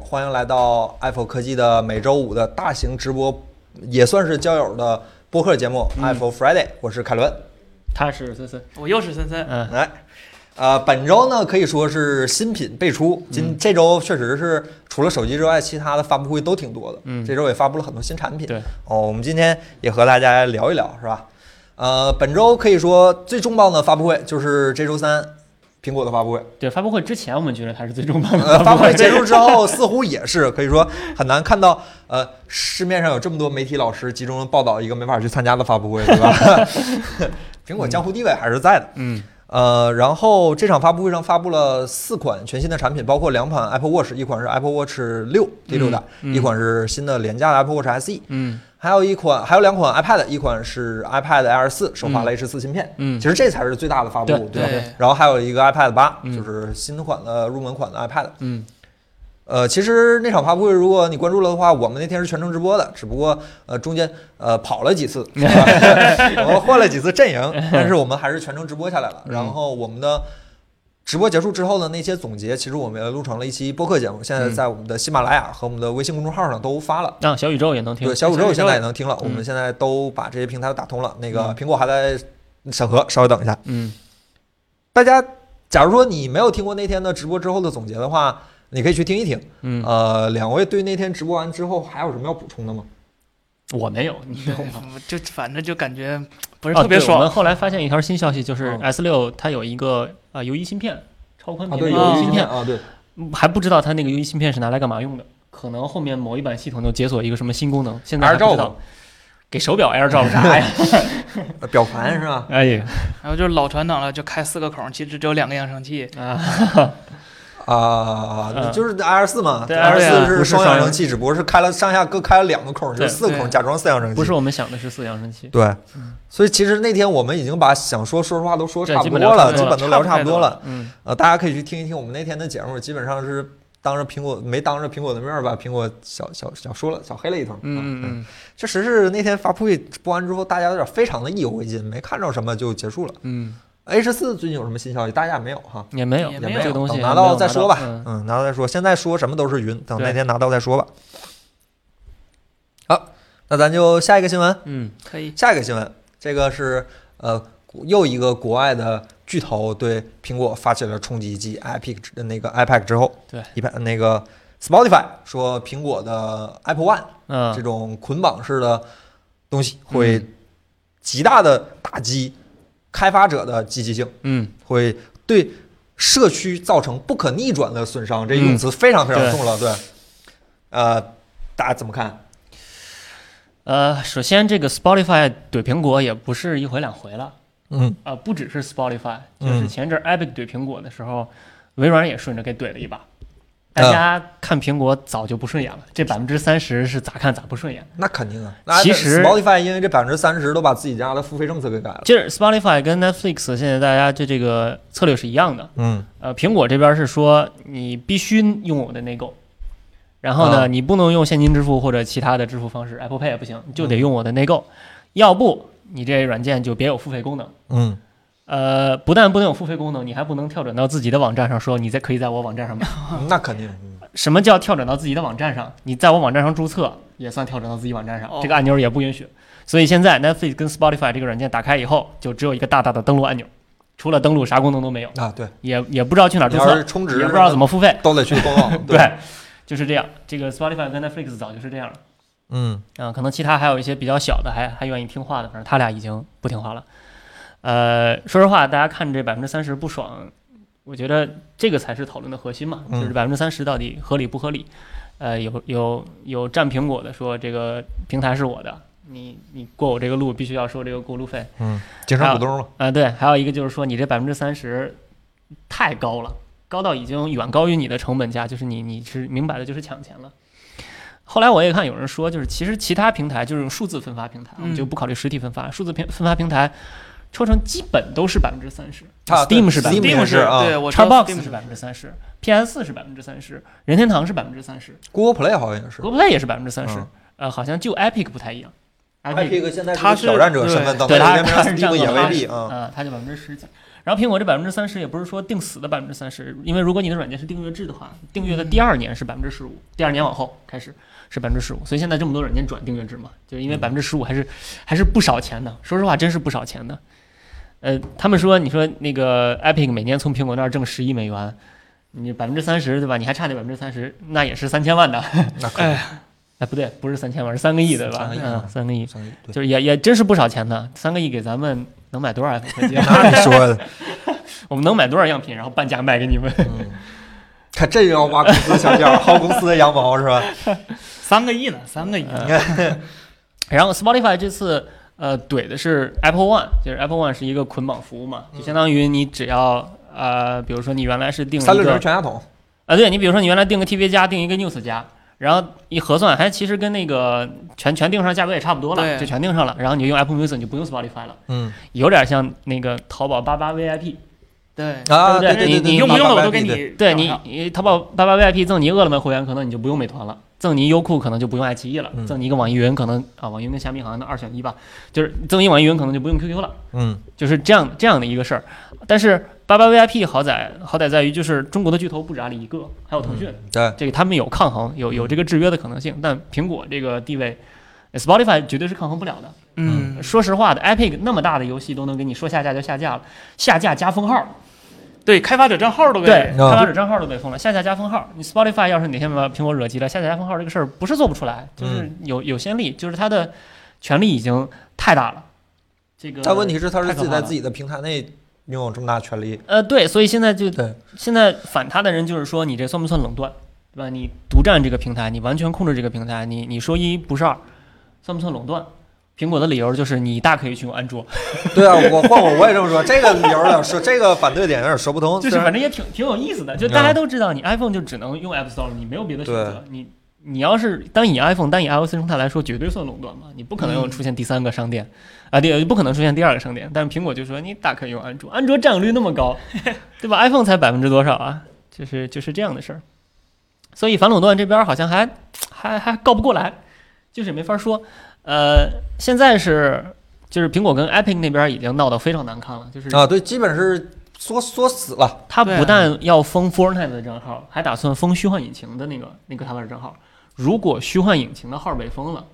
欢迎来到 Apple 科技的每周五的大型直播，也算是交友的播客节目 Apple Friday，我是凯伦。他是森森，我又是森森，嗯，来，呃，本周呢可以说是新品辈出，今这周确实是除了手机之外，其他的发布会都挺多的。嗯这周也发布了很多新产品。对，哦，我们今天也和大家聊一聊，是吧？呃，本周可以说最重磅的发布会就是这周三苹果的发布会。对，发布会之前我们觉得他是最重磅的呃， 发布会会结束之后，似乎也是可以说很难看到，呃，市面上有这么多媒体老师集中报道一个没法去参加的发布会，对吧？ 苹果江湖地位还是在的。嗯，呃，然后这场发布会上发布了四款全新的产品，包括两款 Apple Watch，一款是 Apple Watch 六第六代，嗯嗯一款是新的廉价的 Apple Watch SE，嗯还有一款还有两款 iPad，一款是 iPad Air 四，首发了 H 四芯片。嗯其实这才是最大的发布，对吧对然后还有一个 iPad 八、嗯就是新款的入门款的 iPad。嗯呃，其实那场发布会，如果你关注了的话，我们那天是全程直播的，只不过呃中间呃跑了几次，是吧 我们换了几次阵营，但是我们还是全程直播下来了。嗯然后我们的直播结束之后呢，那些总结其实我们也录成了一期播客节目，现在嗯在我们的喜马拉雅和我们的微信公众号上都发了。啊，小宇宙也能听对，，小宇小宇宙宙现在也能听了，我们嗯现在都把这些平台都打通了。那个嗯苹果还在审核，稍微等一下。嗯大家，假如说你没有听过那天的直播之后的总结的话，你可以去听一听。嗯，呃，两位对那天直播完之后还有什么要补充的吗？我没有，你有 吗？我嗯就反正就感觉不是哦特别对我爽们。后来发现一条新消息，就是嗯 S 六它有一个啊 U 一芯片，超宽啊，屏对，的有一啊个个芯芯片，啊，对，嗯还不知道它那个 U 一芯片是拿来干嘛用的，可能后面某一版系统就解锁一个什么新功能，现在还不知 AirDrop 道。给手表 AirDrop 啥呀？呃表盘是吧？哎呀然后就是老传统了，就开四个孔，其实只有两个扬声器。啊，啊，那嗯就是 R 四嘛对，R 对四啊是不是双扬双声扬器，只不过是开了上下各开了两个孔，就是对四个孔，对假装四扬声器。不是我们想的是四扬声器。对，所以其实那天我们已经把想说说实话都说对差基不本多聊差了，不基多本了都聊差不多了。嗯呃，大家可以去听一听我们那天的节目，基本上是当着苹果没当着苹果的面儿把苹果小小小说了，小黑了一通。嗯啊，嗯确实是那天发布会播完之后，大家有点非常的意犹未尽，没看着什么就结束了。嗯 H 四最近有什么新消息？大家也没有哈，嗯，也没有也也没有这个东西等还没有拿拿到再说吧。嗯嗯，拿到再说。现在说什么都是云，等对那天拿到再说吧。好，那咱就下一个新闻。嗯可以，下一个新闻，这个是呃又一个国外的巨头对苹果发起了冲击，继 iPad 之呃那个 iPad 之后，对，iPad 那个 Spotify 说苹果的 Apple One 嗯嗯这，种捆绑式的东西会极大的打击开发者的积极性，嗯，会对社区造成不可逆转的损伤。这嗯用词非常非常对重了，对，呃，大家怎么看？呃，首先这个 Spotify 怼苹果也不是一回两回了，嗯啊，不只是 Spotify，就嗯是前阵儿 Epic 怼苹果的时候，微软也顺着给怼了一把。嗯大家看苹果早就不顺眼了，这百分之三十是咋看咋不顺眼。那肯定啊，那其实 Spotify 因为这百分之三十都把自己家的付费政策给改了。就是 Spotify 跟 Netflix 现在大家对这个策略是一样的，嗯呃，苹果这边是说你必须用我的内购，然后呢，啊你不能用现金支付或者其他的支付方式，Apple Pay 也不行，你就得用我的内购，要不你这软件就别有付费功能。嗯，呃，不但不能有付费功能，你还不能跳转到自己的网站上说你在可以在我网站上买。那肯定。什么叫跳转到自己的网站上？你在我网站上注册也算跳转到自己网站上，哦这个按钮也不允许。所以现在 Netflix 跟 Spotify 这个软件打开以后，就只有一个大大的登录按钮，除了登录啥功能都没有，啊，对，也也不知道去哪儿你注要册是，充值也不知道怎么付费。都得去公告。对，，就是这样。这个 Spotify 跟 Netflix 早就是这样了。嗯啊、可能其他还有一些比较小的还还愿意听话的，反正他俩已经不听话了。呃，说实话，大家看这百分之三十不爽，我觉得这个才是讨论的核心嘛，嗯就是百分之三十到底合理不合理？呃，有有有占苹果的说这个平台是我的，你你过我这个路必须要收这个过路费嗯，精神股东嘛。啊、对，还有一个就是说你这百分之三十太高了，高到已经远高于你的成本价，就是你你是明摆的就是抢钱了。后来我也看有人说，就是其实其他平台就是用数字分发平台，我们嗯就不考虑实体分发，数字平分发平台抽成基本都是百分之三十啊对，Steam 是百分 Steam 也之 Steam 是啊对我知道 Xbox Steam 是百分之三十，PS 是百分之三十，任天堂是百分之三十，Google Play 好像也是，GoPlay 也是百分之三十嗯。呃，好像就 Epic 不太一样，Epic 现在它是是挑战者身份，对等对到它明天变成它是这样 Steam 也的未它必是啊。呃，它就百分之十几。然后苹果这百分之三十也不是说定死的百分之三十，因为如果你的软件是订阅制的话，订阅的第二年是百分之十嗯五，第二年往后开始是百分之十五，所以现在这么多软件转订阅制嘛，就是因为嗯百分之十五还是还是不少钱的，说实话真是不少钱的。呃，他们说你说那个 Epic 每年从苹果那儿挣十亿美元，你百分之三十对吧？你还差那百分之三十，那也是三千万的。 那可能哎，哎，不对，不是三千万，是三个亿对吧？三个亿嗯，三个亿，三个亿对就是也也真是不少钱呢。三个亿给咱们能买多少 Apple 科技啊？那你说的，我们能买多少样品，然后半价卖给你们？嗯，看这就要挖公司墙角，薅公司的羊毛是吧？三个亿呢，三个亿。嗯 然后 Spotify 这次呃怼的是 Apple One，就是 Apple One 是一个捆绑服务嘛，就相当于你只要呃，比如说你原来是定一三六零个全家桶，啊，对你比如说你原来定个 TV 加，定一个 News 加。然后一核算，还其实跟那个全全定上价格也差不多了，对就全定上了。然后你就用 Apple Music，你就不用 Spotify 了，嗯有点像那个淘宝八八 VIP，对，啊，对对不对对你对，你用不用的我都对给对你。对你，你淘宝八八 VIP 赠你饿了么会员，可能你就不用美团了；赠你优酷，可能就不用爱奇艺了；嗯赠你一个网易云，可能啊，网易云跟虾米好像能二选一吧，就是赠一网易云，可能就不用 QQ 了，嗯，就是这样这样的一个事儿。但是八八 VIP 好在好歹在于，就是中国的巨头不止阿里一个，还有腾讯，对，这个他们有抗衡，有有这个制约的可能性。但苹果这个地位，Spotify 绝对是抗衡不了的。嗯，说实话的，Epic 那么大的游戏都能给你说下架就下架了，下架加封号。对，开发者账号都给对，嗯开发者账号都被封了，下架加封号。你 Spotify 要是哪天把苹果惹急了，下架加封号这个事儿不是做不出来，嗯就是有有先例，就是它的权力已经太大了。这个但问题是他是太可自己怕在了自己的平台内拥有这么大权利，呃，对，所以现在就对现在反他的人就是说，你这算不算垄断，对吧？你独占这个平台，你完全控制这个平台，你你说一不是二，算不算垄断？苹果的理由就是你大可以去用安卓，对啊，我换我我也这么说，这个理由有点说，这个反对点有点说不通，就是虽然反正也挺挺有意思的，就大家都知道，你 iPhone 就只能用 App Store，了你没有别的选择。你你要是单以 iPhone 单以 iOS 生态来说，绝对算垄断嘛，你不可能有嗯出现第三个商店，啊，第不可能出现第二个商店。但是苹果就说你大可以用安卓，安卓占有率那么高，对吧？iPhone 才百分之多少啊？就是就是这样的事儿。所以反垄断这边好像还还还告不过来，就是也没法说。呃，现在是就是苹果跟 Epic 那边已经闹得非常难看了，就是啊，对，基本是缩缩死了，他对啊不但要封 Fortnite 的账号，还打算封虚幻引擎的那个那个开发者账号。如果虚幻引擎的号被封了，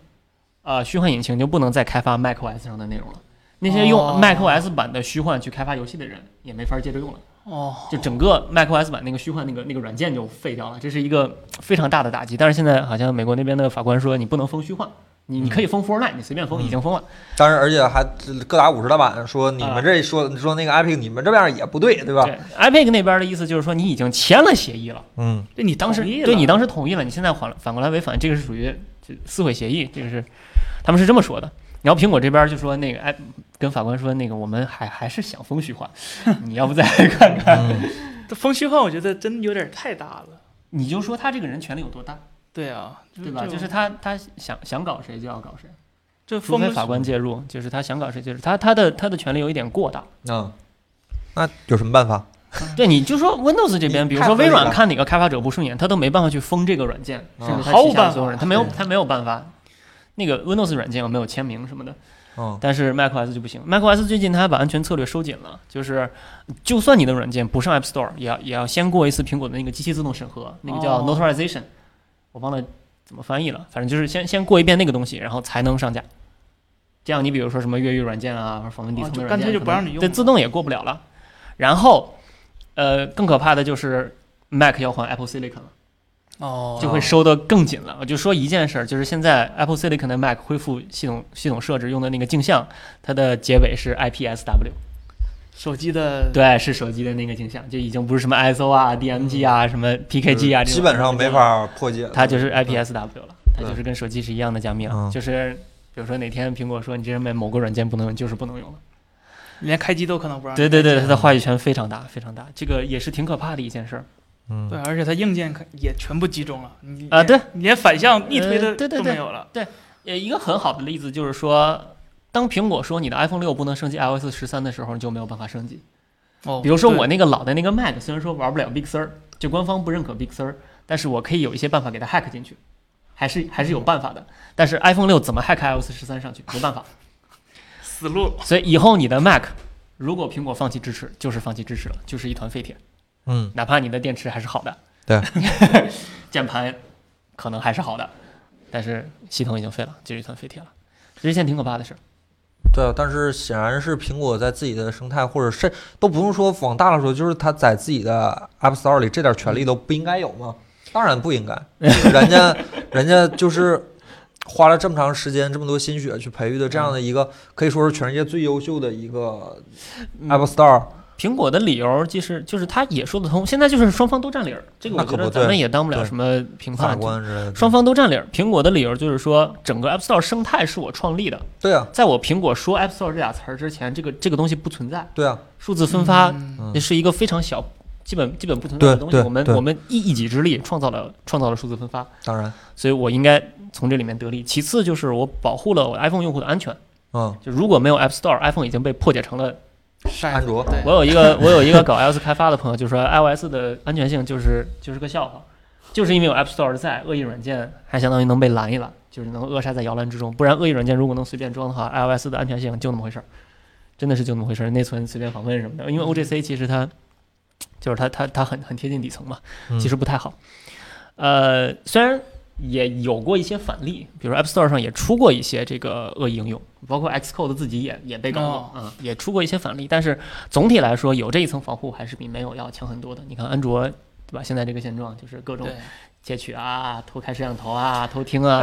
呃，虚幻引擎就不能再开发 macOS 上的内容了。那些哦用 macOS 版的虚幻去开发游戏的人也没法接着用了，哦，就整个 macOS 版那个虚幻那个那个软件就废掉了，这是一个非常大的打击。但是现在好像美国那边的法官说你不能封虚幻，你你可以封 Fortnite，你随便嗯封，已经封了。当然而且还各打五十大板，说你啊们这说说那个 Epic，你们这样也不对，对吧？对，Epic 那边的意思就是说你已经签了协议了。嗯，对你当时对你当时同意了，你现在反反过来违反，这个是属于这撕毁协议，这个是他们是这么说的。然后苹果这边就说那个哎，跟法官说那个我们还还是想风虚化，你要不再看看，嗯这风虚幻，我觉得真有点太大了。你就说他这个人权力有多大，对啊，对吧？就是他他想想搞谁就要搞谁，这除非风法官介入，就是他想搞谁就是他他的他的权力有一点过大。啊，那有什么办法？对，你就说 Windows 这边，你比如太说合理微软了看哪个开发者不顺眼，他都没办法去封这个软件，啊甚至他毫无旗下办所有人，法他没有对他没有办法。那个 Windows 软件有没有签名什么的？嗯但是 macOS 就不行，macOS 最近它把安全策略收紧了，就是就算你的软件不上 App Store，也要也要先过一次苹果的那个机器自动审核，那个叫哦 notarization，、我忘了怎么翻译了，反正就是先先过一遍那个东西，然后才能上架。这样你比如说什么越狱软件啊，或者访问底层的哦就软件，干脆就不让你可能用对，了自动也过不了了。然后，呃，更可怕的就是 Mac 要换 Apple Silicon 了。哦，就会收得更紧了。我就说一件事儿，就是现在 Apple Silicon 的 Mac 恢复系统系统设置用的那个镜像，它的结尾是 IPSW，手机的对，是手机的那个镜像，就已经不是什么 ISO 啊、DMG 啊、什么 PKG 啊，这嗯种基本上没。法破解了，它就是嗯 IPSW 了，它就是跟手机是一样的加密了嗯，就是比如说哪天苹果说你这上面某个软件不能用，就是不能用了。连开机都可能不让你。对对对，它的话语权非常大，非常大，这个也是挺可怕的一件事儿。嗯对，而且它硬件可也全部集中了，你啊对，你连反向逆呃推的对对都对没有了。呃，一个很好的例子就是说，当苹果说你的 iPhone 六不能升级 iOS 十三的时候，你就没有办法升级。哦，比如说对我那个老的那个 Mac，虽然说玩不了 Big Sur，就官方不认可 Big Sur，但是我可以有一些办法给它 hack 进去，还是还是有办法的。但是 iPhone 六怎么 hack iOS 十三上去？没办法。死路了，所以以后你的 Mac 如果苹果放弃支持，就是放弃支持了，就是一团废铁，嗯，哪怕你的电池还是好的，对， 键盘可能还是好的，但是系统已经废了，就是一团废铁了。这是一件挺可怕的事儿。对啊，但是显然是苹果在自己的生态，或者甚都不用说往大了说，就是它在自己的 App Store 里这点权利都不应该有吗？当然不应 该，人家人家就是花了这么长时间、这么多心血去培育的这样的一个，可以说是全世界最优秀的一个嗯 App Store，苹果的理由就是就是它也说得通，现在就是双方都占理儿，这个我那可觉得不咱哦对们也当不了对什么啊评法判。官之类的。双方都占理儿。苹果的理由就是说，整个 App Store 生态是我创立的，对啊，在我苹果说 App Store 这俩词儿之前，这个这个东西不存在，对啊，数字分发嗯嗯那是一个非常小、基本基本不存在的对东西。对我们对我们一一己之力创造了创造了数字分发，当然，所以我应该从这里面得利。其次就是我保护了我 iPhone 用户的安全，嗯，就如果没有 App Store，iPhone 已经被破解成了。晒安卓对我有一个 我有一个搞 iOS 开发的朋友就说 iOS 的安全性就是就是个笑话，就是因为有 App Store 在，恶意软件还相当于能被拦一拦，就是能扼杀在摇篮之中。不然恶意软件如果能随便装的话，iOS 的安全性就那么回事儿，真的是就那么回事儿，内存随便访问什么的。嗯因为 OGC 其实它就是它它它很很贴近底层嘛，嗯其实不太好。呃，虽然。也有过一些反例，比如 App Store 上也出过一些这个恶意应用，包括 Xcode 自己也也被搞过哦啊、嗯也出过一些反例。但是总体来说，有这一层防护还是比没有要强很多的。你看安卓，对吧？现在这个现状就是各种对窃取啊、偷开摄像头啊、偷听啊，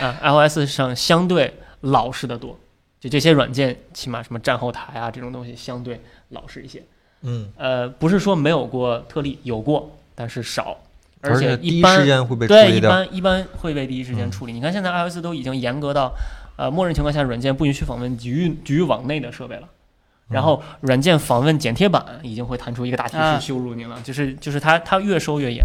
啊，iOS 上相对老实的多。就这些软件，起码什么站后台啊这种东西相对老实一些。嗯，呃，不是说没有过特例，有过，但是少，而且第一一般时间会被处对，一理掉。般一般会被第一时间嗯处理。你看现在 iOS 都已经严格到，呃，默认情况下软件不允许访问局域局域网内的设备了。嗯然后软件访问剪贴板已经会弹出一个大提啊示羞辱你了，就是就是它它越收越严。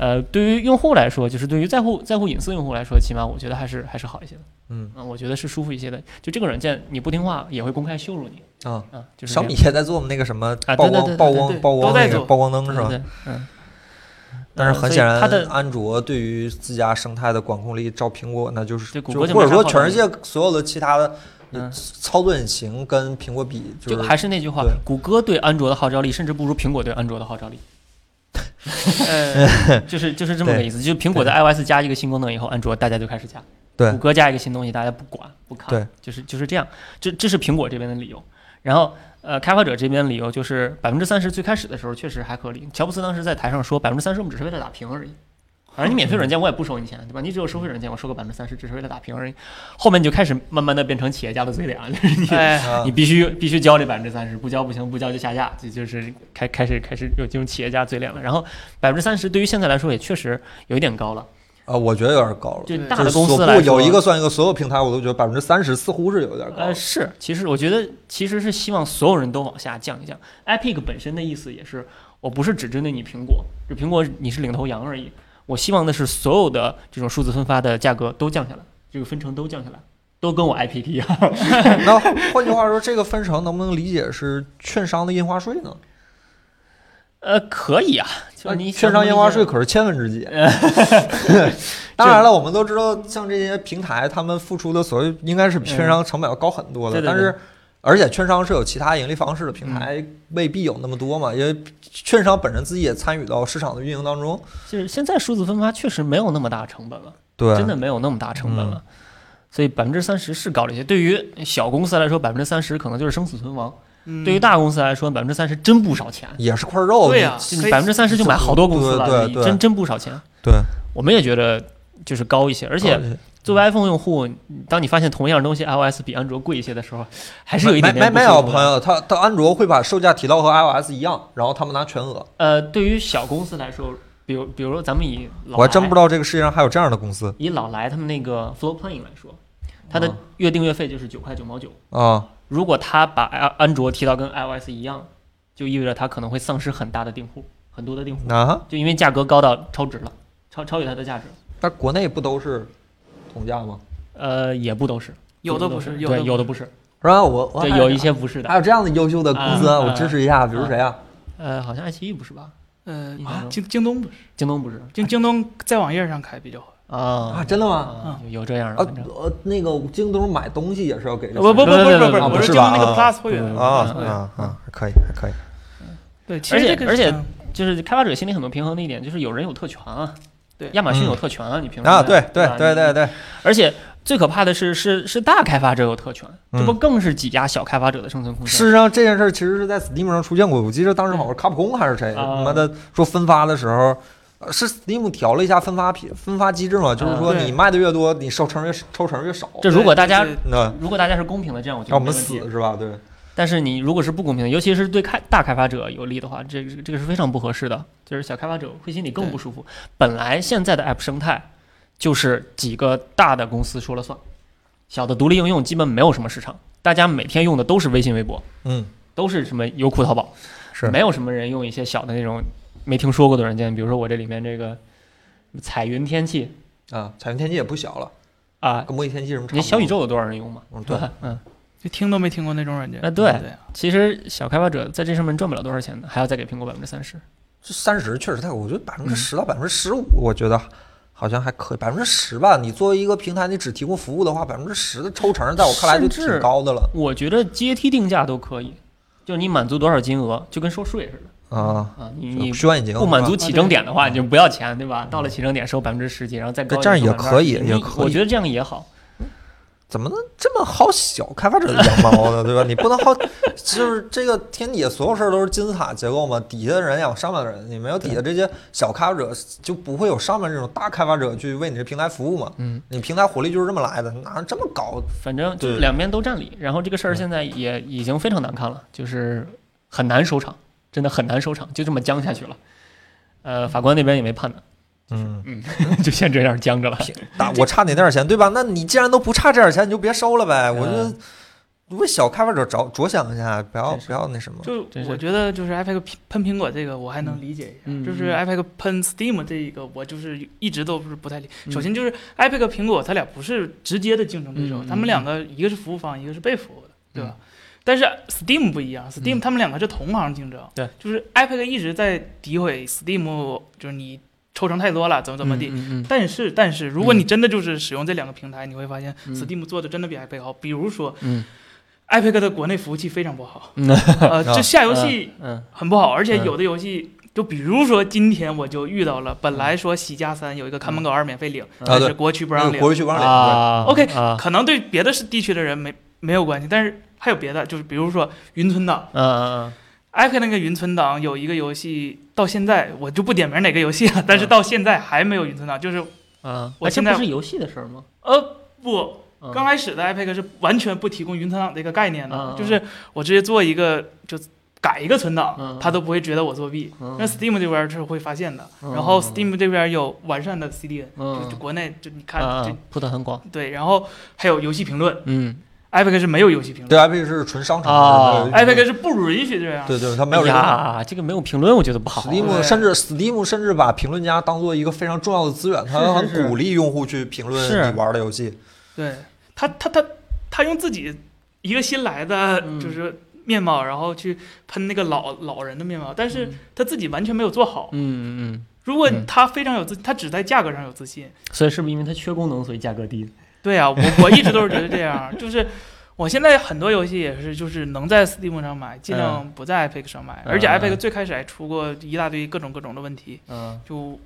呃，对于用户来说，就是对于在乎在乎隐私用户来说，起码我觉得还是还是好一些的。嗯嗯，我觉得是舒服一些的。就这个软件你不听话也会公开羞辱你啊，啊，就是小这米样也在做我们那个什么啊对曝对对光对曝对光对曝光都在那个做曝光灯对是吧？对，嗯。但是呃很所以显然，它的安卓对于自家生态的管控力，照苹果那就是对谷就歌就或者没啥说好全世讲界所有的其他的呃嗯操作引擎跟苹果比，就啊就是还是那句话对，谷歌对安卓的号召力甚至不如苹果对安卓的 号召力。呃，就是就是这么个意思，就是苹果在 iOS 加一个新功能以后，安卓大家就开始加，对谷歌加一个新东西，大家不管不看，对，就是就是这样，这这是苹果这边的理由。然后呃，开发者这边的理由就是百分之三十最开始的时候确实还合理，乔布斯当时在台上说百分之三十我们只是为了打平而已。反正你免费软件我也不收你钱，对吧？你只有收费软件，我收个百分之三十，只是为了打平而已。后面你就开始慢慢的变成企业家的嘴脸，就是你哎，啊你必须必须交这百分之三十，不交不行，不交就下架，这就是开开始开始有这种企业家嘴脸了。然后百分之三十对于现在来说也确实有一点高了，啊，我觉得有点高了。就对大就的是公所司部来有说一个算一个，所有平台我都觉得百分之三十似乎是有点高呃了。是，其实我觉得其实是希望所有人都往下降一降。Epic 本身的意思也是，我不是只针对你苹果，就苹果你是领头羊而已。我希望的是所有的这种数字分发的价格都降下来，这个分成都降下来，都跟我 IPP 一样。那换句话说，这个分成能不能理解是券商的印花税呢？呃，可以啊，就那你券想商怎么印理花解税可是千分之几。啊 当然了，我们都知道，像这些平台，他们付出的所谓应该是比券商成本要高很多的。嗯对对但是，而且券商是有其他盈利方式的，平台未必有那么多嘛，因为券商本身自己也参与到市场的运营当中。就是现在数字分发确实没有那么大成本了。对嗯真的没有那么大成本了。所以百分之三十是高了一些，对于小公司来说，百分之三十可能就是生死存亡；嗯对于大公司来说，百分之三十真不少钱。也是块肉。对呀啊你就可你以百分之三十就买好多公司了，对对你对真真不少钱。对，我们也觉得就是高一些，而且哦作为 iPhone 用户，当你发现同样东西 iOS 比安卓贵一些的时候，还是有一点没没点没不舒有服的朋。友，他他安卓会把售价提到和 iOS 一样，然后他们拿全额。呃，对于小公司来说，比如比如说咱们以老我还真不来知道这个世界上还有这样的公司以老来他们那个 Flow Plan 来说，它的啊月订阅费就是九块九毛九。啊！如果他把安安卓提到跟 iOS 一样，就意味着他可能会丧失很大的订户，很多的订户，啊，就因为价格高到超值了，超超越它的价值了。但国内不都是同价吗？呃，也不都是，有的不是，是，对，有的的不不是，啊是吧？我我对，还有一些不是的还。有这样的优秀的公司，啊我支持一下。比如谁啊？呃，好像爱奇艺不是吧？呃一分啊钟，京京东不是，京东不是京京东在网页上开比较好。啊啊，真的吗？啊，有有这样的，啊反正，呃呃，那个京东买东西也是要给这不不不不对对对不对不，不我是说京吧东那个啊 Plus 会员对啊对啊啊，还可以，还可以。对，其而实且这个而且嗯就是开发者心里很不平衡的一点，就是有人有特权啊。对亚马嗯逊有特权啊，你凭什么啊，呀？对对对吧对对。对，你而且最可怕的是，是是大开发者有特权，嗯这不更是挤压小开发者的生存空间？事实上这件事儿其实是在 Steam 上出现过，我记得当时好像是卡普空还是谁，啊他妈的说分发的时候。呃是 Steam 调了一下分发批分发机制嘛，就是说对你卖的越多，你收成越抽成越少。啊这如果大家对对那如果大家是公平的，这样我觉得啊让我们没问题死。是吧？对，但是你如果是不公平的，尤其是对开大开发者有利的话，这个这个是非常不合适的，就是小开发者会心里更不舒服。本来现在的 App 生态就是几个大的公司说了算，小的独立应用基本没有什么市场，大家每天用的都是微信、微博，嗯，都是什么优酷、淘宝。是没有什么人用一些小的那种没听说过的软件，比如说我这里面这个彩云天气啊，彩云天气也不小了，啊，跟模拟天气什么差不你多。小宇，宙有多少人用嘛？嗯，对对，吧？ 嗯，就听都没听过那种软件啊对对其实小开发者在这上面赚不了多少钱的，还要再给苹果百分之三十。这三十确实太，我觉得百分嗯之十到百分之十五，我觉得好像还可以，百分之十吧。你作为一个平台，你只提供服务的话，百分之十的抽成，在我看来就甚至挺高的了我觉得阶梯定价都可以，就是你满足多少金额，就跟收税啊。似的啊，你就你。虚幻引擎不满足是起征点的话，你就不要钱，对吧？到了起征点收百分之十几，然后再高一啊这样点也收可以20%也你可以我觉得这样也好。吧怎么能这么薅小开发者的羊毛呢？对吧？你不能薅，就是这个天底下所有事儿都是金字塔结构嘛，底下的人养上面的人，你没有底下这些小开发者，就不会有上面这种大开发者去为你这平台服务嘛。嗯，你平台活力就是这么来的，哪这么搞？反正就是对嗯两边都占理。然后这个事儿现在也已经非常难看了，就是很难收场，真的很难收场，就这么僵下去了。呃，法官那边也没判呢， 嗯，就先这样僵着了。大我差你那点钱，对吧？那你既然都不差这点钱，你就别收了呗。我觉得为小开发者着着想一下，不要真是不要那什么。就真是我觉得就是 iPad 喷苹果这个我还能理解一嗯下，就是哎 iPad 喷 Steam 这一个我就是一直都不是不太理。嗯首先就是 iPad 苹果它俩不是直接的竞争对手嗯，他们两个一个是服务方，一个是被服务的，对吧？但是 Steam 不一样嗯，Steam 他们两个是同行竞争，对，就是 iPad 一直在诋毁 Steam，就是你抽成太多了，怎么怎么地。嗯嗯但是，但是，如果嗯你真的就是使用这两个平台，你会发现嗯 Steam 做的真的比 iPad 好。比如说嗯 iPad 的国内服务器非常不好，嗯 呃，啊就下游戏嗯很不好，而且嗯有的游戏，就比如说今天我就遇到了，本来说《喜家三》有一嗯个看门狗二免费领，但是对国区不那让个领，国区不让领。对啊 OK，啊可能对别的是地区的人没没有关系，但是还有别的，就是比如说云存档嗯嗯 iPad 那个云存档有一个游戏到现在我就不点名哪个游戏了，嗯但是到现在还没有云存档，就是啊！哎我这现在不是游戏的事儿吗？呃不，嗯刚开始的 iPad 是完全不提供云存档这个概念的，嗯嗯就是我直接做一个就改一个存档，嗯嗯它都不会觉得我作弊。嗯那 Steam 这边是会发现的，嗯然后嗯 Steam 这边有完善的 CDN，、嗯就就国内就你看、啊就啊铺的很广，对，然后还有游戏评论嗯， ，iPad 是没有游戏评对论，iPad 是纯商场啊对对对，iPad 是不允许这样。对对，它没有人看。呀，这个没有评论，我觉得不好。啊 Steam 对甚至 Steam 甚至把评论家当做一个非常重要的资源，它是是是很鼓励用户去评是论你玩的游戏。对他，他他他用自己一个新来的嗯就是面貌，然后去喷那个老老人的面貌，但是嗯他自己完全没有做好。嗯嗯，如果嗯他非常有自，他只在价格上有自信。所以是不是因为它缺功能，所以价格低？对啊，我我一直都是觉得这样，就是 我现在很多游戏也是，就是能在 Steam 上买，尽量不在 Epic 上买。嗯而且嗯 Epic 最开始还出过一大堆各种各种的问题，嗯，就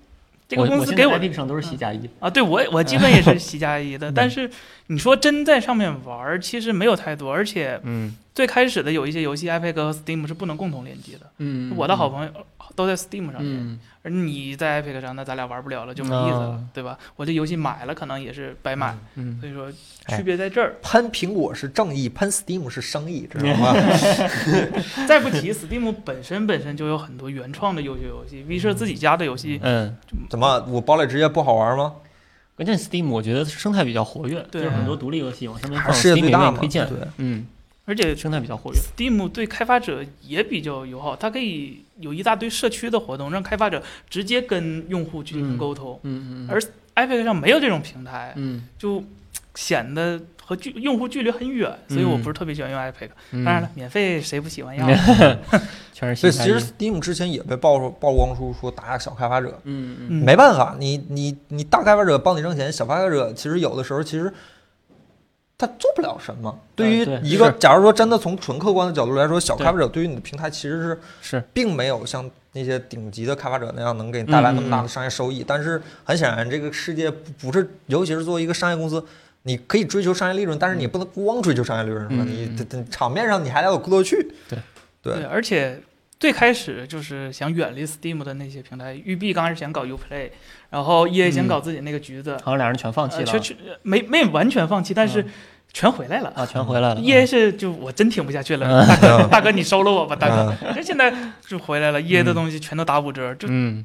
这我个公我司现给在我 Epic 上都是喜加一，啊，对我我基本也是 C 加一的，嗯但是你说真在上面玩儿，其实没有太多，而且嗯最开始的有一些游戏，Epic 和 Steam 是不能共同联机的。嗯我的好朋友都在 Steam 上面，嗯而你在 Epic 上，那咱俩玩不了了，就没意思了，啊对吧？我这游戏买了，可能也是白买，嗯，所以说哎区别在这儿。喷苹果是正义，喷 Steam 是生意，知道吗？ 再不提 Steam 本身本身就有很多原创的优秀游戏，V 社自己家的游戏，嗯，怎么，我堡垒之夜不好玩吗？关键 Steam 我觉得生态比较活跃，对就是很多独立游戏往上面还放是世界，Steam 最也大愿意嘛？推荐，对，嗯，而且生态比较活跃， Steam 对开发者也比较友好，它可以有一大堆社区的活动，让开发者直接跟用户去进行沟通。嗯嗯，而 Epic 上没有这种平台，嗯就显得和距用户距离很远，所以我嗯不是特别喜欢用 iPad。嗯当然了，免费谁不喜 欢要？全所是新以产其实品。 Steam 之前也被曝出曝光出说打压小开发者，嗯嗯嗯没办法，你你你大开发者帮你挣钱，小开发者其实有的时候其实他做不了什么。对于嗯对一个是假如说真的从纯客观的角度来说，小对开发者对于你的平台其实是是并没有像那些顶级的开发者那样能给你带来那么嗯大的商业收益。但是很显然，这个世界不不是，尤其是作为一个商业公司。你可以追求商业利润，但是你不能光追求商业利润，是吧？嗯你嗯这这场面上你还得有过得去。对对，而且最开始就是想远离 Steam 的那些平台，育碧刚开始想搞 Uplay，然后 EA 嗯想搞自己那个橘子，好像俩人全放弃呃了嗯全全没没完全放弃，但是全回来了。啊，全回来了。 EA 是就我真挺不下去了，嗯大哥大哥你收了我吧，大哥，嗯这现在就回来了，EA 的东西全都打五折，就嗯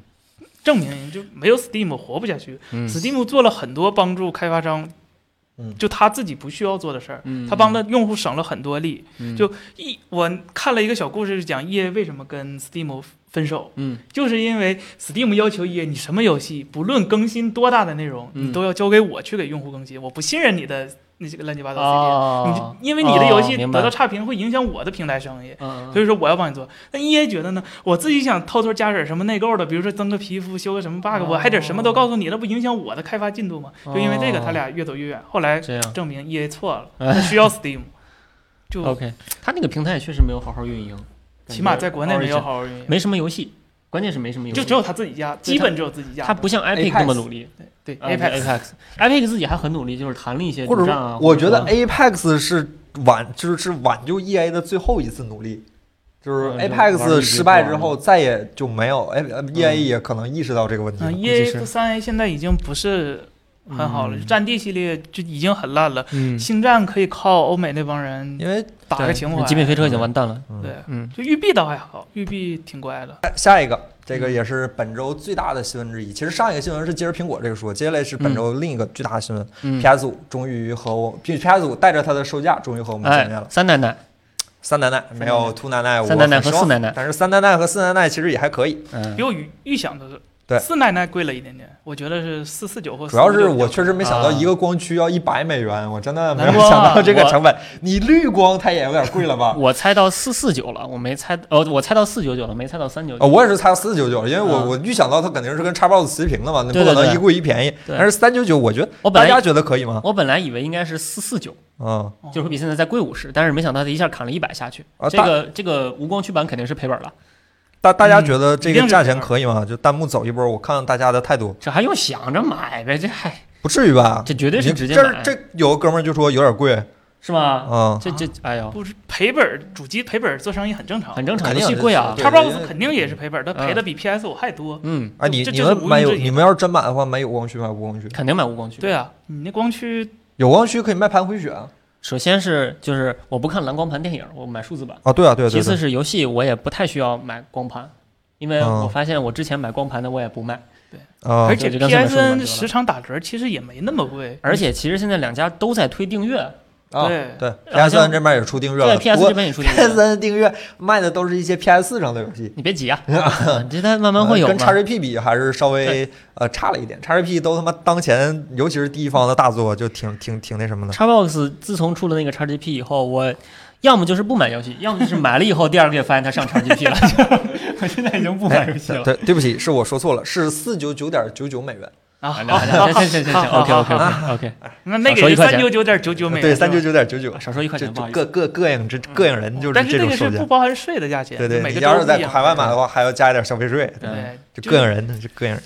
证明就没有 Steam 活不下去。嗯 Steam 做了很多帮助开发商嗯，就他自己不需要做的事儿，嗯他帮了用户省了很多力。嗯就一我看了一个小故事，讲 EA 为什么跟 Steam 分手，嗯就是因为 Steam 要求 EA 你什么游戏，不论更新多大的内容，嗯你都要交给我去给用户更新，我不信任你的那些个乱七八糟 CD。你哦就，因为你的游戏哦明白得到差评会影响我的平台生意，嗯所嗯以说我要帮你做。那 EA 觉得呢，我自己想偷偷加点什么内购的，比如说增个皮肤、修个什么 bug，、哦我还得什么都告诉你，那不影响我的开发进度吗？哦就因为这个，他俩越走越啊远。后来这样证明 EA 错 了，他需要 Steam，就，OK，他那个平台也确实没有好好运营，起码在国内没有 Origin 好好运营，没什么游戏，关键是没什么游戏，就只有他自己家，对基本只有自己家。他不像 Epic Apex 那么努力对啊对 Apex， Apex Epic 自己还很努力，就是谈了一些或者说，独占啊，我或者觉得哎说 Apex 是挽，就是是挽救 EA 的最后一次努力，就是嗯就玩儿 Apex 一局失败不之玩后了再也就没有哎呃，EA 嗯也可能意识到这个问题了嗯。计是，EA 三 A 现在已经不是很好了，嗯战地系列就已经很烂了。嗯，星战可以靠欧美那帮人因为打个对情怀，极品飞车已经完蛋了，啊嗯对，嗯就育碧倒还好，育碧挺乖的。下下一个，这嗯个也是本周最大的新闻之一。其实上一个新闻是接着苹果这个说，接下来是本周另一个巨大的新闻嗯， ，PS 五终于和我 PS 五带着它的售价终于和我们见面哎了，。三奶奶，三奶奶没有兔奶奶，我三奶奶很和失望四奶奶但是三奶奶和四奶奶其实也还可以。嗯比，我预预想的是，对四奶奶贵了一点点，我觉得是四四九或主要是459我确实没想到啊一个光驱要一百美元，我真的没有蓝光啊想到这个我成本。你绿光它也有点贵了吧？ 我猜到四四九了，我没猜，呃，我猜到四九九了，没猜到三九呃，九。我也是猜四九九，因为我、啊我预想到它肯定是跟 Xbox 持平的嘛，你对不对可能对一贵一便宜。对但是三九九，我觉得我本大来家觉得可以吗？我本来以为应该是四四九，嗯，哦就是会比现在再贵五十，但是没想到它一下砍了一百下去。啊这大个嗯这个无光驱版肯定是赔本了，大大家觉得这一定个是价这钱样可以吗？就弹幕走一波，我看大家的态度，这还用想着买呗？这还不至于吧？这绝对是你直接这买，啊这有个哥们儿就说有点贵，是吗？嗯，这这哎呦，不是赔本儿，主机赔本儿做生意很正常。很正常，哦肯游定戏是贵啊对。因为，Xbox 肯定也是赔本儿，它嗯赔的比 PS 五还多。嗯，哎，你这你就是们毋庸买有置疑你们要是真买的话，买有光驱吗？无光驱，肯定买无光驱。对啊，你那光驱有光驱可以卖盘回血啊！首先是就是我不看蓝光盘电影，我买数字版。啊，对啊，对啊对啊。其次对啊是游戏，我也不太需要买光盘，因为嗯我发现我之前买光盘的我也不卖。啊，而且这就刚才没说完 PSN 得了时常打折，其实也没那么贵。而且其实现在两家都在推订阅，啊，对对好，PS 像三这边也出订阅对了， PS 这边也出订 PS 阅。三订阅卖的都是一些 PS 四上的游戏，你别急啊，这它慢慢会有呃跟嘛 XGP 比还是稍微呃差了一点，XGP 都他妈当前，尤其是第一方的大作，就挺挺挺那什么的。 Xbox 自从出了那个 XGP 以后，我要么就是不买游戏，要么就是买了以后第二个月发现它上 XGP 了，我现在已经不买游戏了。对，对不起，是我说错了，是四九九点九九美元，啊，行好好行好行行行行，OK OK OK OK，那那少说个一是块钱三九九点九九美元，对，三九是九吧。点九九，少说一块这钱，不好意思各。各各影这各影人就是但是这这种个是售不价。包含税的价钱，对就对，每你个要州是不一在样。海外买的话，还要加一点消费税。嗯对，就就各影人的，就各影人。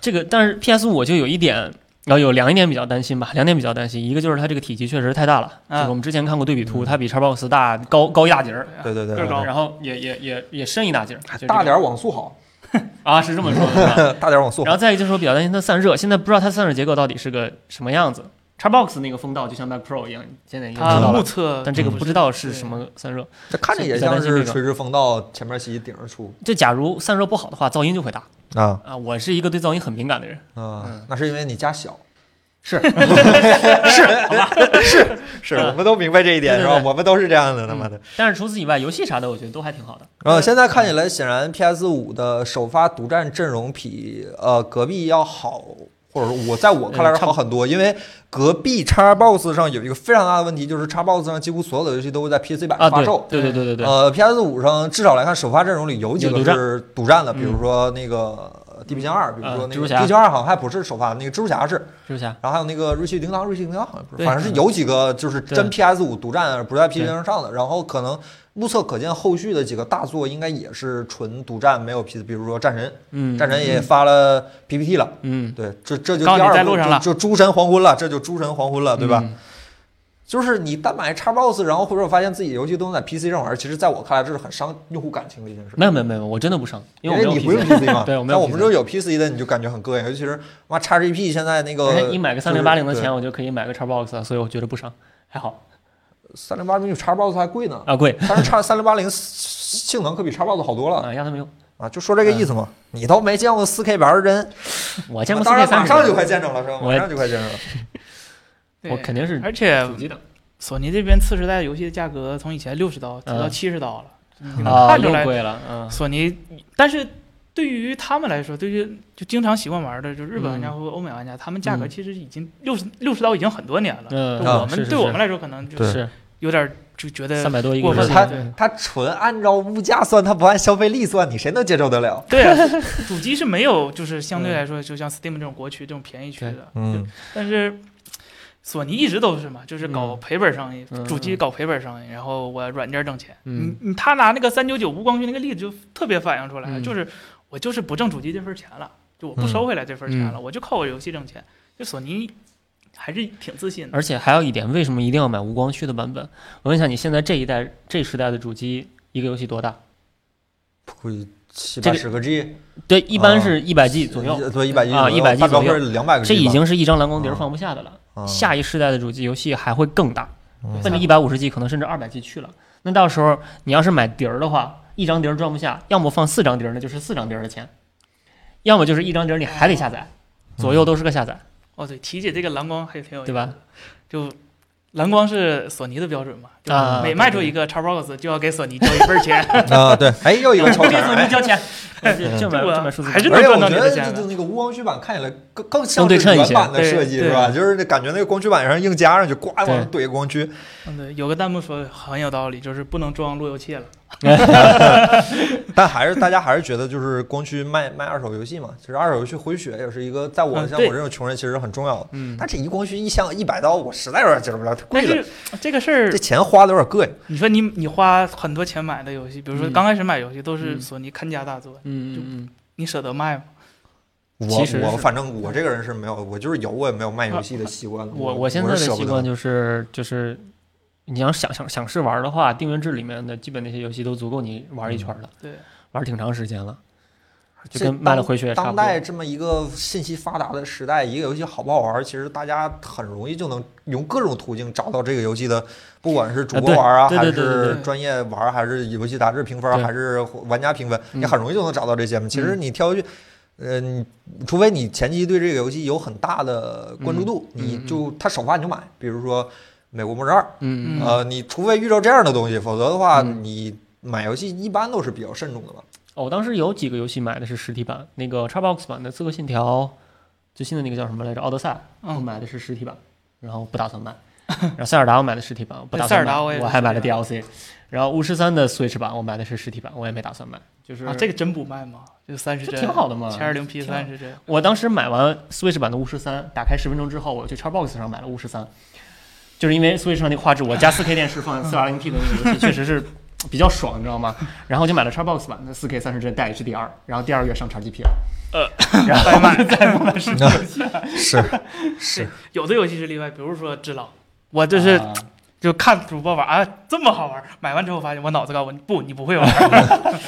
这个，但是 PS 五就有一点，然后有两一点比较担心吧，两点比较担心，一个就是它这个体积确实太大了，啊就是我们之前看过对比图，它比 Xbox 大高高一大截嗯儿，对对对个对儿高对，然后也也也也深一大截儿，就这个大点儿网速好，呃啊，是这么说的。是 吧大点儿网速然好。后再一个就是我比较担心它散热，现在不知道它散热结构到底是个什么样子。Xbox 那个风道就像 Mac Pro 一样，现在已经知啊他道嗯目了，测，但这个不知道是什么散热。这看着也像是垂直风道前面骑顶着出这假如散热不好的话，噪音就会大啊啊。我是一个对噪音很敏感的人，啊嗯，那是因为你家小。 是好吧？是嗯我们都明白这一点，对是对吧？对嗯我们都是这样的，他妈的。但是除此以外，游戏啥的我觉得都还挺好的。呃，现在看起来，显然 PS 五的首发独占阵容比呃隔壁要好或者说我在我看嗯来是好很多，因为隔壁 Xbox 上有一个非常大的问题，就是 Xbox 上几乎所有的游戏都会在 PC 版啊，发对售。对对对对对，呃，PS 五上至少来看首发阵容里有几有个独占是独占的，比如嗯说那个《地平线二》，比如呃说蜘那蛛个侠《地球二》好像还不是首发的，那个《蜘蛛侠》是，是不是啊？然后还有那个《瑞奇叮当》，《瑞奇叮当》好像不是，对反正是有几个就是真对 PS 五独占，而不是在 PC 对上上的。然后可能目测可见，后续的几个大作应该也是纯独占，没有 PC，比如说《战神》，嗯， 《战神》也发了 PPT 了。嗯，对，这这就第告诉你二在步路上就了就诸神黄昏了，这就诸神黄昏了，对吧？嗯？就是你单买 Xbox，然后或者发现自己的游戏都能在 PC 上玩，其实在我看来这是很伤用户感情的一件事。没有没有没有，我真的不伤，因因为我没哎你有不用 PC， PC 嘛， 对我没有像我们 PC 这有 PC 的，你就感觉很膈应，尤其是妈 XGP 现在那而且个你哎买个就三是零八零的对钱，我就可以买个 Xbox，了所以我觉得不伤，还好三零八零比 Xbox 还贵呢，啊，贵但是 X 三零八零性能可比 Xbox 好多 了啊，压他没用。啊，就说这个意思嘛。你都没见过四 K 玩真，我嗯见过四啊当 K 然三马十，上就快见着了是吧？我马上就快见着了。嗯对我肯定是而且主机党索尼这边次时代游戏的价格从以前六十刀调嗯到七十刀了，你能啊，看出又来贵了啊，索尼。但是对于他们来说，对于就经常习惯玩的就日本玩家或欧美玩家，他们价格嗯其实已经六十六十刀已经很多年了。嗯就啊我是是们对我们来说可能就是对是有点儿就觉得三百多一个过游分戏，了对它纯按照物价算，它不按消费力算，你谁能接受得了？ 对 啊，主机是没有，就是相嗯对来说，就像 Steam 这种国区、这种便宜区对的。嗯就，但是索尼一直都是嘛，就是搞嗯赔本生意，嗯主机嗯搞赔本生意，然后我软件挣钱。嗯你你他拿那个三九九无光驱那个例子就特别反映出来，嗯就是我就是不挣主机这份钱了，就我不收回来这份钱嗯了，我就靠我游戏挣钱。就索尼还是挺自信的。而且还有一点，为什么一定要买无光驱的版本？我问一下，你现在这一代这时代的主机，一个游戏多大？估计七这八个十个 G 对，一般啊是一百 G 左右，对，一百 G 啊100 G 大标左右会两百个 G，这已经是一张蓝光碟儿啊放不下的了。吧下一世代的主机游戏还会更大，嗯奔着一百五十 G 可能甚至二百 G 去了。那到时候你要是买碟儿的话，一张碟儿装不下，要么放四张碟儿，那就是四张碟儿的钱；要么就是一张碟儿你还得下载，嗯左右都是个下载，哦，对，提起这个蓝光还挺有意思对吧？就蓝光是索尼的标准嘛，就啊每卖出一个 Xbox 就要给索尼交一份钱。 啊，对，哎，又一个超我给 前，索尼哎 交钱，这买这个这买数字啊还是而且我能赚到觉得你的钱这的这那个无光驱版看起来更更更像对是称一原些版的对设计对是吧？就是那感觉那个光驱版上硬加上去，呱往上怼光驱，嗯，对，有个弹幕说得很有道理，就是不能装路由器了。但还是大家还是觉得就是光驱卖卖二手游戏嘛，其实二手游戏回血也是一个在我嗯像对我这种穷人其实很重要的。嗯，但这一光驱一箱一百刀，我实在有点接受不了，太但贵了，是这个事儿这，钱花的有点膈应。你说你你花很多钱买的游戏，比如说嗯刚开始买游戏都是嗯索尼看家大作，嗯嗯你舍得卖吗？其实我我是反正我这个人是没有，我就是有我也没有卖游戏的习惯的。嗯，我我我现在的是舍不习得惯就是就是，你要想想想试玩的话，订阅制里面的基本那些游戏都足够你玩一圈了，对，玩挺长时间了，就这跟卖了当回血也差当不多。代这么一个信息发达的时代，一个游戏好不好玩，其实大家很容易就能用各种途径找到这个游戏的，不管是主播玩啊，啊对对对对还对是专业玩，还是游戏杂志评分，对还是玩家评分，嗯你很容易就能找到这些嘛。其实你挑一句。呃，你除非你前期对这个游戏有很大的关注度，嗯你嗯就它首发你就买，比如说《美国末日二》，嗯嗯呃，你除非遇到这样的东西，否则的话，嗯你买游戏一般都是比较慎重的嘛。哦我当时有几个游戏买的是实体版，那个 Xbox 版的《刺客信条》，最新的那个叫什么来着，《奥德赛》，我嗯，买的是实体版，然后不打算 卖。然后塞尔达我买的实体版，我不打算塞尔买，达我也是还买了实体 DLC。然后巫师三的 Switch 版我买的是实体版，我也没打算买，就是、啊，这个真不卖吗？就三十这帧，挺好的嘛。七二零 P 挺好三十帧，我当时买完 Switch 版的巫师三，打开十分钟之后，我去 Xbox 上买了巫师三，就是因为 Switch 上那个画质，我加 4K 电视放 420P 的那个游戏，确实是比较爽，你知道吗？然后就买了 Xbox 版的 4K 三十帧带 HDR，然后第二个月上 XGP 了，然后白买。是，是对，有的游戏是例外，比如说 《只狼》，我就是啊就看主播玩啊，这么好玩，买完之后发现我脑子告诉我不，你不会玩。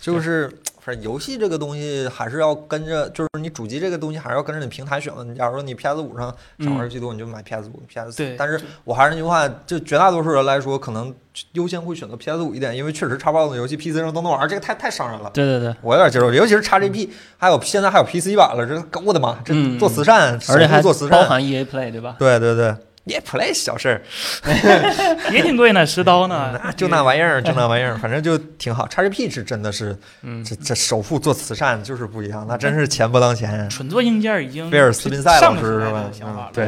就是反正游戏这个东西还是要跟着，就是你主机这个东西还是要跟着你平台选的。你假如说你 PS 五上少玩游戏多，你就买 PS 五、PS 四对。但是我还是那句话，就绝大多数人来说，可能优先会选择 PS 五一点，因为确实 Xbox 的游戏 PC 上都能玩，这个太太伤人了。对对对，我有点接受不了，尤其是 XGP，还有现在还有 PC 版了，这我的妈，这嗯做慈善，而且还手术做慈包善，含 EA Play 对吧？对对对，也 Play 小事儿，也挺贵呢，十刀啊呢，嗯 那就那玩意儿，就 那玩意儿，反正就挺好。XGP 是真的是嗯，这这首富做慈善就是不一样，那真是钱不当钱。纯做硬件已经威尔斯宾塞上老个师时是代吧的想法了嗯对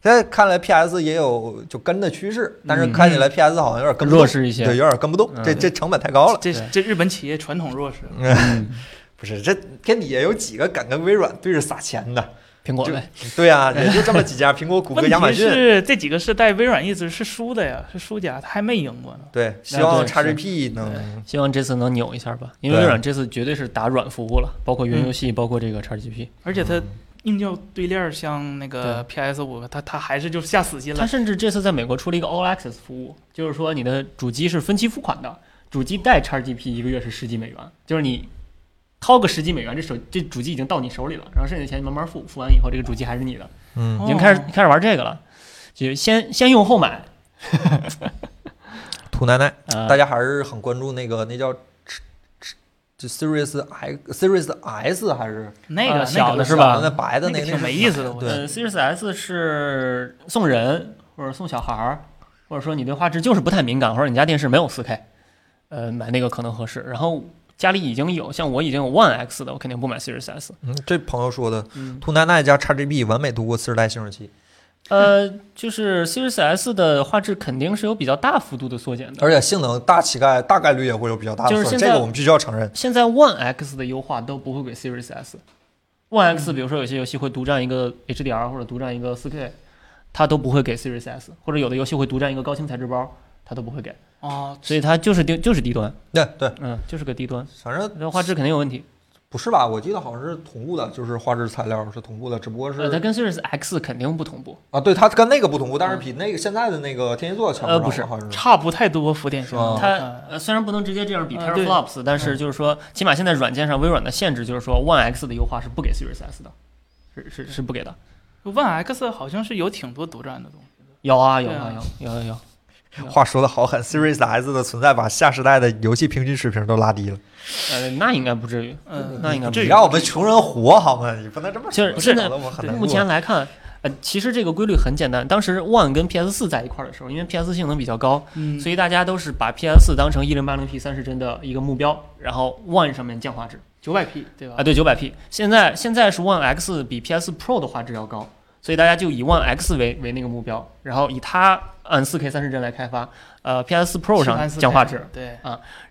现在看来 PS 也有就跟的趋势，但是嗯看起来 PS 好像有点跟不弱动，势一对，些，有点跟不动，嗯这这成本太高了。这对这日本企业传统弱势，嗯，不是，这天底下有几个敢跟微软对着撒钱的？苹果就呗，对啊，也就这么几家，苹 果、谷歌、问亚马题逊。是这几个是带微软一直是输的呀，是输家，他还没赢过呢。对，希望那啊对 XGP 能希望这次能扭一下吧，因为对啊嗯微软这次绝对是打软服务了，包括云游戏，包括这个 XGP，而且他嗯硬件对链儿像那个 PS 五，他他还是就下死心它了。甚至这次在美国出了一个 All Access 服务，就是说你的主机是分期付款的，主机带 XGP 一个月是十几美元，就是你掏个十几美元，这手这主机已经到你手里了，然后剩下的钱你慢慢付，付完以后这个主机还是你的，嗯已经开始哦开始玩这个了，就先先用后买，土奶奶，呃大，家还是很关注那个那叫就 Series X Series S 还是那啊个小那的个是吧那白的那个个挺没意思的我觉对呃，Series S 是送人或者送小孩儿，或者说你对画质就是不太敏感，或者你家电视没有 4K，呃，买那个可能合适。然后家里已经有，像我已经有 One X 的，我肯定不买 Series S。嗯，这朋友说的，嗯，兔奶奶加 XGP 完美度过次世代显示器，呃，就是 Series S 的画质肯定是有比较大幅度的缩减的。而且性能大乞丐大概率也会有比较大的就是损失，现在这个我们必须要承认。现在 One X 的优化都不会给 Series S。One X 比如说有些游戏会独占一个 HDR 或者独占一个 4K，它都不会给 Series S，或者有的游戏会独占一个高清材质包，它都不会给，哦，所以它就是低就是低端。对对，嗯，就是个低端，反正这画质肯定有问题。不是吧？我记得好像是同步的，就是画质材料是同步的，只不过是呃，它跟 Series X 肯定不同步。啊，对，它跟那个不同步，但是比那个现在的那个天蝎座强呃不不少是好像是。差不太多，福电是性吧能。它嗯呃虽然不能直接这样比啊对 teraflops，、但是就是说，起码现在软件上微软的限制就是说，One X 的优化是不给 Series S 的，是是是不给的。 One X 好像是有挺多独占的东西，有啊有啊对啊有有有有，话说的好狠，Series S 的存在把下时代的游戏平均水平都拉低了。呃，那应该不至于。嗯，那应该不你至于让我们穷人活好吗？你不能这么说就是现在搞得我们很难目过前来看，呃，其实这个规律很简单。当时 One 跟 PS 四在一块儿的时候，因为 PS 性能比较高，嗯，所以大家都是把 PS 四当成一零八零 P 三十帧的一个目标，然后 One 上面降画质。九百 P 对吧啊，？对，九百 P。现在现在是 One X 比 PS Pro 的画质要高，所以大家就以 One X 为为那个目标，然后以它按 4K 三十帧来开发，呃，PS Pro 上784降画质。对，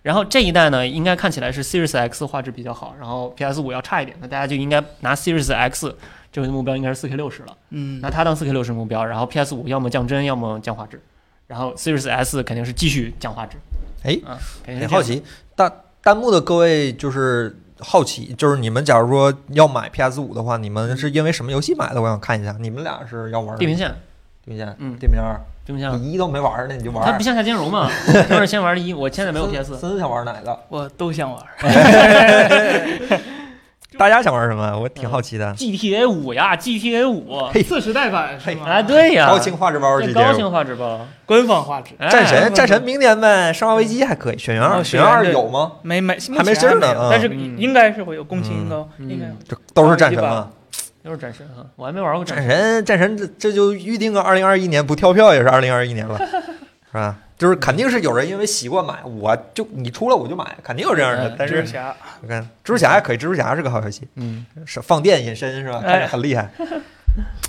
然后这一代呢，应该看起来是 Series X 画质比较好，然后 PS 五要差一点，那大家就应该拿 Series X 这个目标应该是 4K 六十了，嗯拿，它当 4K 六十目标，然后 PS 五要么降帧，要么降画质。然后 Series S 肯定是继续降画质，哎啊，肯很定是这好样，奇，弹弹幕的各位就是好奇，就是你们假如说要买 PS 五的话，你们是因为什么游戏买的？我想看一下，你们俩是要玩地平线，线，地平线，嗯地平线二，对不像，你一都没玩呢，你就玩。它不向下兼 容嘛，都是先玩的一，我现在没有森 PS，森森想玩哪个？我都想玩儿。大家想玩什么？我嗯挺好奇的。 GTA 五呀，GTA 五，嘿次时代版是嘿吗？哎，，对呀，啊高清画质包这是高清画质包，官方画质哎战神，哎战神明年呗，生化危机还可以，《血缘二》哦《血缘二血》缘有吗？没没还没事儿呢啊但是嗯应该是会有共情应该嗯应该有这都是战神嘛？又是战神啊，我还没玩过战战神，神，战神这这就预定个二零二一年，不跳票也是二零二一年 了，是吧？就是肯定是有人因为习惯买，我就你出了我就买，肯定有这样的嗯。但哎蜘是蛛侠，我看蜘蛛侠还可以，蜘蛛侠是个好游戏，嗯，是放电隐身是吧？看哎着很厉害。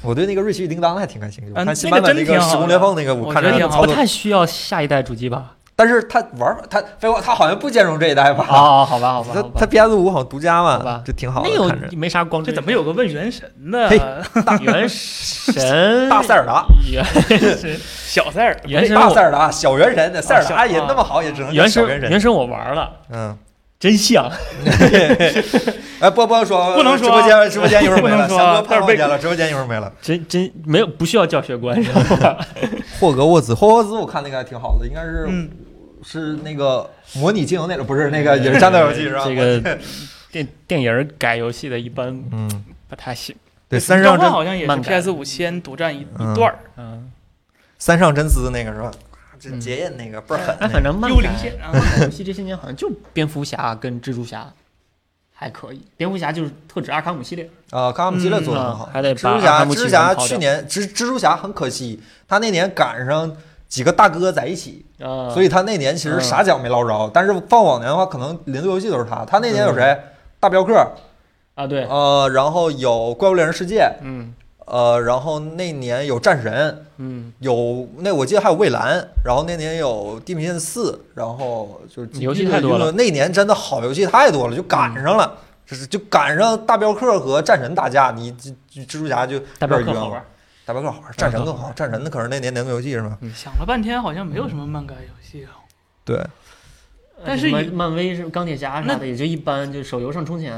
我对那个瑞奇与叮当还挺感兴趣，我嗯看新版本那那个个真挺好的时空裂缝那个，我我看觉着得那挺个好操不作，太需要下一代主机吧？但是他玩法他废话，他好像不兼容这一代吧？啊，好吧，好吧，他好吧他 PS 五好像独家好吧嘛，就挺好那的，有看着没啥光追这怎 么有个问原神的嘿原神 大塞尔达。原小塞尔？原神大我塞尔达，小原神的塞尔小达也啊那么好，也只能叫原小神原神。原神我玩了，嗯，真像， 哎，波波说不能直说啊播间直播间一会儿没了，不能说翔哥碰但是碰被见了，直播间一会儿没了。真真没有不需要教学观，知道吧？霍格沃兹，霍格沃兹我看那个还挺好的，应该是、嗯，是那个模拟经营那种，不是那个也是战斗游戏是吧？ 这个电电影儿改游戏的一般嗯，不太行，对，三上幻真好像也是漫改 PS 五先独占一嗯一段儿，嗯，三上真司那个是吧？啊这嗯结印那个倍儿狠哎，，反正漫幽灵改线啊，漫改游戏这些年好像就蝙蝠侠跟蜘蛛侠还可以。蝙蝠侠就是特指阿卡姆系列，啊，卡卡姆基列做的嗯很好。还得蜘把蛛阿侠，卡姆蜘奇蛛人侠刨去掉年蜘蜘蛛侠很可惜，他那年赶上几个大哥在一起，啊，所以他那年其实嗯啥奖没捞着。但是放往年的话，可能连坐游戏都是他。他那年嗯有谁？大镖客，啊对，呃，然后有怪物猎人世界，嗯呃，然后那年有战神，嗯，有那我记得还有蔚蓝，然后那年有地平线四，然后就是游戏太多了。那年真的好游戏太多了，就赶上了，就是就赶上大镖客和战神打架，你蜘蜘蛛侠就大镖有点客冤好枉玩。大镖客好玩，战神更好，战神的可是那年年度游戏是吗？想了半天好像没有什么漫改游戏啊。对，但是什么以漫威是钢铁侠啥那的，也就一般，就手游上充钱，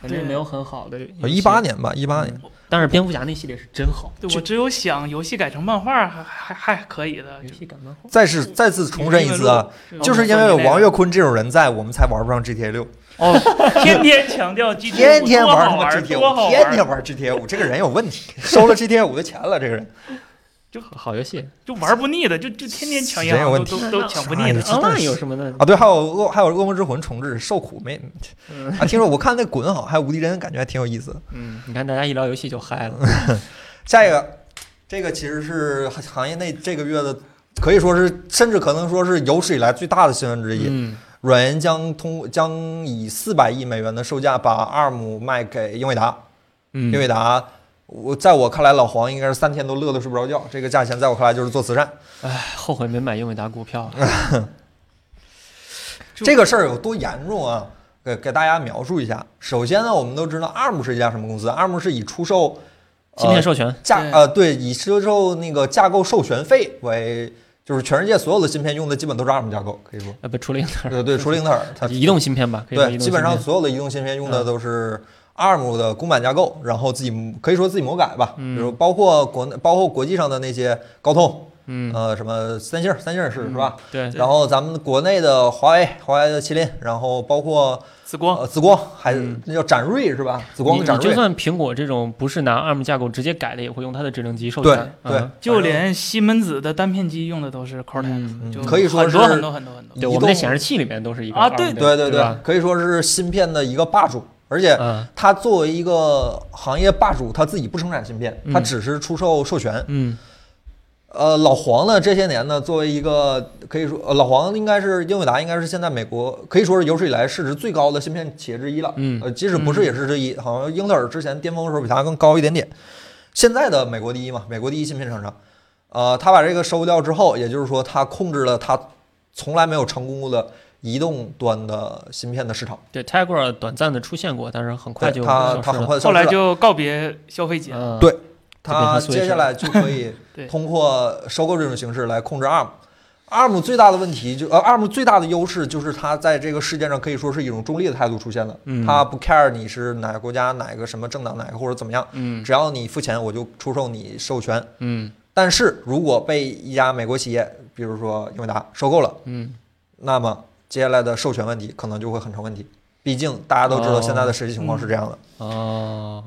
反正对没有很好啊的游戏。哦一八年吧，一八年。但是蝙蝠侠那系列是真好，对就我只有想游戏改成漫画还还还可以的，游戏感蛮好。再次再次重申一次啊，就是因为有王岳坤这种人在，我们才玩不上 GTA 六，哦，天天强 调 GTA，天天多玩他好妈玩， GTA 多好五，玩，天天玩 GTA 五，这个人有问题，收了 GTA 五的钱了，这个人。好游戏就玩不腻的，就就天天抢银人有行问都题都都抢不哎腻呀的。真的 online 是有什么的？啊，对，还有恶还有恶魔之魂重置受苦没嗯啊？听说我看那滚好，还有无敌真，感觉还挺有意思的。嗯，你看大家一聊游戏就嗨了。下一个，这个其实是行业内这个月的，可以说是甚至可能说是有史以来最大的新闻之一。嗯软银将通将以四百亿美元的售价把 ARM 卖给英伟达。嗯英伟达，我在我看来，老黄应该是三天都乐得睡不着觉。这个价钱在我看来就是做慈善。后悔没买英伟达股票。呃就这个事儿有多严重啊？给给大家描述一下。首先呢，我们都知道 ARM 是一家什么公司？ARM 是以出售、呃、芯片授权，架对呃对，以出售那个架构授权费为，就是全世界所有的芯片用的基本都是 ARM 架构，可以说。呃，不，除了英特尔，对对，除了英特尔，它移动芯片吧，可以说呃对，移动基本上芯片嗯所有的移动芯片用的都是 ARM 的公版架构，然后自己可以说自己魔改吧，嗯比如包括国内包括国际上的那些高通，嗯，呃，什么三星儿，三星儿是是吧？对，然后咱们国内的华为，华为的麒麟，然后包括紫光，呃紫光，还嗯那叫展锐是吧？紫光你的你展就锐，算苹果这种不是拿 ARM 架构直接改的，也会用它的智能机授对权。对嗯，就连西门子的单片机用的都是 Cortex，、嗯嗯就可以说很是多很多很多很多。对，移我们的动显示器里面都是一个啊 ARM 对的对对对吧，可以说是芯片的一个霸主，而且嗯它作为一个行业霸主，它自己不生产芯片，它嗯只是出售授权。嗯呃，老黄呢，这些年呢，作为一个可以说，呃老黄应该是英伟达，应该是现在美国可以说是有史以来市值最高的芯片企业之一了。嗯呃，即使不是也是之一，好像英特尔之前巅峰的时候比它更高一点点。现在的美国第一嘛，美国第一芯片厂商。呃，他把这个收掉之后，也就是说，他控制了他从来没有成功过的移动端的芯片的市场。对，Tegra 短暂的出现过，但是很快对就他消他失很了快地消后失来了就告别消费节，嗯对就变它成 Switch 啊接下来就可以对通过收购这种形式来控制 ARM。ARM 最大的问题就呃，ARM 最大的优势就是它在这个事件上可以说是一种中立的态度出现了，嗯它不 care 你是哪个国家、哪个什么政党、哪个或者怎么样，嗯只要你付钱，我就出售你授权。嗯但是如果被一家美国企业，比如说英伟达收购了，嗯，那么接下来的授权问题可能就会很成问题。毕竟大家都知道现在的实际情况是这样的。哦，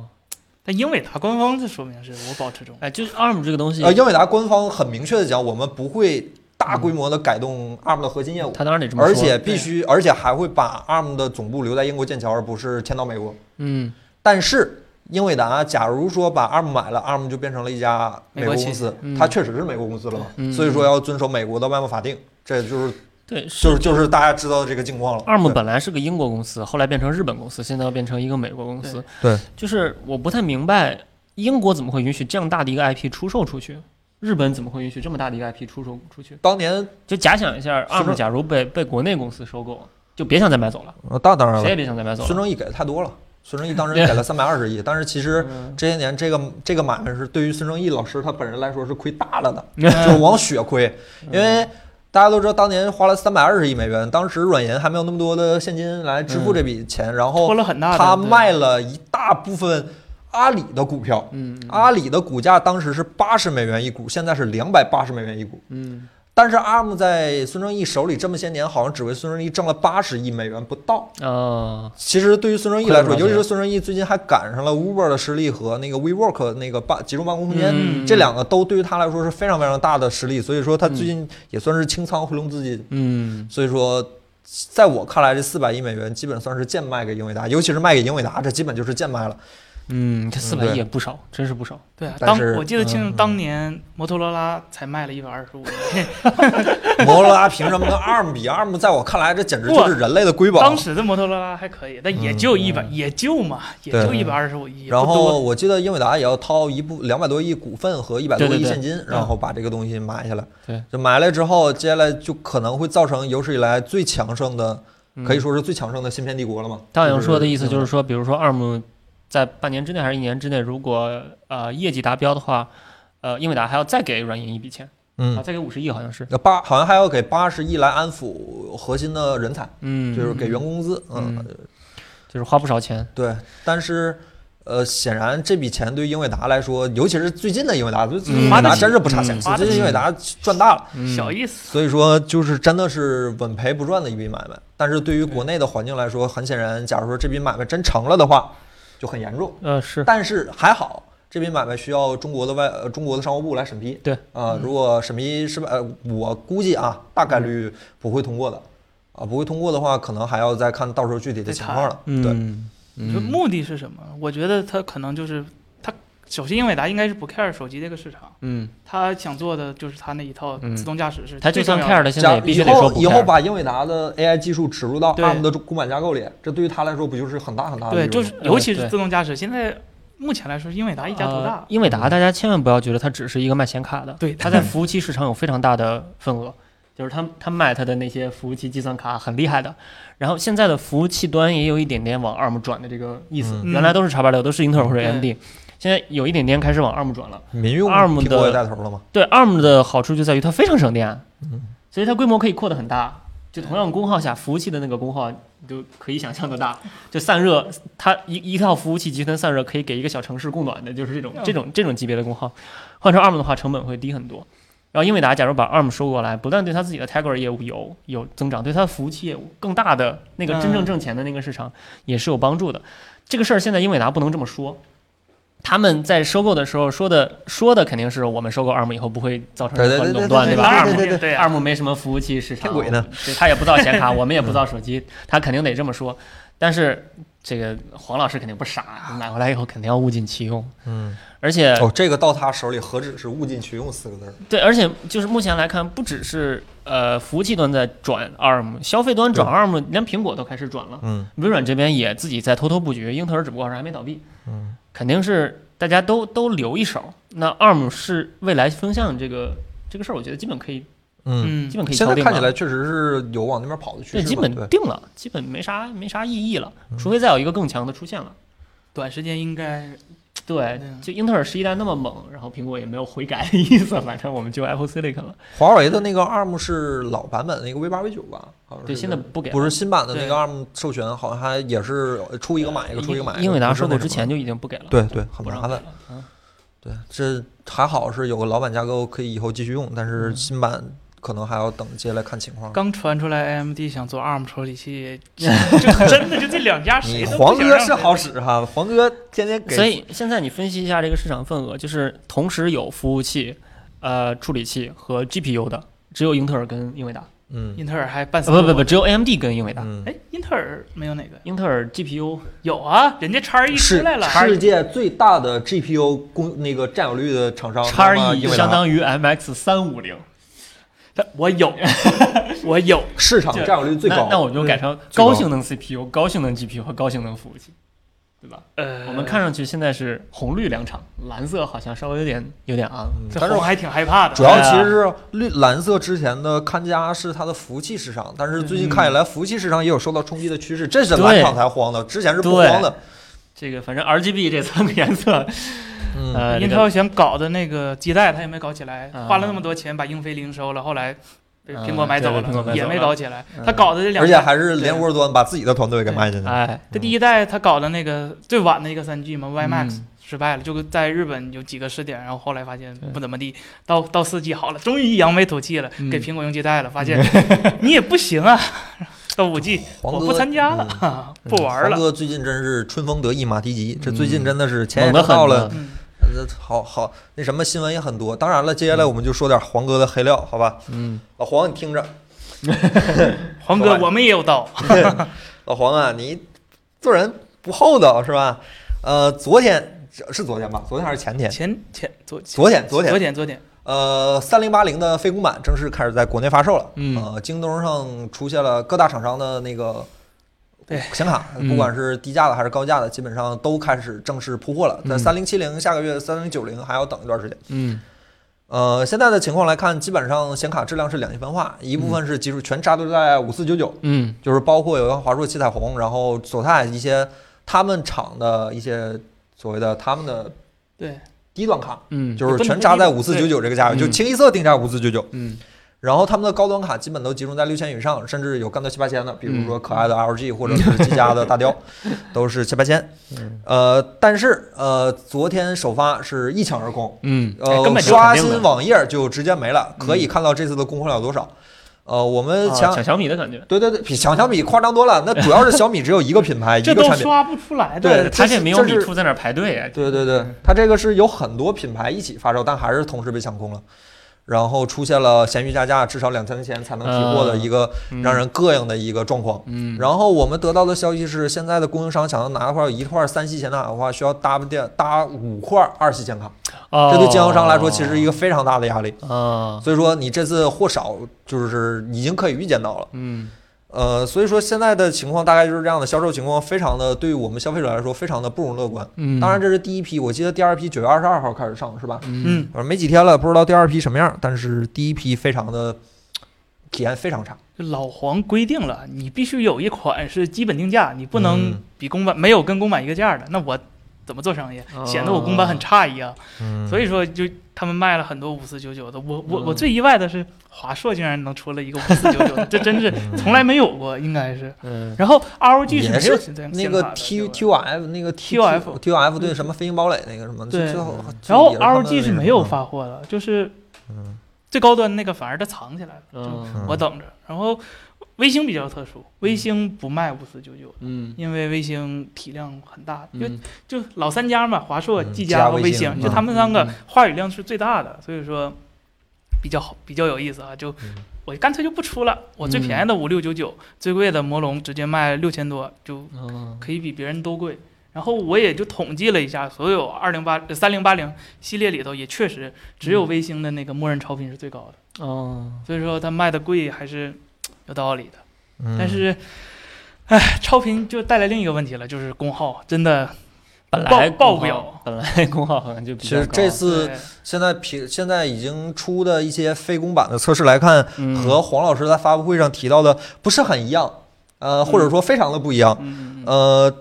但英伟达官方这说明是我保持中立。哎，就是 ARM 这个东西呃，，英伟达官方很明确的讲，我们不会大规模的改动 ARM 的核心业务，他当然得嗯这么说，而且必须，而且还会把 ARM 的总部留在英国剑桥，而不是迁到美国。嗯但是英伟达假如说把 ARM 买了，ARM 就变成了一家美国公司美企国，业它确实是美国公司了嘛，嗯所以说要遵守美国的外贸法定，这就是对就是就是大家知道的这个境况了。 ARM 对本来是个英国公司，后来变成日本公司，现在要变成一个美国公司。对对就是我不太明白英国怎么会允许这样大的一个 IP 出售出去，日本怎么会允许这么大的一个 IP 出售出去？当年就假想一下是不，ARM 是假如被被国内公司收购，就别想再买走了，呃那当然谁也了，别想再买走孙了。正义给的太多了，孙正义当时 给了三百二十亿，但是其实嗯这些年这个这个买卖是对于孙正义老师他本人来说是亏大 了的。就是嗯往血亏，因为大家都知道当年花了三百二十亿美元，当时软银还没有那么多的现金来支付这笔嗯钱，然拖后了很大的，哦他对卖了一大部分阿里的股票，嗯阿里的股价当时是八十美元一股，现在是两百八十美元一股。嗯但是 ARM 在孙正义手里这么些年，好像只为孙正义挣了八十亿美元不到。啊其实对于孙正义来说，亏了不少钱尤其是孙正义最近还赶上了 Uber 的实力和那个 WeWork 那个办集中办公空间嗯这两个都对于他来说是非常非常大的实力，所以说他最近也算是清仓回笼资金，嗯所以说在我看来，这四百亿美元基本算是贱卖给英伟达，尤其是卖给英伟达，这基本就是贱卖了。嗯，这四百对亿也不少，真是不少。对啊，但当是我记得清嗯楚，当年摩托罗拉才卖了一百二 十五，摩托罗拉凭什么跟 ARM 比？ARM 在我看来，这简直就是人类的瑰宝啊当。时的摩托罗拉还可以，但也就一嗯百，也就嘛，也就一百二十五亿，也然不多后我记得英伟达也要掏一部两百多亿股份和一百多对亿对对现金，然后把这个东西买下来。对，就买来之后，接下来就可能会造成有史以来最强盛的，嗯可以说是最强盛的芯片帝国了嘛？大洋说的意思就是是说，比如说 ARM 在半年之内还是一年之内，如果呃业绩达标的话，呃，英伟达还要再给软银一笔钱，啊，嗯，再给五十亿好像是，那八好像还要给八十亿来安抚核心的人才，嗯，就是给员工工资。嗯嗯，就是花不少钱，对，但是。呃，显然这笔钱对于英伟达来说，尤其是最近的英伟达，最近的英伟花达得起真是不差钱，嗯最近英伟达赚大了。嗯小意思。所以说，就是真的是稳赔不赚的一笔买卖。但是对于国内的环境来说，很显然，假如说这笔买卖真成了的话，就很严重。呃是，但是还好，这笔买卖需要中国的外呃中国的商务部来审批。对啊、嗯如果审批失败，呃，我估计啊，大概率不会通过的。啊，不会通过的话，可能还要再看到时候具体的情况了。对，嗯，你说目的是什么？我觉得他可能就是他，首先英伟达应该是不 care 手机这个市场，嗯，他想做的就是他那一套嗯自动驾驶是他就最算重要的。 care 了，现在假也必须以得说后不以后 care。把英伟达的 AI 技术植入到对 ARM 的主公版架构里，这对于他来说不就是很大很大的对，利润就是吗尤其对是自动驾驶，现在目前来说，英伟达一家独呃大。英伟达，大家千万不要觉得它只是一个卖显卡的，对它 在服务器市场有非常大的份额，就是它它卖它的那些服务器计算卡很厉害的，然后现在的服务器端也有一点点往 ARM 转的这个意思，嗯原来都是叉八六，都是英特尔或者对 AMD，现在有一点点开始往 ARM 转了。民用 ARM 苹果也的带头了吗？对 ARM 的好处就在于它非常省电，所以它规模可以扩得很大。就同样功耗下，服务器的那个功耗你就可以想象的大。就散热，它一一套服务器集成散热可以给一个小城市供暖的，就是这种这种这种级别的功耗。换成 ARM 的话，成本会低很多。然后英伟达假如把 ARM 收过来，不但对它自己的 Tiger 业务有有增长，对它的服务器业务更大的那个真正嗯挣钱的那个市场也是有帮助的。这个事儿现在英伟达不能这么说，他们在收购的时候说的说的肯定是我们收购 ARM 以后不会造成对对任何对垄对断，对吧对对？ARM 对对对啊， ARM 没什么服务器市场，骗鬼呢对，他也不造显卡， 我们也不造手机，他肯定得这么说。但是这个黄老师肯定不傻，买回来以后肯定要物尽其用，嗯，而且哦，这个到他手里何止是物尽其用四个字儿？对，而且就是目前来看，不只是呃服务器端在转 ARM，消费端转 ARM，连苹果都开始转了，嗯微软这边也自己在偷偷布局，英特尔只不过是还没倒闭，嗯，肯定是大家都都留一手。那 ARM 是未来风向这个这个事儿，我觉得基本可以，嗯，嗯基，本可以现敲在定看起了。来确实是有往那边跑的趋势这嘛。基本对嗯定了，基本没啥没啥意义了，除非再有一个更强的出现了。短时间应该对啊嗯，就英特尔十一代那么猛，然后苹果也没有悔改的意思，反正我们就 Apple Silicon 了。华为的那个 ARM 是老版本那个 V 八 V 九吧？好像是对，现在不给了不是新版的那对个 ARM 授权，好像还也是出一个买一个，出一个买一个。英伟达不是收购那什之么前就已经不给了，，对对，很不让麻给烦。了。嗯对，这还好是有个老版架构可以以后继续用，但嗯是新版可能还要等接下来看情况。刚传出来 AMD 想做 ARM 处理器，就真的就这两家谁你都黄不想让哥是好使哈，黄哥天天给，所以现在你分析一下这个市场份额，就是同时有服务器、呃处理器和 GPU 的，只有英特尔跟英伟达，嗯英特尔还半死呃不不不，，只有 AMD 跟英伟达。嗯，哎，英特尔没有哪个英特尔 GPU 有啊，人家叉一出是来了，世界最大的 GPU 供那个占有率的厂商，他叉妈 E 哦英伟相达当于 MX 三五零，我 有，我有，市场这占有率最那高。那我们就改成最高高性能 CPU、高性能 GPU 和高性能服务器，对吧？呃，我们看上去现在是红绿两场，蓝色好像稍微有点有点暗了。嗯这但是我还挺害怕的，主哎要其实是绿蓝色之前的看家是它的服务器市场，但是最嗯近看起来服务器市场也有受到冲击的趋势，这是蓝厂才慌的，之前是不慌的。这个反正 RGB 这三个颜色，嗯，呃，这英个特尔想搞的那个基带，他也没搞起来，啊花了那么多钱把英飞凌收了，后来被啊苹果买走对被苹果买了，走也没了搞起来嗯。他搞的这两而且家，还是连窝端把自己的团队给卖进去。哎他啊第一代他搞的那个最晚的一个三 G 嘛，YMAX 嗯失败了，就在日本有几个试点，然后后来发现对不怎么地，到到四 G 好了，终于扬眉吐气了嗯，给苹果用基带了，发现你也不行啊，到五 G 嗯 黄我哥不参加嗯了，不玩黄了，哥最近真是春风得意马蹄疾，这嗯最近真的是钱也猛得挣很到了呢，嗯，呃好好那什么新闻也很多。当然了，接下来我们就说点黄哥的黑料，好吧？嗯，老黄，你听着，黄说哥吧，我们也有刀，老黄啊，你做人不厚道是吧？呃，昨天这是昨天吧？昨天还是前天？前前昨前昨天，昨天昨，天昨天，呃，三零八零的非公版正式开始在国内发售了。嗯呃，京东上出现了各大厂商的那个对显卡，嗯不管是低价的还是高价的，基本上都开始正式铺货了。在嗯三零七零下个月，三零九零还要等一段时间。嗯呃，现在的情况来看，基本上显卡质量是两极分化，一部分是技术全扎堆在五四九九，嗯就是包括有像华硕、七彩虹，然后索泰一些他们厂的一些所谓的他们的对，低端卡，嗯就是全扎在五四九九这个价位，嗯就清一色定价五四九九。嗯然后他们的高端卡基本都集中在六千以上，甚至有干到七八千的，比如嗯说可爱的 LG 或者是技嘉的大 雕，都是七八千。呃，但是呃，昨天首发是一抢而空，嗯呃，根本就刷肯定的嗯新网页就直接没了，可以看到这次的供货量有多少。呃，我们抢、哦抢小米的感觉，对对对，比抢小米夸张多了。那主要是小米只有一个品牌， 一这个都产品。刷不出来对的。他这呃这没有这米是兔在那儿排队啊，对对对，它这个是有很多品牌一起发售，但还是同时被抢空了。然后出现了闲鱼加价至少两三千才能提货的一个嗯让人膈应的一个状况。嗯然后我们得到的消息是，现在的供应商想要拿块一块三系显卡的话，需要搭电搭五块二系显卡，哦这对经销商来说其实是一个非常大的压力。啊所以说你这次货少，就是已经可以预见到了。嗯呃，所以说现在的情况大概就是这样的，销售情况非常的对于我们消费者来说非常的不容乐观。嗯当然这是第一批，我记得第二批九月二十二号开始上是吧？嗯嗯，呃，没几天了，不知道第二批什么样，但是第一批非常的体验非常差，老黄规定了，你必须有一款是基本定价，你不能嗯比公版没有跟公版一个价的。那我怎么做商业？显得我公版很差一样。哦嗯所以以说，就他们卖了很多五四九九的。我我我嗯最意外的是，华硕竟然能出了一个五四九九 的，这真是从来没有过，应该是。嗯然后 ROG 是嗯也没是有显卡的那个对吧 T T O F 那个 T TOF T O F 对什么飞行堡垒那个什么，嗯对嗯最后然后也是他们的 ROG 是那个嗯没有什么，发货的，就是嗯最高端那个反而它藏起来了，就嗯我等着。然后微星比较特殊，微星不卖五四九九，嗯因为微星体量很大，因为嗯就老三家嘛，华硕、嗯技加嘉和微微星星，嗯就他们三嗯个嗯话语量是最大的，所以说比较好，比较有意思啊。就嗯我干脆就不出了，我最嗯便宜的五六九九，最贵的魔龙直接卖六千多，就嗯可以比别人都贵。然后我也就统计了一下，所有二零八呃三零八零系列里头，也确实只嗯有微星的那个默认超频是最高的，哦所以说它卖的贵还是有道理的。嗯但是，唉，超频就带来另一个问题了，就是功耗真的本来爆功爆耗表本来 功耗好像就比其较实高这次对现在平现在已经出的一些非公版的测试来看，嗯嗯和黄老师在发布会上提到的不是很一样，呃，或者说非常的不一样，嗯嗯嗯嗯呃，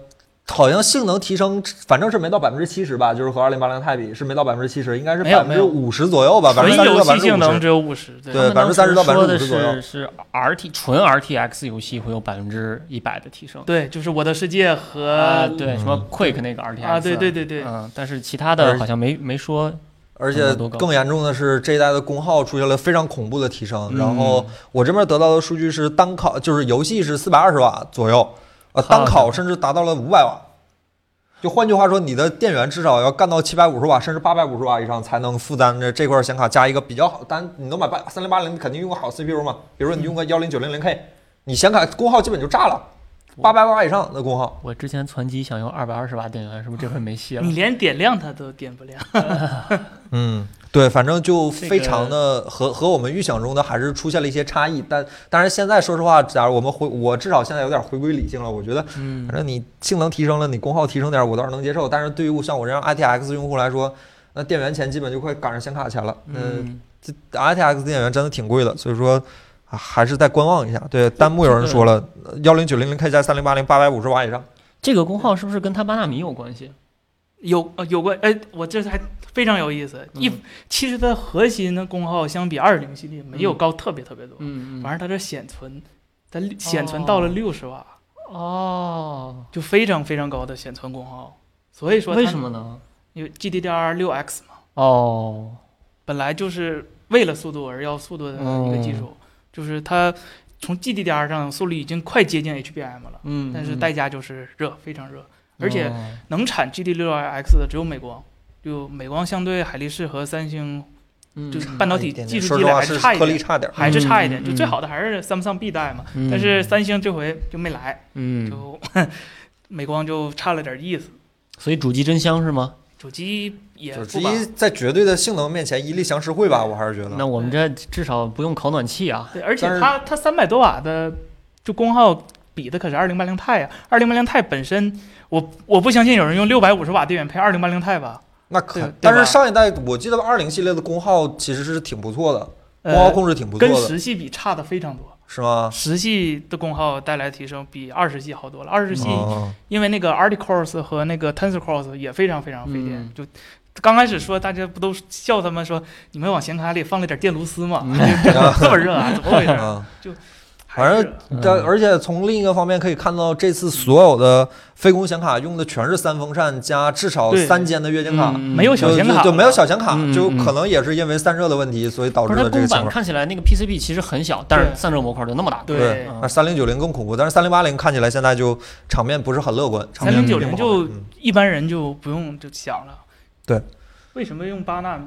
好像性能提升，反正是没到百分之七十吧，就是和二零八零钛比是没到百分之七十，应该是没有百分没之有五十左右吧，百分之三纯十游到百戏分之性五能十。只有五十，对对他们当时30%到说的55%左右是是 R T 纯 R T X 游戏会有百分之一百的提升。对，就是我的世界啊，和对，什么 Quick 那个 R T X 啊，对对对对，嗯，但是其他的好像没没说，而且更严重的是，这一代的功耗出现了非常恐怖的提升。然后我这边得到的数据是，单烤就是游戏是四百二十瓦左右，呃，好单烤甚至达到了五百瓦。就换句话说，你的电源至少要干到七百五十瓦，甚至八百五十瓦以上，才能负担着这块显卡加一个比较好。当然，你能买八三零八零，你肯定用个好 CPU 嘛。比如说你用个幺零九零零 K，你显卡功耗基本就炸了，八百瓦以上的功耗。我之前攒机想用二百二十瓦电源，是不是这回没戏了你？连点亮它都点不亮。嗯，对，反正就这非常的和和我们预想中的还是出现了一些差异。但当然，现在说实话，假如我们回，我至少现在有点回归理性了。我觉得，嗯反正你性能提升了，你功耗提升点儿，我倒是能接受。但是对于像我这样 ITX 用户来说，那电源钱基本就快赶上显卡钱了。嗯，嗯，这 ITX 电源真的挺贵的，所以说。啊还是再观望一下。对，弹幕有人说了，幺零九零零 K 加三零八零八百五十瓦以上。这个功耗是不是跟它八纳米有关系？有呃有关哎，我这还非常有意思。一嗯其实它核心的功耗相比二零系列没有高特别特别多，嗯反正它这显存，它六显存到了六十瓦，哦，就非常非常高的显存功耗。所以说它为什么？呢？因为 GDDR 六 X 嘛，哦，本来就是为了速度而要速度的一个技哦术，就是它从 GDDR 上速率已经快接近 HBM 了，嗯，但是嗯代价就是热，非常热，而且哦能产 GD 6 X 的只有美光，就美光相对海力士和三星嗯哎就是半导体一哎点点技术说积实累话还是是差一颗粒点，差点儿。还是差一点。嗯就最好的还是 Samsung B 带嘛，但是三星这回就没来，嗯，嗯就美光就差了点意思。所以主机真香是吗？主机也手不机吧，在绝对的性能面前一力降十会吧，我还是觉那得。我们这至少不用烤暖气啊。对，而且但是它它三百多瓦的就功耗比的可是二零八零钛啊，二零八零钛本身我我不相信有人用六百五十瓦电源配二零八零钛吧？那可对，但对吧是上一代我记得二零系列的功耗其实是挺不错的，功耗呃，控制挺不错啊跟的，十系比差的非常多，是吗？十系的功耗带来的提升比二十系好多了。二十系哦因为那个 r t i c o r s 和那个 Tensor c o r s 也非常非常费电，嗯就刚开始说大家不都笑他们说你们往显卡里放了点电炉丝吗？嗯 这么热啊？怎么回事 啊？啊，还是热但嗯而且从另一个方面可以看到，这次所有的非公显卡用的全是三风扇加至少对三间的月间卡，嗯没有小就显就卡就没有小显卡，嗯就嗯可能也是因为散热的问题，所以导不致是它的这公个情版况。看起来那个 PCB 其实很小，但是对散热模块就那么大个。对啊嗯那三零九零更恐怖，但是三零八零看起来现在就场面不是很乐观。场面3090并不好就嗯一般人就不用就想了。对，为什么用八纳米？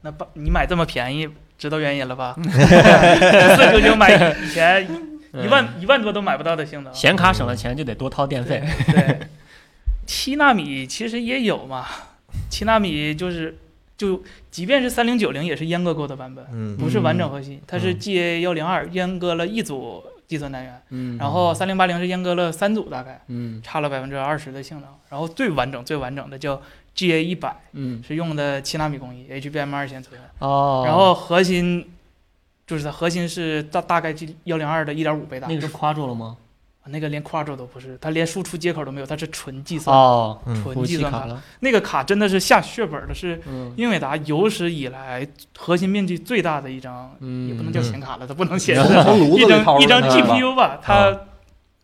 那八你买这么便宜，知道原因 了吧？四九九买以前一嗯万一万多都买不到的性能，显卡省了钱就得多掏电对费。对，七纳米其实也有嘛，七纳米就是就即便是三零九零也是阉割过的版本， 嗯不是完整核心，它是嗯 GA 幺零二阉割了一组计算单元，嗯然后三零八零是阉割了三组大概。嗯差了百分之二十的性能，然后最完整最完整的叫 GA 一百，嗯是用的七纳米工艺 HBM 二显存，哦，然后核心就是它核心是大大概 G 幺零二的一点五倍大，那个是夸住了吗？那个连 Quadro 都不是，它连输出接口都没有，它是纯计算，哦，嗯纯服务计器算卡卡，了。那个卡真的是下血本的，是嗯英伟达有史以来核心面积最大的一张，嗯，也不能叫显卡了，它不能嗯显啊示， 从从炉一子里张掏一出来张的，是吧 GPU 吧，它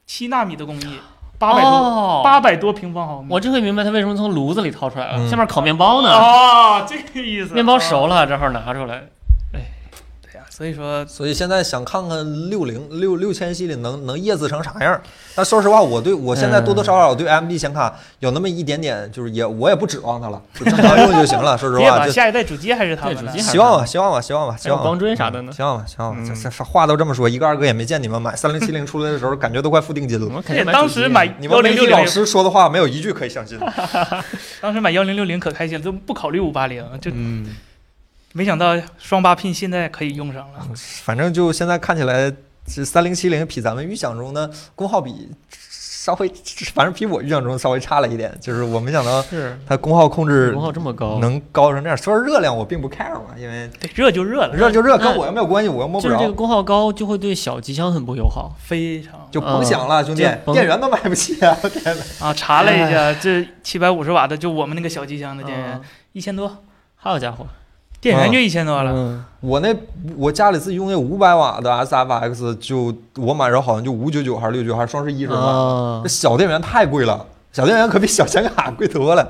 七纳米的工艺，八百多哦八百多平方毫米。我这回明白他为什么从炉子里掏出来了，嗯下面烤面包呢，哦，这个意思。面包熟了正好拿出来。对呀、所以说所以现在想看看六零六六千系列能能叶子成啥样儿？但说实话，我对我现在多多少少对 AMD 显卡有那么一点点，就是也我也不指望它了，就正常用就行了。说实别话，把就下一代主机还是他们对的主机。还希望吧，希望吧，希望吧，希望吧。还有光追啥的呢希望吧，希望吧。这嗯这这话都这么说，一个二个也没见你们买三零七零出来的时候，感觉都快付定金了。我肯而且定买当主机啊时买你幺们媒零体六老零，师说的话没有一句可以相信的。当时买幺零六零可开心了，都不考虑五八零，就嗯，没想到双八 pin 现在可以用上了。反正就现在看起来，这三零七零比咱们预想中的功耗比稍微，反正比我预想中稍微差了一点。就是我没想到是它功耗控制 功耗这么高，能高成这样。说是热量，我并不 care 嘛，因为对，热就热了，热就热，那跟我又没有关系，我又摸嗯就不是这个着，功耗高就会对小机箱很不友好。非常就甭想了，兄弟嗯就，甭电源都买不起啊！天哪，啊！查了一下，这七百五十瓦的就 我们那个小机箱的电源嗯，一千多，好家伙，电源就一千多了。嗯我那我家里自己用那五百瓦的 SFX，就我买着好像就五九九还是六九还是双十一时候买的。啊这，小电源太贵了，小电源可比小显卡贵多了。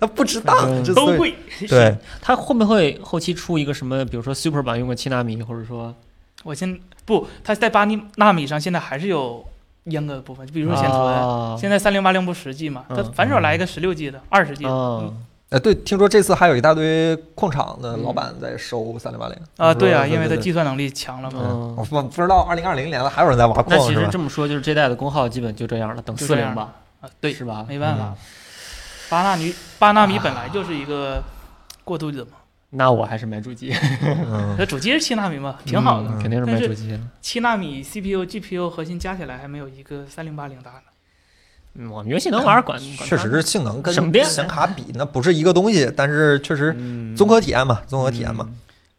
他不值当，嗯这所都以贵，对，它会不会后期出一个什么，比如说 Super 版用个七纳米，或者说 我现不，它在八纳米上现在还是有阉割的部分，就比如说显存，啊现在三零八零不十 G 嘛，它嗯反手来一个十六 G 的、二十 G 的，嗯啊呃，对，听说这次还有一大堆矿场的嗯老板在收三零八零啊，对啊，因为它他计算能力强了嘛。嗯我。不不知道二零二零年了还有人在挖那矿其是实吧？这么说，就是这代的功耗基本就这样了，等就四这样零吧，啊，对，是吧？没办法嗯，八纳米八纳米本来就是一个过渡的嘛，那我还是买主机， 嗯那主机是七纳米嘛， 挺好的。嗯肯定是买但是主机了。七纳米 CPU、GPU 核心加起来还没有一个三零八零大呢。嗯，我们游戏能玩儿管，管确实是性能跟省电嗯显卡比那不是一个东西，但是确实是综合体验嘛，综合体验嗯嘛。。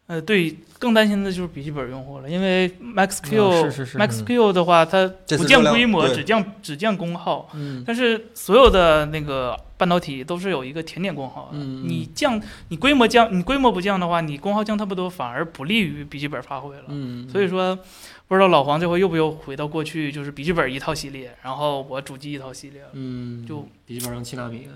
呃，对，更担心的就是笔记本用户了，因为 MaxQ、嗯是是是 MaxQ 的话，它这不次降热量规模，对只降只降功耗，嗯但是所有的那个半导体都是有一个甜点功耗的，嗯嗯你降你规模降，你规模不降的话，你功耗降太不多，反而不利于笔记本发挥了。嗯，所以说，不知道老黄这回又不又回到过去，就是笔记本一套系列，然后我主机一套系列了，嗯，就笔记本用七纳米，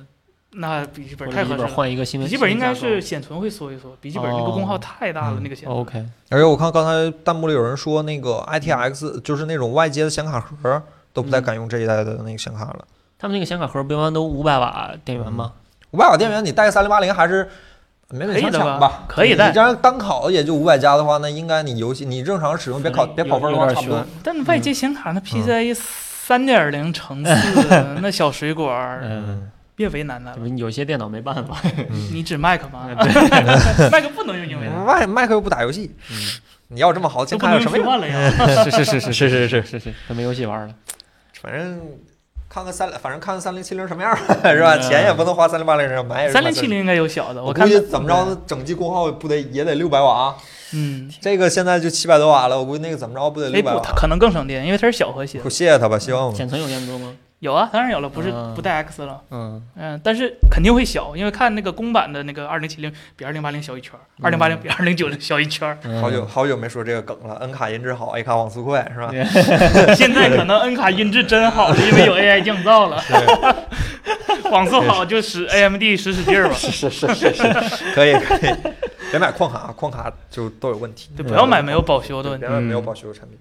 那笔记本或者太笔合记适本了。换一个新笔闻，记本应该是显存会缩一缩，笔记本那个功耗太大了，嗯那个显存。 OK，而且我看刚才弹幕里有人说，那个 ITX 就是那种外接的显卡盒都嗯不太敢用这一代的那个显卡了。他们那个显卡盒不一般都五百瓦电源吗？五百瓦电源你带个三零八零还是勉可勉以强的强吧吧，可以的你这样单考也就五百加的话，那应该你游戏你正常使用，别考嗯别跑分的话，有有点差不多悬。但外接显卡那 PCIe 三点零乘四那小水果儿，嗯，别为难他了。有些电脑没办法，你指 Mac 吗对？Mac 不能用英文啊，麦麦克又不打游戏，你嗯要这么豪气，嗯都不看有能什用么用？万了呀。是是是是是是是是是，他没游戏玩了。反正看看三，反正看看三零七零什么样儿 是吧？钱也不能花三零八零上，买也是花嗯三零七。零应该有小的，我看估计它，怎么着，整机功耗不得也得六百瓦，啊嗯，这个现在就七百多瓦了，我估计那个怎么着不得哎六百不，它瓦。可能更省电，因为它是小和谐我。谢谢他吧，希望吧。显存有阉割吗？有啊，当然有了，不是嗯不带 X 了，嗯，嗯，但是肯定会小，因为看那个公版的那个二零七零比二零八零小一圈儿，二零八零比二零九 零小一圈儿，好久好久没说这个梗了，N 卡音质好，A 卡网速快是吧？现在可能 N 卡音质真好了，因 为有 AI 降噪了， 网速好就使 AMD 使使劲儿吧，是是是是，可以可以，别买矿卡，啊，矿卡就都有问题。对，不要买没有保修的问题别。嗯买没有保修的产品。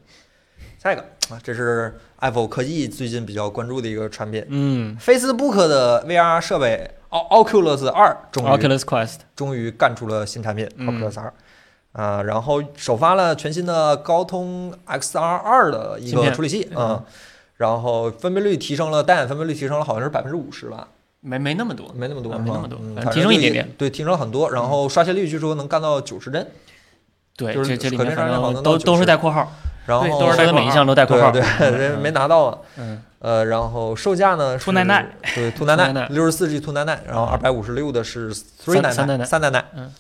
下一个啊，这是 Apple 科技最近比较关注的一个产品嗯，Facebook 的 VR 设备 O- Oculus 二终于哦，Oculus Quest，终于干出了新产品嗯 Oculus 二。啊、然后首发了全新的高通 XR 二的一芯个片处理器，嗯嗯，然后分辨率提升了，单眼分辨率提升了，好像是百分之五十吧，没没那么多，没那么多，啊是没吧那么多嗯反正反提正升一就点也点，对，提升了很多。然后刷新率据说能干到九十帧，对，就是这这里可面变反率好正像都到都是90带括号，然对后都说是带的括每一号项都带括号对，对，人没拿到嘛。嗯，呃，然后售价呢？兔奶奶，对，兔奶兔奶奶，奶六十四 G 兔奶奶，然后二百五十六的是 three 三奶三奶奶三奶奶，嗯，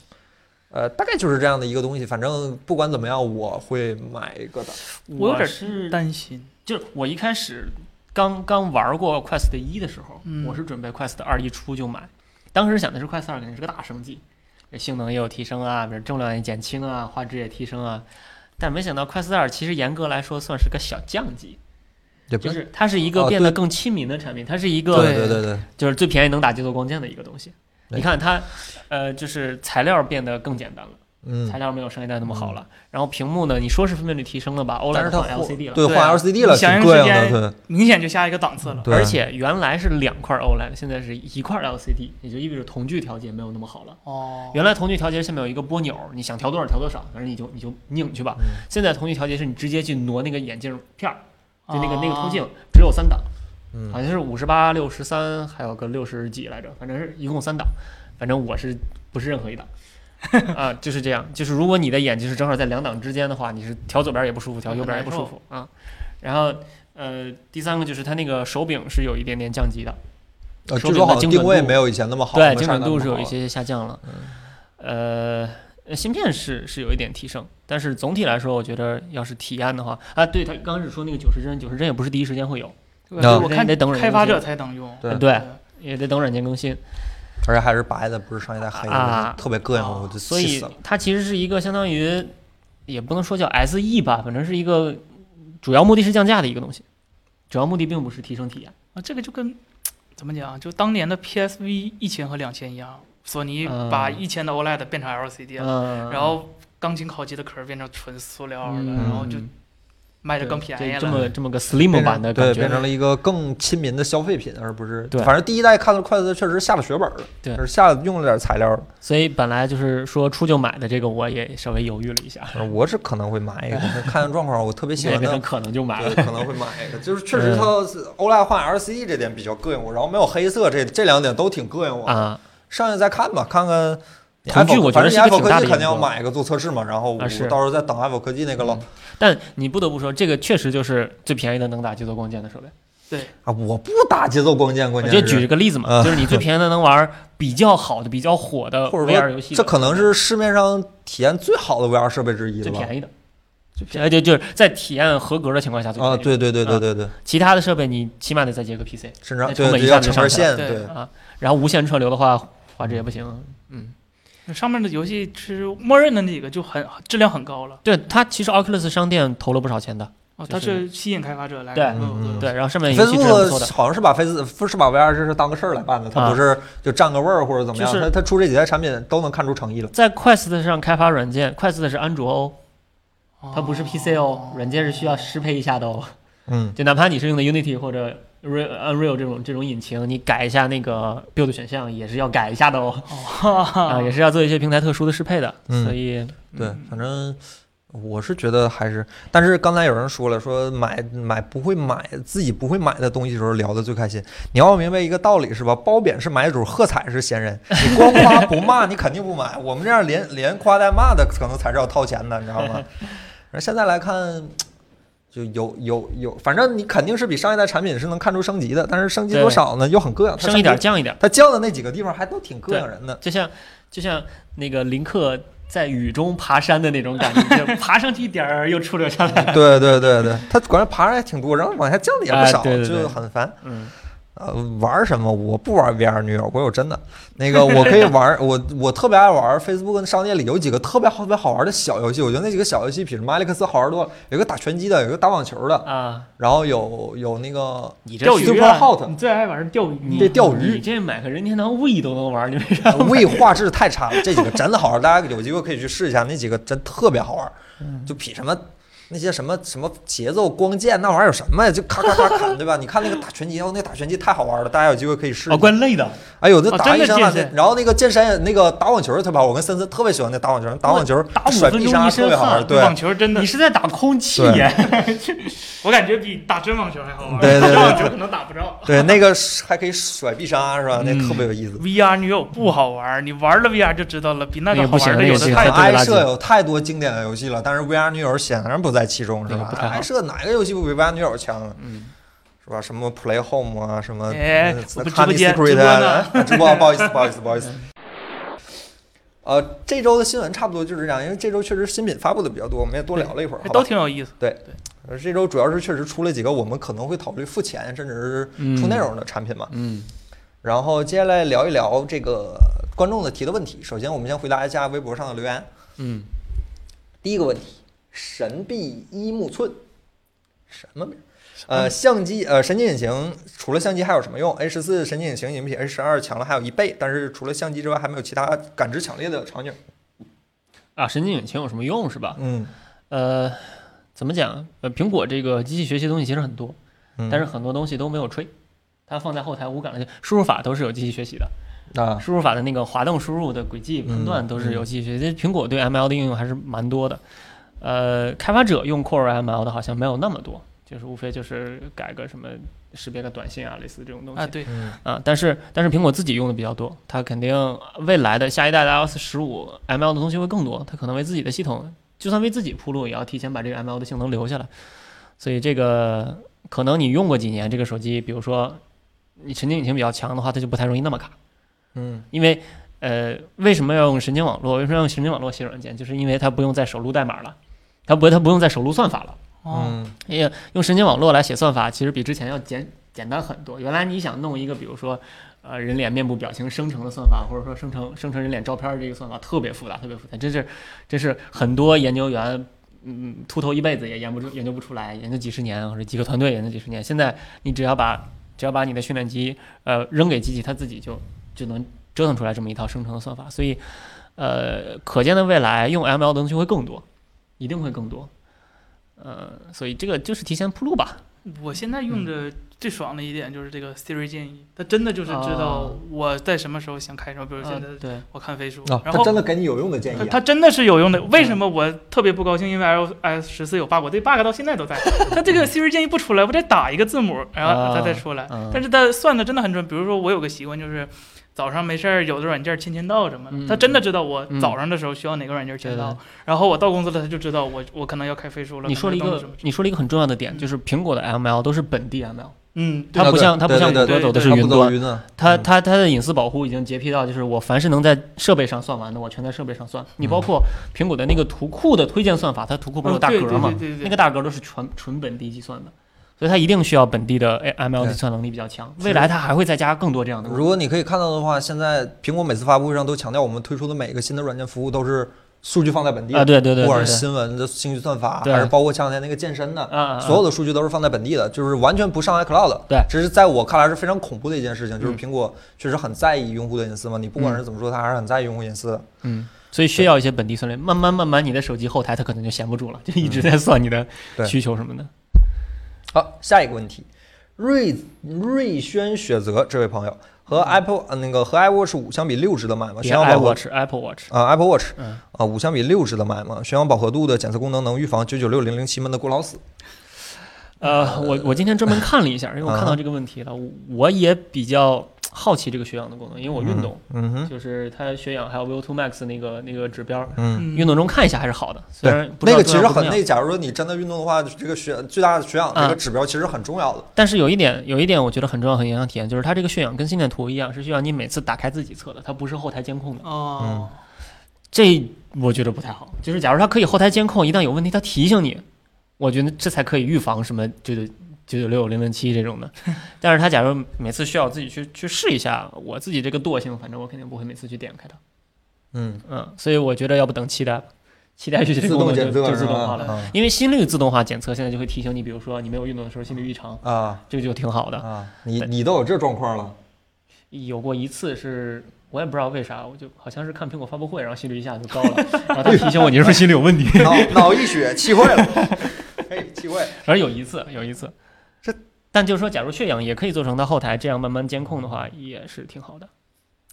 呃，大概就是这样的一个东西。反正不管怎么样，我会买一个的。我有点是担心，就是我一开始刚刚玩过 Quest 一的时候，嗯我是准备 Quest 二一出就买，当时想的是 Quest 二肯定是个大升级，这性能也有提升啊，比如重量也减轻啊，画质也提升啊，但没想到 Quest 二其实严格来说算是个小降级，对就是它是一哦个对变得更亲民的产品，它是一个对对对对，就是最便宜能打节奏光剑的一个东西。对你看它，呃，就是材料变得更简单了，嗯材，料没有上一代那么好了。然后屏幕呢，你说是分辨率提升了吧但，OLED 是它换换 LCD 了，对，对换啊 LCD 了，你想挺象贵时间的，明显就下一个档次了。对，而且原来是两块 OLED，现 E 在是一块 LCD，也就意味着同距调节没有那么好了。哦，原来同距调节下面有一个拨钮，你想调多少调多少，反正你就你就拧去吧。嗯现在同距调节是你直接去挪那个眼镜片儿，就那个、那个啊透镜只有三档，嗯好像是五十八、六十三，还有个六十几来着，反正是一共三档。反正我是不是任何一 档啊？就是这样，就是如果你的眼睛是正好在两档之间的话，你是调左边也不舒服，调右边也不舒服啊。然后呃，第三个就是它那个手柄是有一点点降级的，呃，手据柄说的好像精定准位度没有以前那么好，对，没精上一准代度那是么有好嗯一些下降了。呃，呃芯片是是有一点提升，但是总体来说，我觉得要是体验的话，啊，对他刚开始说那个九十帧，九十帧也不是第一时间会有，对那我看得等软开件发更者才能用。对对，也得等软件更新而且还是白的，不是上一代黑的啊，特别膈应我，我就所气以死了。它其实是一个相当于，也不能说叫 SE 吧，反正是一个主要目的是降价的一个东西，主要目的并不是提升体验。啊，这个就跟怎么讲，啊就当年的 PSV 一千和两千一样，索尼嗯把一千的 OLED 变成 LCD 了，嗯，然后钢琴烤机的壳变成纯塑料的，嗯，然后就卖的更便宜对了。这么这么个 slim 版的对，感变觉，成了一个更亲民的消费品，而不是。对反正第一代看到筷子确实下了血本了，对就是下用了点材料了。所以本来就是说出就买的这个，我也稍微犹豫了一下，我是可能会买一 个，看状况，我特别喜也欢变成的，可能就买嗯对，了。可能会买 一个。就是确实它 OLED 换 LCD 这点比较膈应我，然后没有黑色这这两点都挺膈应我。啊，上去再看吧，看看。你同具 Apple- 我觉反得正是你一个 Apple 挺大科的技肯定引要诱买一个做测试嘛，然后我啊是嗯到时候再等 Apple 科技那个了但你不得不说，这个确实就是最便宜的能打节奏光剑的设备。啊！我不打节奏光剑，我关键就是举个例子嘛，啊就是你最便宜的能玩比较好的、比较火的或者说 VR 游戏的，呃这可能是市面上体验最好的 VR 设备之一最了吧？便宜的。呃，就就是在体验合格的情况下最便宜啊，的对对对对对对，其他的设备你起码得再接个 PC 甚至那对成本对一要下子成就上本去线，了对对，啊，然后无线串流的话，画质也不行。嗯，上面的游戏是默认的那几个就很质量很高了，对，它其实 Oculus 商店投了不少钱的，哦，就它是是吸引开发者来对做嗯嗯的。对，然后上面游戏质量不错的 Facebook 好像是把 Face 是把 VR 这是当个事儿来办的，它啊不是就占个位儿或者怎么样，就是它它出这几台产品都能看出诚意了。在 Quest 上开发软件，Quest 是安卓哦，哦它不是 PC 哦，软件是需要适配一下的哦。嗯，就哪怕你是用的 Unity 或者 Real Unreal 这种这种引擎，你改一下那个 build 选项也是要改一下的哦，啊、哦，也是要做一些平台特殊的适配的，嗯所以对嗯，反正我是觉得还是，但是刚才有人说了，说买买不会买自己不会买的东西的时候聊得最开心。你要明白一个道理是吧？褒贬是买主，喝彩是闲人。你光夸不骂，你肯定不买。我们这样连连夸带骂的，可能才是要掏钱的，你知道吗？ 而现在来看。就有有有，反正你肯定是比上一代产品是能看出升级的，但是升级多对少呢？又很膈应。它升一点儿，降一点儿，它降的那几个地方还都挺膈应人的。就像就像那个林克在雨中爬山的那种感觉，就爬上去一点儿又出溜下 来，对对对对，它管正爬上还挺多，然后往下降的也不哎少，对对对就很烦。嗯，呃，玩儿什么？我不玩 VR 女友，我有真的。那个我可以玩儿，我我特别爱玩儿 Facebook 商店里有几个特别好特别好玩的小游戏，我觉得那几个小游戏比什么艾利克斯好玩多了。有个打拳击的，有个打网球的，啊，然后有有那个你这钓鱼 Super 啊 Hot 你最爱玩钓鱼，你对钓鱼你这买个任天堂 We 都能玩儿，你为啥？ 未画质太差了，这几个真的好玩，大家有机会可以去试一下，那几个真特别好玩，就比什么。那些什么什么节奏光剑那玩意儿有什么呀？就咔咔咔砍，对吧？你看那个打拳击，哦，那打拳击太好玩了，大家有机会可以试一哦，下。怪累的，哎呦，那哦打真一的身健汗的身然后那个健身也那个打网球儿特别好，我跟森森特别喜欢那打网球儿，打网球儿打五甩分必钟杀特一身别好玩，汗对网球真的你，是在打空气对呀？ 我感觉比打真网球还好玩。对对对真网球可能打不着。对，那个是还可以甩必杀是吧？那嗯特别有意思。 VR 女友不好玩，你玩了 VR 就知道了，比那那个个好不行玩的那有个的行太看对多。埃垃圾舍有太多经典的游戏了，但是 VR 女友显然不在其中，是那个嗯吧不太？好埃舍哪个游戏不比 VR 女友强啊？嗯，是吧？什么 Play Home 啊，什么哎嗯 The 我们直播 Honey 间 Secret 直播呢嗯啊，哎 直播，不好意思，不好意思，不好意思。呃，这周的新闻差不多就是这样，因为这周确实新品发布的比较多，我们也多聊了一会儿。好吧都挺有意思，而这周主要是确实出了几个我们可能会考虑付钱甚至是出内容的产品嘛。嗯，然后接下来聊一聊这个观众的提的问题。首先，我们先回答一下微博上的留言。嗯，第一个问题：神臂一木寸什么名儿？呃，相机呃，神经隐形除了相机还有什么用？A 十四神经隐形已经比 A 十二强了，还有一倍，但是除了相机之外，还没有其他感知强烈的场景。啊，神经远情有什么用是吧？嗯，呃，怎么讲？呃，苹果这个机器学习的东西其实很多，嗯但是很多东西都没有吹，它放在后台无感的输入法都是有机器学习的，啊，输入法的那个滑动输入的轨迹嗯判断都是有机器学习。这苹果对 ML 的应用还是蛮多的，呃，开发者用 Core ML 的好像没有那么多，就是无非就是改个什么识别个短信啊，类似这种东西啊，。对，嗯啊，但是但是苹果自己用的比较多，它肯定未来的下一代的 iOS 十五 ML 的东西会更多，它可能为自己的系统，就算为自己铺路，也要提前把这个 ML 的性能留下来。所以这个可能你用过几年这个手机，比如说你神经引擎比较强的话，它就不太容易那么卡，嗯因为呃，为什么要用神经网络？为什么要用神经网络写软件？就是因为它不用再手撸代码了，它不它不用再手撸算法了。哦，嗯也用神经网络来写算法，其实比之前要简简单很多。原来你想弄一个，比如说，呃，人脸面部表情生成的算法，或者说生成生成人脸照片儿这个算法，特别复杂，特别复杂，真是真是很多研究员，嗯，秃头一辈子也研不出研究不出来，研究几十年或者几个团队研究几十年。现在你只要把只要把你的训练机呃扔给机器，它自己就就能折腾出来这么一套生成的算法。所以，呃，可见的未来用 ML 的东西会更多，一定会更多。呃，所以这个就是提前铺路吧。我现在用着最爽的一点就是这个 Siri 建议，它真的就是知啊道我在什么时候想开什么，比如现在呃对，我看飞书啊，，他然后真的给你有用的建议它啊、它真的是有用的。为嗯什么我特别不高兴？因为 iOS 十四有 bug，我这 bug 到现在都在。它这个 Siri 建议不出来，我得打一个字母，然后它再出来。嗯哎但是它算的真的很准。比如说我有个习惯就是。早上没事儿，有的软件签签到什么嗯的，它真的知道我嗯早上的时候需要哪个软件签对到，然后我到公司了，它就知道我我可能要开飞书了。你说了可能一要登录什个么嗯之类的，你说了一个很重要的点，就是苹果的 ML 都是本地 ML，嗯，对它不像它对不像对谷对歌走的对是他云不走端，云啊，它嗯它它的隐私保护已经洁癖到，就是我凡是能在设备上算完的，我全在设备上嗯算。你包括苹果的那个图库的推荐算法，它图库不是有大哦对格对嘛对对对，那个大格都是纯纯本地计算的，所以它一定需要本地的 ML 对计算能力比较强。未来它还会再加更多这样的功能。如果你可以看到的话，现在苹果每次发布会上都强调，我们推出的每一个新的软件服务都是数据放在本地的啊，对对对，不对管是对新闻的兴趣算法，对还是包括前两天那个健身的，啊啊，所有的数据都是放在本地的，就是完全不上 iCloud 的。对这是在我看来是非常恐怖的一件事情，就是嗯苹果确实很在意用户的隐私嘛。你不管是怎么说，它还是很在意用户隐私的。嗯，所以需要一些本地算力。慢慢慢慢，你的手机后台它可能就闲不住了，就一直在算你的嗯对需求什么的。好，下一个问题，瑞瑞轩雪泽这位朋友和嗯 Apple 呃那个和 iWatch 五相比，六值得买吗？别巡航饱和 iWatch Apple Watch，啊、a p p l e Watch 嗯，啊、五相比六值得买吗？巡航饱和度的检测功能能预防九九六零零七闷的过劳死。呃，我我今天专门看了一下，因为我看嗯到这个问题了，我我也比较好奇这个血氧的功能，因为我运动，嗯哼，就是它血氧还有 VO2 max 那个那个指标，嗯，嗯运动中看一下还是好的，虽然对，不那知道个其重实要不很重要那，假如说你真的运动的话，这个血最大的血氧这个啊指标其实很重要的。但是有一点，有一点我觉得很重要，很影响体验，就是它这个血氧跟心电图一样，是需要你每次打开自己测的，它不是后台监控的。哦，嗯这我觉得不太好。就是假如它可以后台监控，一旦有问题它提醒你，我觉得这才可以预防什么九九九九六零零七这种的。但是它假如每次需要自己去去试一下，我自己这个惰性，反正我肯定不会每次去点开它。嗯，嗯，所以我觉得要不等期待吧， 期待去这自个功动检能就测就是自动化吧？了。啊因为心率自动化检测现在就会提醒你，比如说你没有运动的时候心率异常，啊这个就挺好的。啊！你你都有这状况了，有过一次是，我也不知道为啥，我就好像是看苹果发布会，然后心率一下就高 了，然后他提醒我你是不是心里有问题。脑脑溢血，气坏了， 嘿，气坏了。反正有一次，有一次，这但就是说，假如血氧也可以做成到后台这样慢慢监控的话，也是挺好的。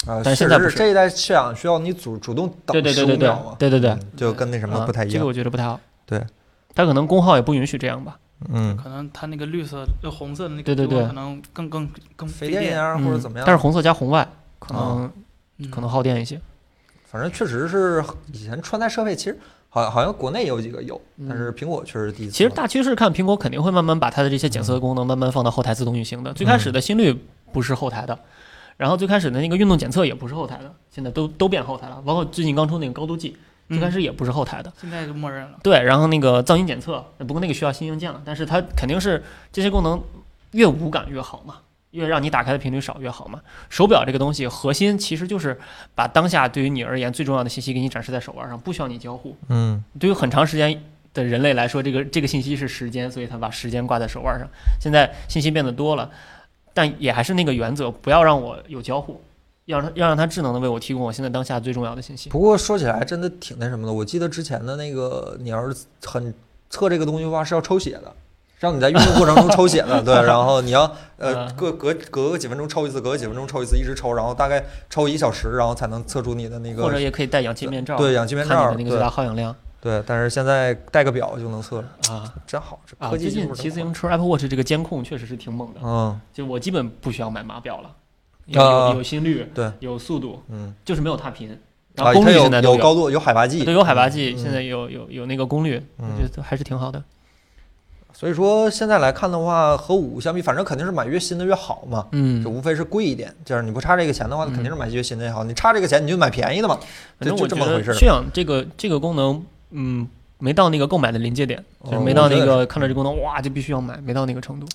啊，但是是现在不是这一代血氧需要你主主动对等对十对五对对秒嘛，对对对，嗯就跟那什么啊不太一这样个。我觉得不太好。对，它可能功耗也不允许这样吧。嗯，可能它那个绿色、呃红色的那个对对地方对可能更更更肥电电压嗯或者怎么样啊但，是红色加红外可能、嗯可能耗电一些。反正确实是以前穿戴设备，其实好好像国内有几个有，嗯但是苹果确实第一次。其实大趋势看，苹果肯定会慢慢把它的这些检嗯测的功能慢慢放到后台自动运行的。最开始的心率不是后台的，然后最开始的那个运动检测也不是后台的，现在都都变后台了。包括最近刚出那个高度计，最开嗯始也不是后台的。现在就默认了。对，然后那个噪音检测，不过那个需要新硬件了，但是它肯定是这些功能越无感越好嘛，越让你打开的频率少越好嘛。手表这个东西核心其实就是把当下对于你而言最重要的信息给你展示在手腕上，不需要你交互。嗯对于很长时间的人类来说，这个这个信息是时间，所以它把时间挂在手腕上。现在信息变得多了，但也还是那个原则，不要让我有交互，要让要让它智能的为我提供我现在当下最重要的信息。不过说起来真的挺那什么的，我记得之前的那个，你要是很测这个东西的话是要抽血的，让你在运动过程中抽血 的，对，然后你要呃嗯隔隔隔个几分钟抽一次，隔个几分钟抽一次，一直抽，然后大概抽一小时，然后才能测出你的那或者个也可以戴氧气面罩，对氧气面罩看，你的那个最对大耗氧量对，但是现在戴个表就能测了，啊。真好，这啊，科技最进近步骑真自好。行车 Apple Watch 这个监控确实是挺猛的，嗯就我基本不需要买码表了，有啊有有心率，对，有速度，嗯，就是没有踏频，然啊，后功它率有现在都有高度，有海拔计，对，有海拔计，嗯现在有有有那个功率，我觉得都还是挺好的。所以说现在来看的话，和五相比，反正肯定是买越新的越好嘛。就嗯，无非是贵一点，就是你不差这个钱的话，嗯肯定是买越新的也好。你差这个钱，你就买便宜的嘛。反就正嗯我这么觉回事得儿血氧这个这个功能，嗯，没到那个购买的临界点，就是没到那哦我觉个看到这功能哇就必须要买，没到那个程度。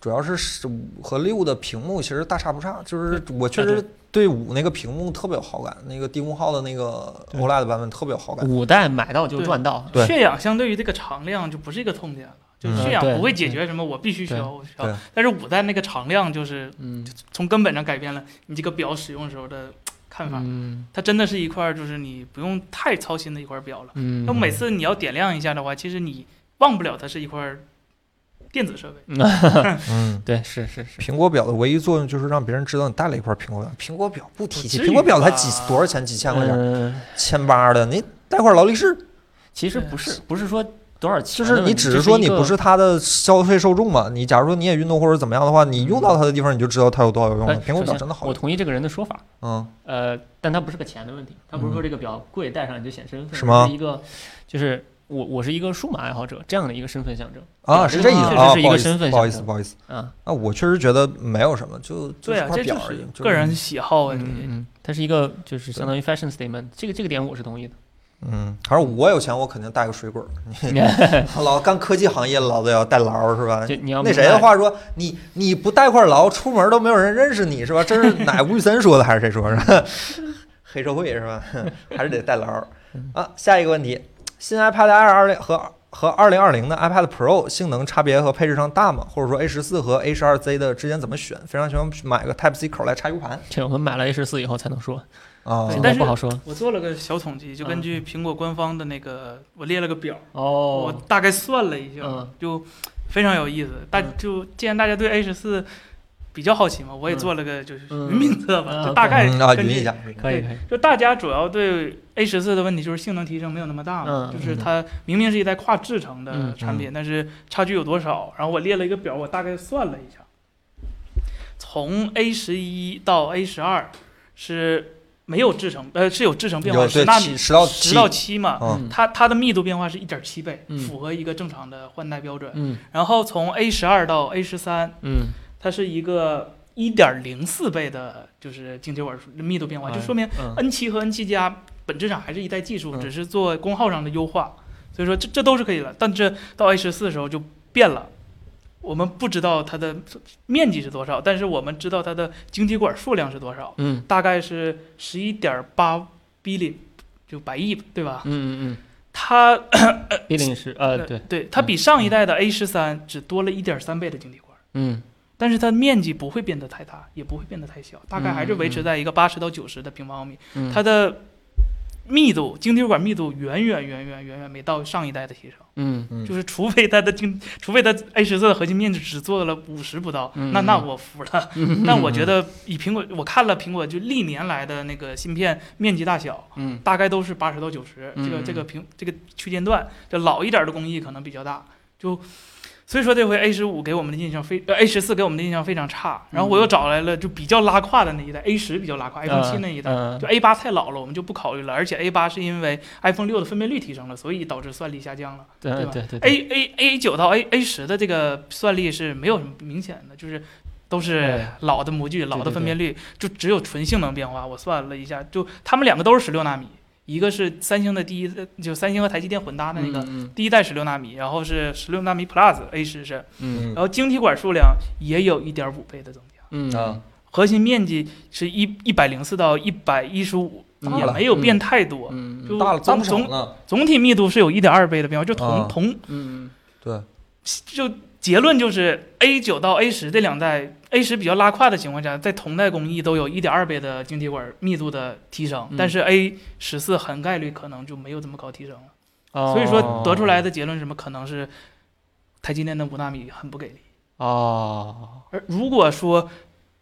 主要是是五和六的屏幕其实大差不差，就是我确啊对实对五那个屏幕特别有好感，那个低功耗的那个对 OLED 版本特别有好感。五代买到就赚到，对血氧相对于这个常量就不是一个痛点了，就是嗯血氧对不会解决什么我必须需对要，我需对要。但是五代那个常量就是嗯从根本上改变了你这个表使用时候的看法，嗯它真的是一块儿就是你不用太操心的一块表了。嗯，那每次你要点亮一下的话，其实你忘不了它是一块电子设备。嗯，对是是是，苹果表的唯一作用就是让别人知道你带了一块苹果表。苹果表不提气，不至于苹果表才几吧多少钱？几千块钱，嗯。千八的，你带块劳力士，其实对不是，不是说多少就钱的是问题，你只是说一你个不是它的消费受众嘛。你假如说你也运动或者怎么样的话，你用到它的地方，你就知道它有多少用了。哎苹果首表先真的好我用，同意这个人的说法，嗯。呃，但它不是个钱的问题，它不是嗯说这个表贵戴上你就显身份，是吗而一个就是我我是一个数码爱好者这样的一个身份象征啊，表是这这意个思确啊，实是一不好个意思身份不好意思，象征不好意思啊，啊，我确实觉得没有什么，就就对是啊，块这表就而已是，就是个人喜好啊，这嗯些嗯，它是一个就是对相当于 fashion statement，这个这个点我是同意的，嗯，还是我有钱，我肯定带个水果儿。老干科技行业，老子要带劳儿是吧？就啊你要那明谁的白，话说，你你不带块劳，出门都没有人认识你是吧？这是哪吴宇森说的还是谁说的？ 黑社会是吧？ 还是得带劳儿嗯啊。下一个问题，新 iPad Air 二零和和二零二零的 iPad Pro 性能差别和配置上大吗？或者说 A 十四和 A 十二 Z 的之间怎么选？非常喜欢买个 Type C 口来插 U 盘这我们买了 A 十四以后才能说，啊哦对现但在是不好说我做了个小统计，就根据苹果官方的那个，我列了个表，我哦，大概算了一下嗯，就非常有意思。大嗯就既然大家对 A 十四比较好奇嘛，我也做了个就是嗯云评测吧，嗯就大概嗯啊，根云据一下，可以可以，就大家主要对 A 十四的问题就是性能提升没有那么大嘛，嗯就是它明明是一台跨制程的嗯产品，但是差距有多少？然后我列了一个表，我大概算了一下，从 A 十一到 A 十二是没有制程，呃是有制程变化，有十对纳七米、十到十七，到七嘛，嗯，它它的密度变化是一点七倍，嗯符合一个正常的换代标准。嗯然后从 A 十二到 A 十三，嗯它是一个一点零四倍的，就是经济管数密度变化，嗯，就说明嗯 N 七和 N 七加本质上还是一代技术，嗯只是做功耗上的优化，所以说这这都是可以的。但这到 A 十四的时候就变了，我们不知道它的面积是多少，但是我们知道它的晶体管数量是多少，嗯大概是十一点八 billion，就百亿，对吧？嗯嗯它嗯，比零是呃对，对，它比上一代的 A 十三只多了一点三倍的晶体管，嗯但是它面积不会变得太大，也不会变得太小，大概还是维持在一个八十到九十的平方毫米。嗯，它的密度，晶体管密度远远远远远远没到上一代的提升，嗯嗯就是除非它的晶，除非它 A 十四的核心面积只做了五十不到，嗯那嗯那我服了。但我觉得以苹果，我看了苹果就历年来的那个芯片面积大小，嗯大概都是八十到九十这个嗯这个平这个区间段，这老一点的工艺可能比较大，就所以说这回 A 十五给我们的印象非呃 A 十四给我们的印象非常差，然后嗯我又找来了就比较拉胯的那一代 A 十比较拉胯，iPhone 七那一代。代就 A 八太老了，我们就不考虑了。而且 A 八是因为 iPhone 六的分辨率提升了，所以导致算力下降了。对对对 A A A 九到 A A 十的这个算力是没有什么明显的，就是都是哎老的模具、老对的分辨率，就只有纯性能变化。我算了一下，就他们两个都是十六纳米，一个是三星的第一，呃就三星和台积电混搭的那个嗯第一代十六纳米，然后是十六纳米 Plus A 十是，嗯然后晶体管数量也有一点五倍的增加。嗯啊，核心面积是一一百零四到一百一十五，大也了没有变太多，嗯就大了大总不少总呢，总体密度是有一点二倍的变化，就同、啊同嗯对，就结论就是 A 九到 A 十这两代 A 十比较拉胯的情况下，在同代工艺都有一点二倍的晶体管密度的提升，嗯但是 A 十四很概率可能就没有这么高提升了，哦所以说得出来的结论是什么可能是台积电的五纳米很不给力。哦，而如果说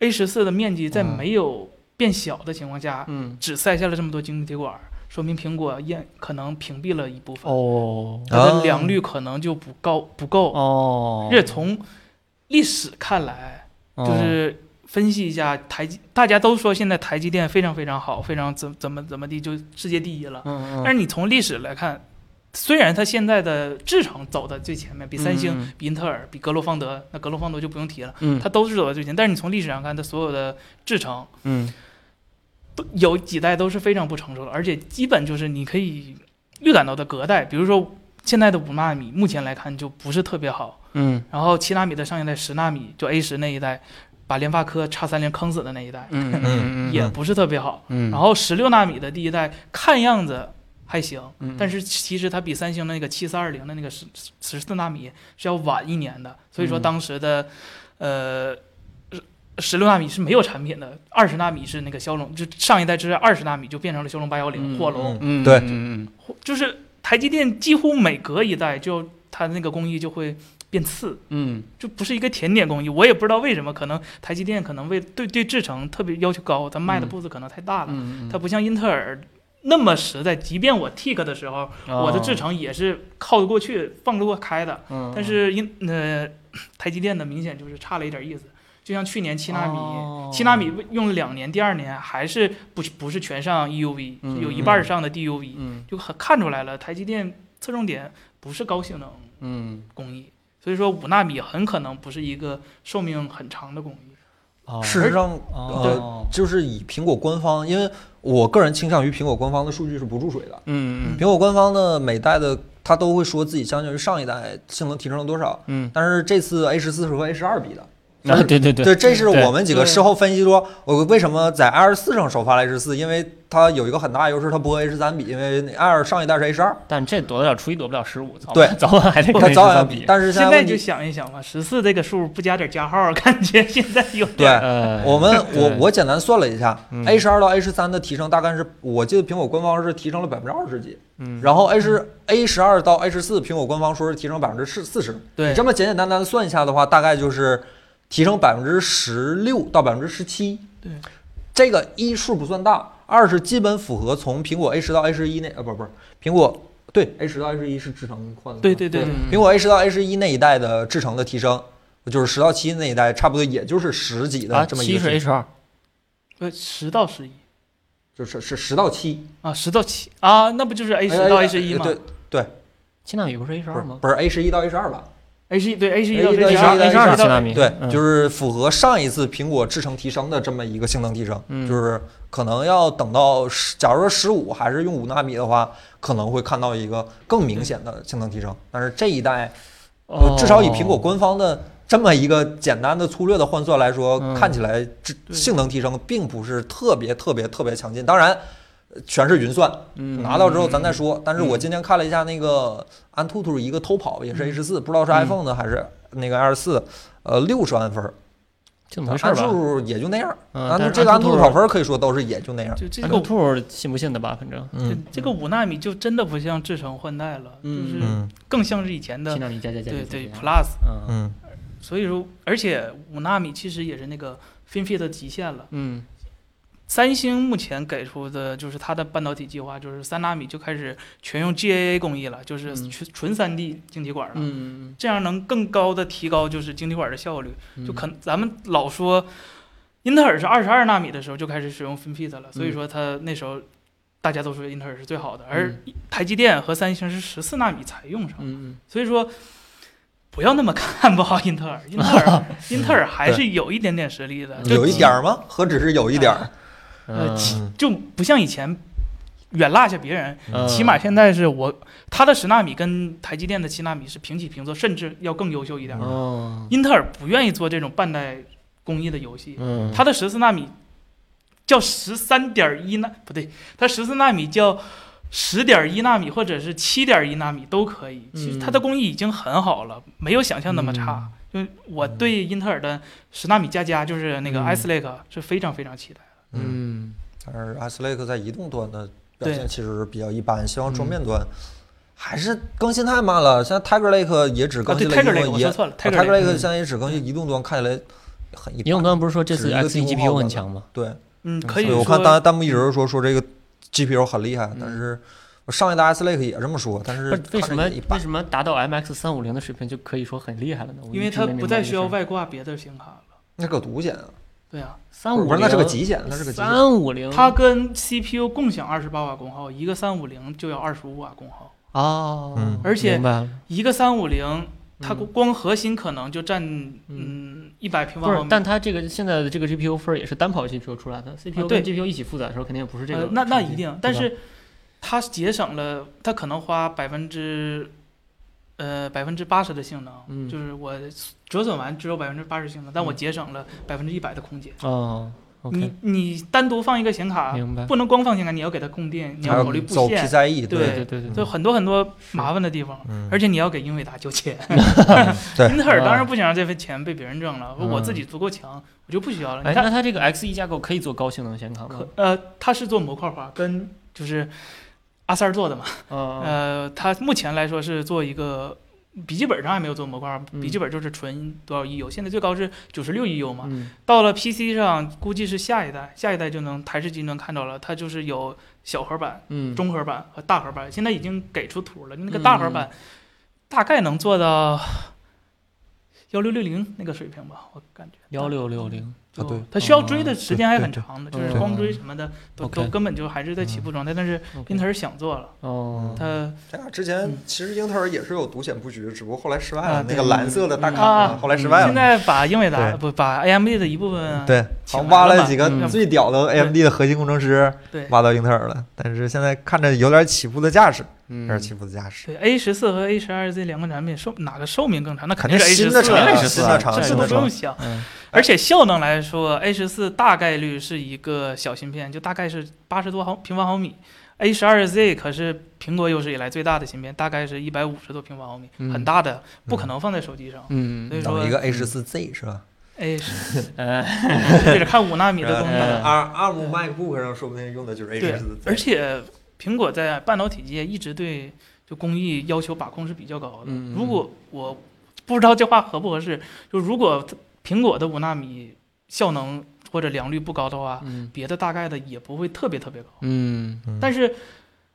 A 十四的面积在没有变小的情况下，嗯只塞下了这么多晶体管儿，说明苹果验可能屏蔽了一部分，哦它的良率可能就不高不够。哦，这从历史看来，哦就是分析一下台积，大家都说现在台积电非常非常好，非常怎怎么怎么地就世界第一了。嗯嗯但是你从历史来看，虽然它现在的制程走在最前面，比三星、嗯嗯比英特尔、比格罗方德，那格罗方德就不用提了，嗯它都是走在最前。但是你从历史上看，它所有的制程嗯都有几代都是非常不成熟的，而且基本就是你可以预感到的隔代，比如说现在的五纳米，目前来看就不是特别好。嗯然后七纳米的上一代十纳米，就 A 十那一代，把联发科叉三零坑死的那一代、嗯也不是特别好。嗯，然后十六纳米的第一代看样子还行，嗯但是其实它比三星的那个七四二零的那个十十四纳米是要晚一年的，所以说嗯当时的，呃，十六纳米是没有产品的，二十纳米是那个骁龙，就上一代之二十纳米就变成了骁龙八幺零、嗯火龙，嗯对嗯或就是台积电几乎每隔一代就它那个工艺就会变次，嗯就不是一个甜点工艺，我也不知道为什么，可能台积电可能为对对制程特别要求高，它卖的嗯步子可能太大了，嗯，它不像英特尔那么实在，即便我 tick 的时候。我的制程也是靠得过去、放得过开的，嗯，但是英呃台积电的明显就是差了一点意思，就像去年七纳哦米，七纳米用了两年，第二年还是不是不是全上 EUV，嗯有一半以上的 DUV，嗯就很看出来了，台积电侧重点不是高性能嗯工艺，所以说五纳米很可能不是一个寿命很长的工艺。事实上，哦就是以苹果官方，因为我个人倾向于苹果官方的数据是不注水的。嗯苹果官方呢，每代的它都会说自己相较于上一代性能提升了多少，嗯但是这次 A 十四是和 A 十二比的，但啊，是对对对，对，这是我们几个对事后分析说，我为什么在 i 二四上首发了 H 四，因为它有一个很大优势，它不和 H 三比，因为 i 二上一代是 H 二，但这躲得了初一，躲不了十五，早对晚 早晚还 得跟它早晚要13比比。。但是现在问就题，想一想吧，十四这个数不加点加号， 感觉现在有点对呃，我们我对我简单算了一下嗯，H 二到 H 三的提升大概是，我记得苹果官方是提升了百分之二十几，嗯，然后 H A 十二到 H 四，苹果官方说是提升百分之四四十。你对这么简简单单的算一下的话，大概就是提升百分之十六到百分之十七。对，这个一数不算大，二是基本符合从苹果 A 十到 A 十一那呃不不是苹果对 A 十到 A 十一是制程换的吗，对对对苹果 A 十到 A 十一那一代的制程的提升，就是十到七那一代，差不多也就是十几啊，的这么一七个是数， H 二，呃十到十一就是是十到七啊，十到七啊，那不就是 A 十到 A 十一吗哎对，七纳米不是 H 不二是吗不是 A 十一到 A 十二吧？ ？A 十一对 A 十一 A11 到到 A 十 A11 二到 H 二七纳米，对，嗯就是符合上一次苹果制程提升的这么一个性能提升，嗯就是可能要等到十，假如说十五还是用五纳米的话，可能会看到一个更明显的性能提升。但是这一代，哦呃至少以苹果官方的这么一个简单的粗略的换算来说，嗯看起来这对性能提升并不是特别特别特别强劲。当然，呃全是云算，嗯拿到之后咱再说。但是我今天看了一下那个安兔兔一个偷跑，也是 A 十四，不知道是嗯 iPhone 的还是那个 Air 四，呃，六十万分儿，就那么回事安儿吧。兔也就那样。嗯安兔但是这个安安兔兔兔跑分儿可以说都是也就那样。就这安兔个兔信不信的吧，反正这嗯这个五纳米就真的不像制程换代了，就嗯是嗯更像是以前七的纳米加加加加对加对加 Plus，嗯嗯所以说而且五纳米其实也是那个 FinFET 的极限了。嗯三星目前给出的就是它的半导体计划，就是三纳米就开始全用 GAA 工艺了，就是嗯纯纯三 D 晶体管了。嗯，这样能更高的提高就是晶体管的效率，嗯就可咱们老说，英特尔是二十二纳米的时候就开始使用 FinFET 了，所以嗯说它那时候大家都说英特尔是最好的，而台积电和三星是十四纳米才用上，嗯所以说不要那么看不好英特尔，英 特尔英特尔还是有一点点实力的，对就有一点儿吗？何止是有一点儿？呃起嗯就不像以前远落下别人，嗯起码现在是我它的十纳米跟台积电的七纳米是平起平坐，甚至要更优秀一点。哦英特尔不愿意做这种半代工艺的游戏，嗯，它的十四纳米叫十三点一纳，不对，它十四纳米叫十点一纳米或者是七点一纳米都可以。嗯其实它的工艺已经很好了，没有想象那么差。就我对英特尔的十纳米加加，就是那个嗯 Ice Lake 是非常非常期待的。嗯，嗯但是 S Lake 在移动端的表对现其实比较一般，希望桌面端。还是更新太慢了，现在 Tiger Lake 也只啊，哦更对新了移动，Tiger Lake 我也说错了啊，Tiger Tiger Lake。 Lake 嗯现在也只更新移动端，看起来很一移动般。端不是说这只次是一个 X 1地图 GPU 号很的强吗？对，嗯，可所以以说。我看弹弹幕一直都说说这个 GPU 很厉害，但嗯是我上一代 S Lake 也这么说，但不是是为看什着么也一为般？什么达到 MX 三五零的水平就可以说很厉害了呢？因为它不再需要外挂别的显卡了。那个独显啊，对啊，三不五是零，那是个极限，那是个极限。三五零，它跟 CPU 共享二十八瓦功耗，一个三五零就要二十五瓦功耗，哦，嗯而且明白了一个三五零它嗯光核心可能就占嗯一百平不方毫是米，，但它这个现在的这个 GPU 分儿也是单跑 GPU 出来的，CPU 啊对跟 GPU 一起负载的时候肯定也不是这呃个。那那一定，但是它节省了，它可能花百分之呃百分之八十的性能，嗯就是我折损完只有百分之八十性能，但我嗯节省了百分之一百的空间。哦，OK，你你单独放一个显卡，明白。不能光放显卡，你要给它供电，你还要考虑有布走线， PCIe，对对对对就对，很多很多麻烦的地方。嗯，而且你要给英伟达交钱，对英特尔当然不想让这份钱被别人挣了，我自己足够强，我就不需要了。哎，你看，那它这个 X 1架构可以做高性能显卡吗可？呃，它是做模块化，跟就是阿三儿做的嘛，嗯呃，它目前来说是做一个。笔记本上还没有做模块化，嗯笔记本就是纯多少 EU，、现在最高是九十六 EU 嘛。嗯到了 PC 上，估计是下一代，下一代就能台式机能看到了，它就是有小核版、嗯，中核版和大核版，现在已经给出图了。那嗯个大核版大概能做到幺六六零那个水平吧，我感觉。幺六六零，啊对就它需要追的时间还对很对长的，就对是对光追什么的都都 OK 根本就还是在起步状态。但是英特尔想做了，哦，它咱俩之前嗯其实英特尔也是有独显布局，只不过后来失败啊了。那对个蓝色的大嗯卡嘛啊后来失嗯败现了。在把英伟达对不把 AMD 的一部分啊对，请好像来挖了嗯了嘛几个嗯最屌的 AMD 的核心工程师，对挖到英特尔了。但是现在看着有点起步的架势，有嗯点起步的架势。对 A 十四和 A 十二这两款产品寿哪个寿命更长？那肯定定是 A 新十的四厂肯定啊，是新的厂， 14这新都的不厂用。想。嗯而且效能来说，A 十四大概率是一个小芯片，就大概是八十多毫平方毫米。A 十二 Z 可是苹果有史以来最大的芯片，大概是一百五十多平方毫米，嗯很大的，不可能放在手机上。嗯所以说等一个 A 十四 Z 是吧 A 十哎对着看五纳米 的东嗯西， ？ARM ARM MacBook 上说不定用的就是 A 对十四，Z。而且苹果在半导体界一直对就工艺要求把控是比较高的嗯嗯。如果我不知道这话合不合适，就如果苹果的五纳米效能或者良率不高的话，嗯别的大概的也不会特别特别高。嗯但是，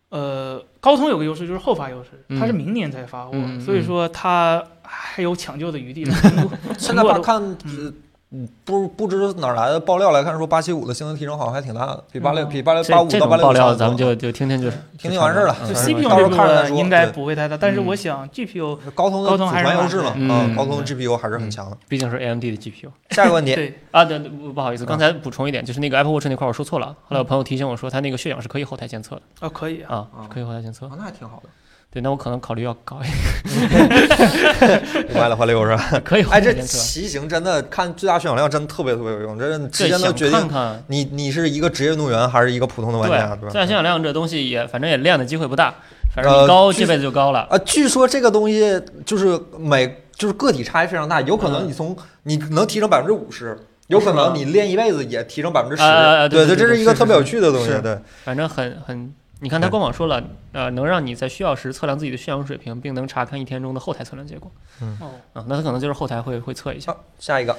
呃，高通有个优势就是后发优势，它是嗯明年才发货，嗯嗯所以说它还有抢救的余 地的。苹果现在吧苹果看，呃嗯不不知哪儿来的爆料来看，说八七五的性能提升好像还挺大的，比八六嗯比八六这八五这到种八六爆料咱们就就听听就听听完事儿了嗯就嗯 CPU 到时候这部看着再分说应该对不会太大，但是嗯我想 GPU 高通的高祖通还是传优蛮势嘛，嗯嗯，高通嗯 GPU 还是很强的。毕竟是 AMD 的 GPU 下一个问题，对啊，对，对不不好意思，嗯刚才补充一点，就是那个 Apple Watch 那块儿我说错了，啊后来我朋友提醒我说他那个血氧是可以后台监测的啊可以啊，啊啊，是可以后台监测啊。那还挺好的，对，那我可能考虑要搞一五百的环六是 吧？个，可以后哎，台这监测，骑行真的看最大血氧量真特别特别有用，这直这接能想决看定看。你你是一个职业运动员还是一个普通的玩家，对对，自然吧？血氧量这东西也反正也练的机会不大，反正呃你高据这辈子就高了。啊，据说这个东西就是每就是个体差异非常大，有可能嗯你从你能提升百分之五十，有可能你练一辈子也提升百分之啊啊啊十。对对，对这对是一个是特别是有趣的东西。是对，反正很很，你看他对官网说了，呃，能让你在需要时测量自己的血氧水平，并能查看一天中的后台测量结果。哦，啊，那他可能就是后台会会测一下好。下一个，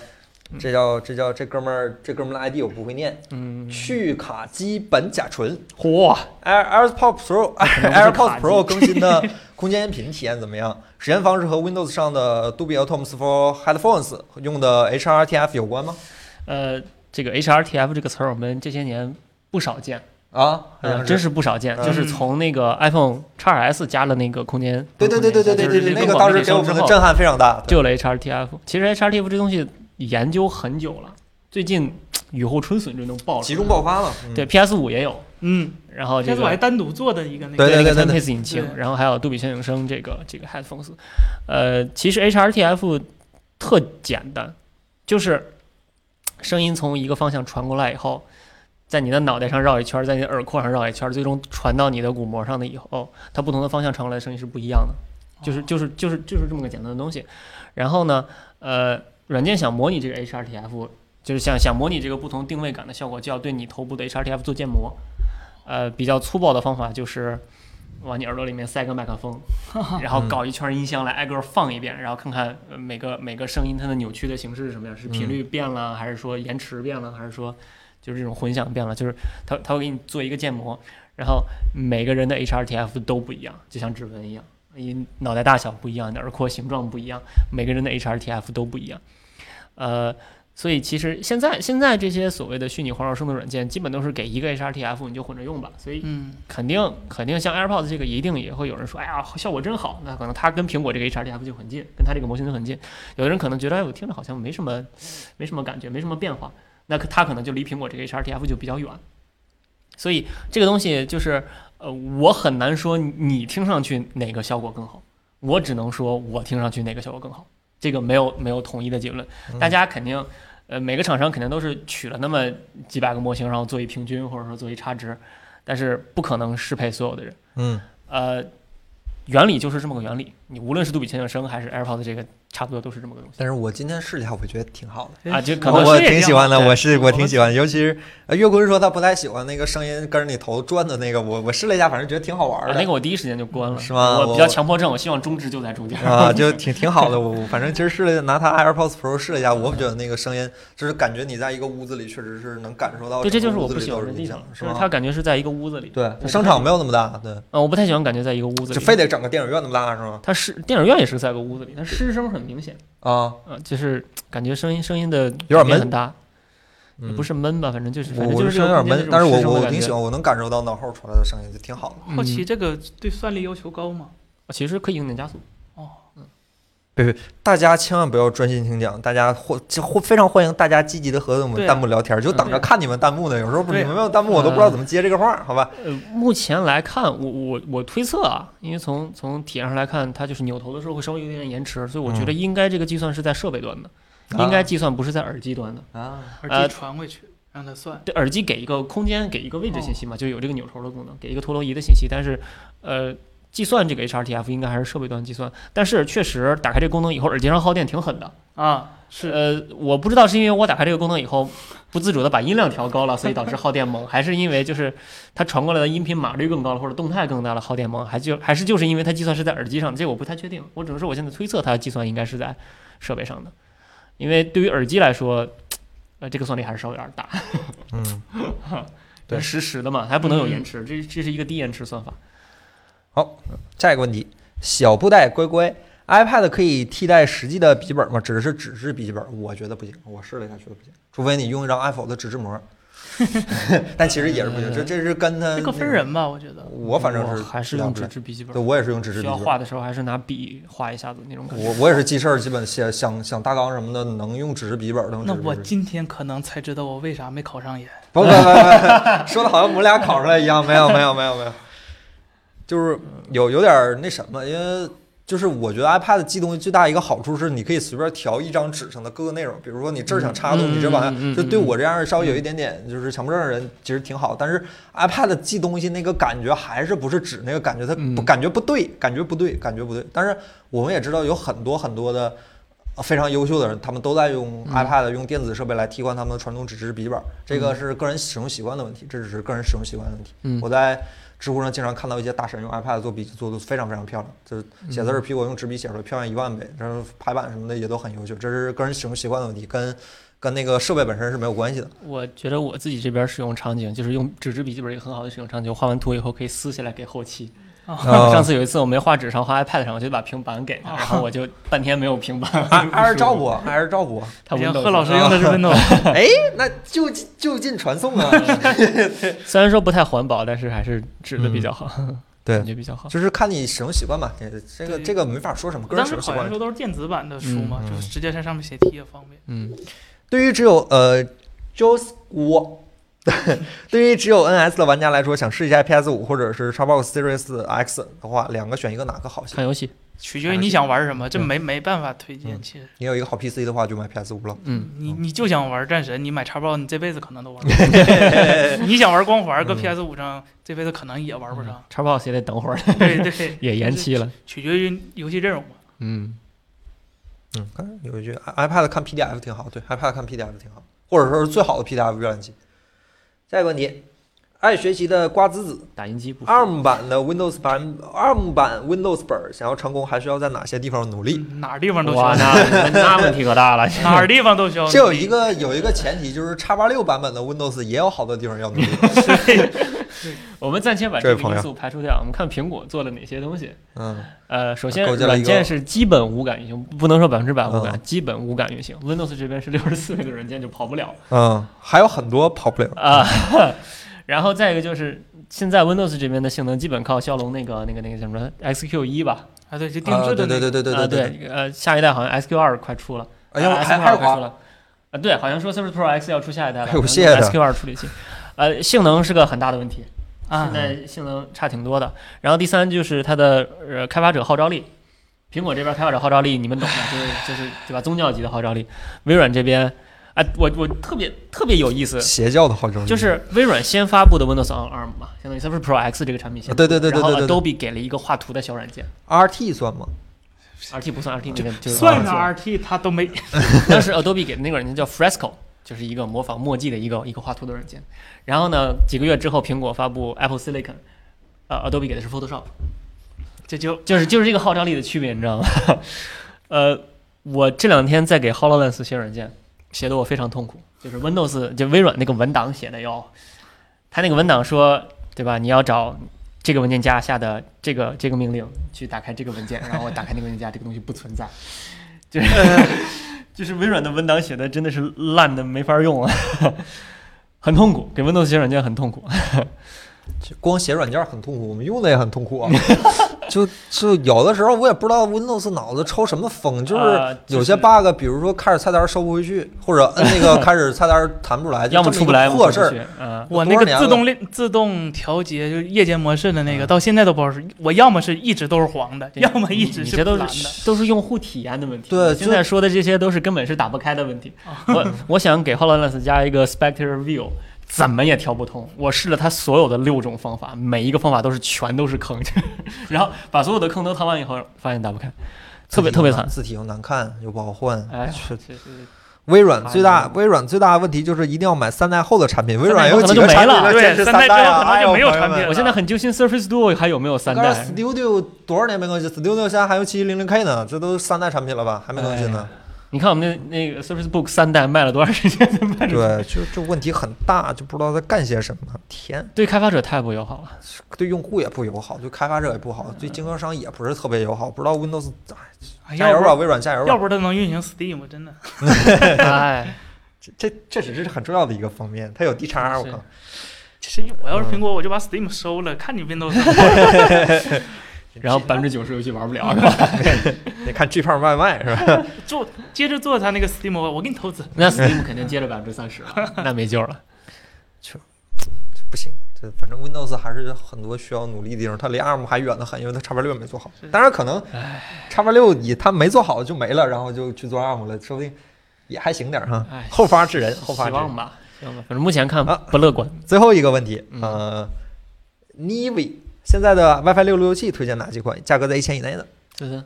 嗯这叫这叫这哥们儿这哥们儿的 ID 我不会念，嗯，去卡基苯甲醇。嚯， Air AirPods Pro 能不是 AirPods 卡机 Pro 更新的 空间音频体验怎么样？实验方式和 Windows 上的 Dolby Atmos for Headphones 用的 HRTF 有关吗？呃，这个 HRTF 这个词儿，我们这些年不少见，啊，好呃像真是是不少见。嗯就是从那个 iPhone Xs 加了那个空间，对对对对对对对对，就是那个当时给我之们后的震撼非常大。对就有了 HRTF。其实 HRTF 这东西研究很久了，最近雨后春笋这种爆集了。中爆发嘛，嗯对 PS 五也有，嗯，然后这这次我还个单独做的一个那个，对那个对 t e s 引擎，对然后还有杜比全景声这个这个 headphones。呃，其实 HRTF 特简单，就是声音从一个方向传过来以后。在你的脑袋上绕一圈，在你的耳廓上绕一圈，最终传到你的鼓膜上的以后，它不同的方向传过来的声音是不一样的。哦就是就是就是就是这么个简单的东西。然后呢，呃，软件想模拟这个 HRTF，就是想想模拟这个不同定位感的效果，就要对你头部的 HRTF 做建模。呃，比较粗暴的方法就是往你耳朵里面塞个麦克风，然后搞一圈音箱来挨个儿放一遍，然后看看呃每个每个声音它的扭曲的形式是什么样，是频率变了，还是说延迟变了，还是说就是这种混响变了，就是它它会给你做一个建模，然后每个人的 HRTF 都不一样，就像指纹一样。你脑袋大小不一样，你的耳廓形状不一样，每个人的 HRTF 都不一样。呃，所以其实现在现在这些所谓的虚拟环绕声的软件，基本都是给一个 HRTF 你就混着用吧。所以嗯，肯定肯定像 AirPods 这个，一定也会有人说，哎呀，效果真好。那可能它跟苹果这个 HRTF 就很近，跟它这个模型就很近。有的人可能觉得，哎，我听着好像没什么没什么感觉，没什么变化。那可它可能就离苹果这个 HRTF 就比较远。所以这个东西就是，呃，我很难说你听上去哪个效果更好，我只能说我听上去哪个效果更好。这个没有没有统一的结论，大家肯定，呃，每个厂商肯定都是取了那么几百个模型，然后做一平均或者说做一差值，但是不可能适配所有的人。嗯，呃，原理就是这么个原理，你无论是杜比全景声还是 AirPods 这个，差不多都是这么个东但是我今天试了一下，我觉得挺好的。哎西啊。这可我能哎我是也挺这喜样欢的，对嗯我是我我挺喜欢的，尤其是呃岳坤说他不太喜欢那个声音跟着你头转的那个，我我试了一下，反正觉得挺好玩啊的。嗯那个我第一时间就关了，是吗我我比较强迫症，我希望中置就在中间。啊，就挺挺好的。我我反正其实试了拿它 AirPods Pro 试了一下，我觉得那个声音就是感觉你在一个屋子里，确实是能感受到 对，整个屋子里都音响。这就是我不喜欢的地方，是就是它吗？感觉是在一个屋子里。对，它声场没有那么大，对，嗯，我不太喜欢感觉在一个屋子就里。非得整个电影院那么大是吗？它是电影院也是在一个屋子里，但是失声很明显，啊，啊，就是感觉声音声音的有点改变闷很大。也不是，是闷吧，反正就是我反嗯正我就是声音有点闷，但是我我挺喜欢。欢，我能感受到脑后传来的声音，就挺好的。嗯后期这个对算力要求高吗？其实可以用点加速，哦，大家千万不要专心听讲，大家欢这欢非常欢迎大家积极的和我们对啊弹幕聊天，嗯就等着对啊看你们弹幕呢。有时候不对你啊们没有弹幕，我都不知道怎么接这个话，好吧？呃，目前来看，我我我推测啊，因为从从体验上来看，它就是扭头的时候会稍微有点延迟，所以我觉得应该这个计算是在设备端的，应该计算不是在耳机端的。啊，耳机传回去让它算。这耳机给一个空间，给一个位置信息嘛，就有这个扭头的功能，给一个陀螺仪的信息。但是，呃，计算这个 HRTF 应该还是设备端计算，但是确实打开这个功能以后，耳机上耗电挺狠的。啊，是呃，我不知道是因为我打开这个功能以后，不自主的把音量调高了，所以导致耗电猛，还是因为就是它传过来的音频码率更高了，或者动态更大了，耗电猛，还就 还是就是因为它计算是在耳机上，这个我不太确定，我只能说我现在推测它计算应该是在设备上的，因为对于耳机来说，呃，这个算力还是稍微有点大，嗯，对实时的嘛，还不能有延迟，这这是一个低延迟算法。下一个问题，小布袋乖乖，iPad 可以替代实际的笔记本吗？指的是纸质笔记本，我觉得不行，我试了一下，觉得不行，除非你用一张 Apple 的纸质膜， 但其实也是不行，这这是跟它嗯这个分，人吧，我觉得。我反正我是还是比较用不纸太质笔记对本，我也是用纸质需笔要记本。画的时候还是拿笔画一下子那种感觉。我我也是记事儿，基本写想想大纲什么的，能用纸质笔记本的。那我今天可能才知道我为啥没考上研。不不不不，说的好像我们俩考出来一样，没有没有没有没有，就是有有点儿那什么，因为就是我觉得 iPad 记东西最大一个好处是，你可以随便调一张纸上的各个内容，比如说你这儿想插个东西，嗯你这玩嗯意嗯儿，嗯就对我这样稍微有一点点就是强迫症的人其实挺好，但是 iPad 记东西那个感觉还是不是纸那个感觉，它嗯不感觉不对，感觉不对，感觉不对。但是我们也知道有很多很多的。呃非常优秀的人，他们都在用嗯 iPad、用电子设备来替换他们的传统纸质笔记本，这个是个人使用习惯的问题，这只是个人使用习惯的问题。嗯我在知乎上经常看到一些大神用 iPad 做笔记，做的非常非常漂亮，就是写嗯字儿比我用纸笔写出来漂亮一万倍，然后排版什么的也都很优秀，这是个人使用习惯的问题，跟跟那个设备本身是没有关 系的。我觉得我自己这边使用场景就是用纸质笔记本一个很好的使用场景，画完图以后可以撕下来给后期。啊 上次有一次我没画纸上，画 iPad 上，我就把平板给他，哦然后我 就半天没有平板。挨挨着照顾，挨着照顾，他人家 Windows 啊贺老师用的是 Windows， 哎，那就近就近传送啊！虽然说不太环保，但是还是纸的比较好，嗯对 感，觉比较好。就是看你使用习惯吧，这这个对这个没法说什么，个人当使时用习考惯研的时。候都是电子版的书嘛，嗯嗯就是直接在上面写题也方便。嗯，对于只有呃 Juice 五， 对于只有 NS 的玩家来说，想试一下 PS 五或者是 Xbox Series X 的话，两个选一个哪个好些？看游戏，取决于你想玩什么，这对没没办法推荐。嗯其实你有一个好 PC 的话，就买 PS 五了。嗯，你你就想玩战神，你买叉 box 你这辈子可能都玩不上。嗯 你想玩光环，搁 PS 五上这辈子可能也玩不上。叉 box 也得等会儿，嗯对 对，也延期了。取决于游戏阵容嘛。嗯，嗯，看有一句 i- iPad 看 PDF 挺好，对，iPad 看 PDF 挺好，或者说是最好的 PDF 浏览器。下一个问题，爱学习的瓜子子 打印机不服。 ，ARM 版的 Windows 版 ARM 版 Windows 本想要成功，还需要在哪些地方努力？哪儿地方都需哇，要，那那问题可 大了。 哪儿地方都需要。这有一个有一个前提，就是叉八六版本的 Windows 也有好多地方要努力。我们暂且把这位这朋个友因素排除掉，我们看苹果做了哪些东西。嗯，呃，首先构建了一软个件是基本无感运行，不能说百分之百无感，嗯基本无感运行。Windows 这边是六十四个软件就跑 不了嗯，还有很多跑不了。啊。 然后再一个就是现在 Windows 这边的性能基本靠骁龙那个那个那个叫什么 XQ 一吧，啊，对，就定啊，制的对对那对个。对对啊对。对，呃，下一代好像 SQ 二快出了，哎呀，呃还 SQ2 还有快出滑，了，啊对，好像说 Surface Pro X 要出下一代了，哎呦谢谢他 SQ 二处理器，呃，性能是个很大的问题，啊现，在性能差挺多的。然后第三就是它的呃开发者号召力，苹果这边开发者号召力你们懂的，就是就是对吧？宗教级的号召力。微软这边，哎、我我特别特别有意思，邪教的号召力 就是微软先发布的 Windows on ARM 嘛，相当于 Surface Pro X 这个产品线。啊对对对对对对然后 Adobe 给了一个画图的小软件 RT 算吗？ ，RT 不算 RT 那个就是算是上 RT 它 都没。 当时 Adobe 给的那个软件叫 Fresco，就是一个模仿墨迹的一个一个画图的软件。然后呢，几个月之后，苹果发布 Apple Silicon，呃，Adobe 给的是 Photoshop。这就就是就是这个号召力的区别，你知道吗？ 呃，我这两天在给 Hololens 写软件，写的我非常痛苦。就是 Windows 就微软那个文档写的要，他那个文档说，对吧？你要找这个文件夹下的这个这个 命令去打开这个文件，然后我打开那个文件夹，这个东西不存在，就是。就是微软的文档写的真的是烂的没法用啊， 很痛苦，给 Windows 写软件很痛苦。光写软件很痛苦，我们用的也很痛苦 啊。就就有的时候我也不知道 Windows 脑子抽什么风，就是啊有些 bug，比如说开始菜单收不回去，或者摁 那个开始菜单弹不出来，就要么这么出不一个来，要么破出事不儿去。。啊，我我那多少个年自了嗯动练自动调节就是夜间模式的那个，到现在都不知道是，我要么是一直都是黄的，对要 么一直你是这都蓝的。是 都是用户体验的问题。对你现就在说的这些都是根本是打不开的问题。哦 我我想给 Hololens 加一个 Spectre View，怎么也调不通。我试了它所有的六种方法，每一个方法都是全都是坑， 然后把所有的坑都掏完以后，发现打不开，特别特别惨。字体又难看又不好换。哎呀，确这这微软最哎大呀微软最大的问题就是一定要买三代后的产品，微三软代以后有可能几就个没产品了在对坚持三代之代后啊？可能哎就呦没有朋友产们品了我现在很揪心，Surface Duo 还有没有三刚代才？Studio 多少年没更新？Studio 现在还有七零零 K 呢，这都三代产品了吧？还没更哎新呢。你看我们那那个 Surface Book 三代卖了多长时间 才卖出去？对，就这问题很大，就不知道在干些什么。天，对开发者太不友好了。 对用户也不友好，对开发者也不好，对经销商也不是特别友好。不知道 Windows 嗯哎加要油不吧，微软加油要吧！不它能运行 Steam，真的。哎，这这这只是很重要的一个方面，它有 D 叉，我是靠，其实我要是苹果，我就把 Steam 收了，看你 Windows 嗯怎么做。然后百分之九十游戏玩不了是吧？得看 G 胖外卖是吧？ 做接着做它那个 Steam，我我给你投资。 那 Steam 肯定接着百分之三十了， 那没救了。不行，这反正 Windows 还是有很多需要努力的地方，它离 ARM 还远得很，因为它叉八六没做好是。当然可能叉八六以它没做好就没了，然后就去做 ARM 了，说不定也还行点儿哈哎。后发制人，后发希制人望。吧，希望吧。反正目前看啊不乐观。最后一个问题，嗯呃，Nivi 现在的 WiFi 六路由器推荐哪几款？价格在一千以内的。就是，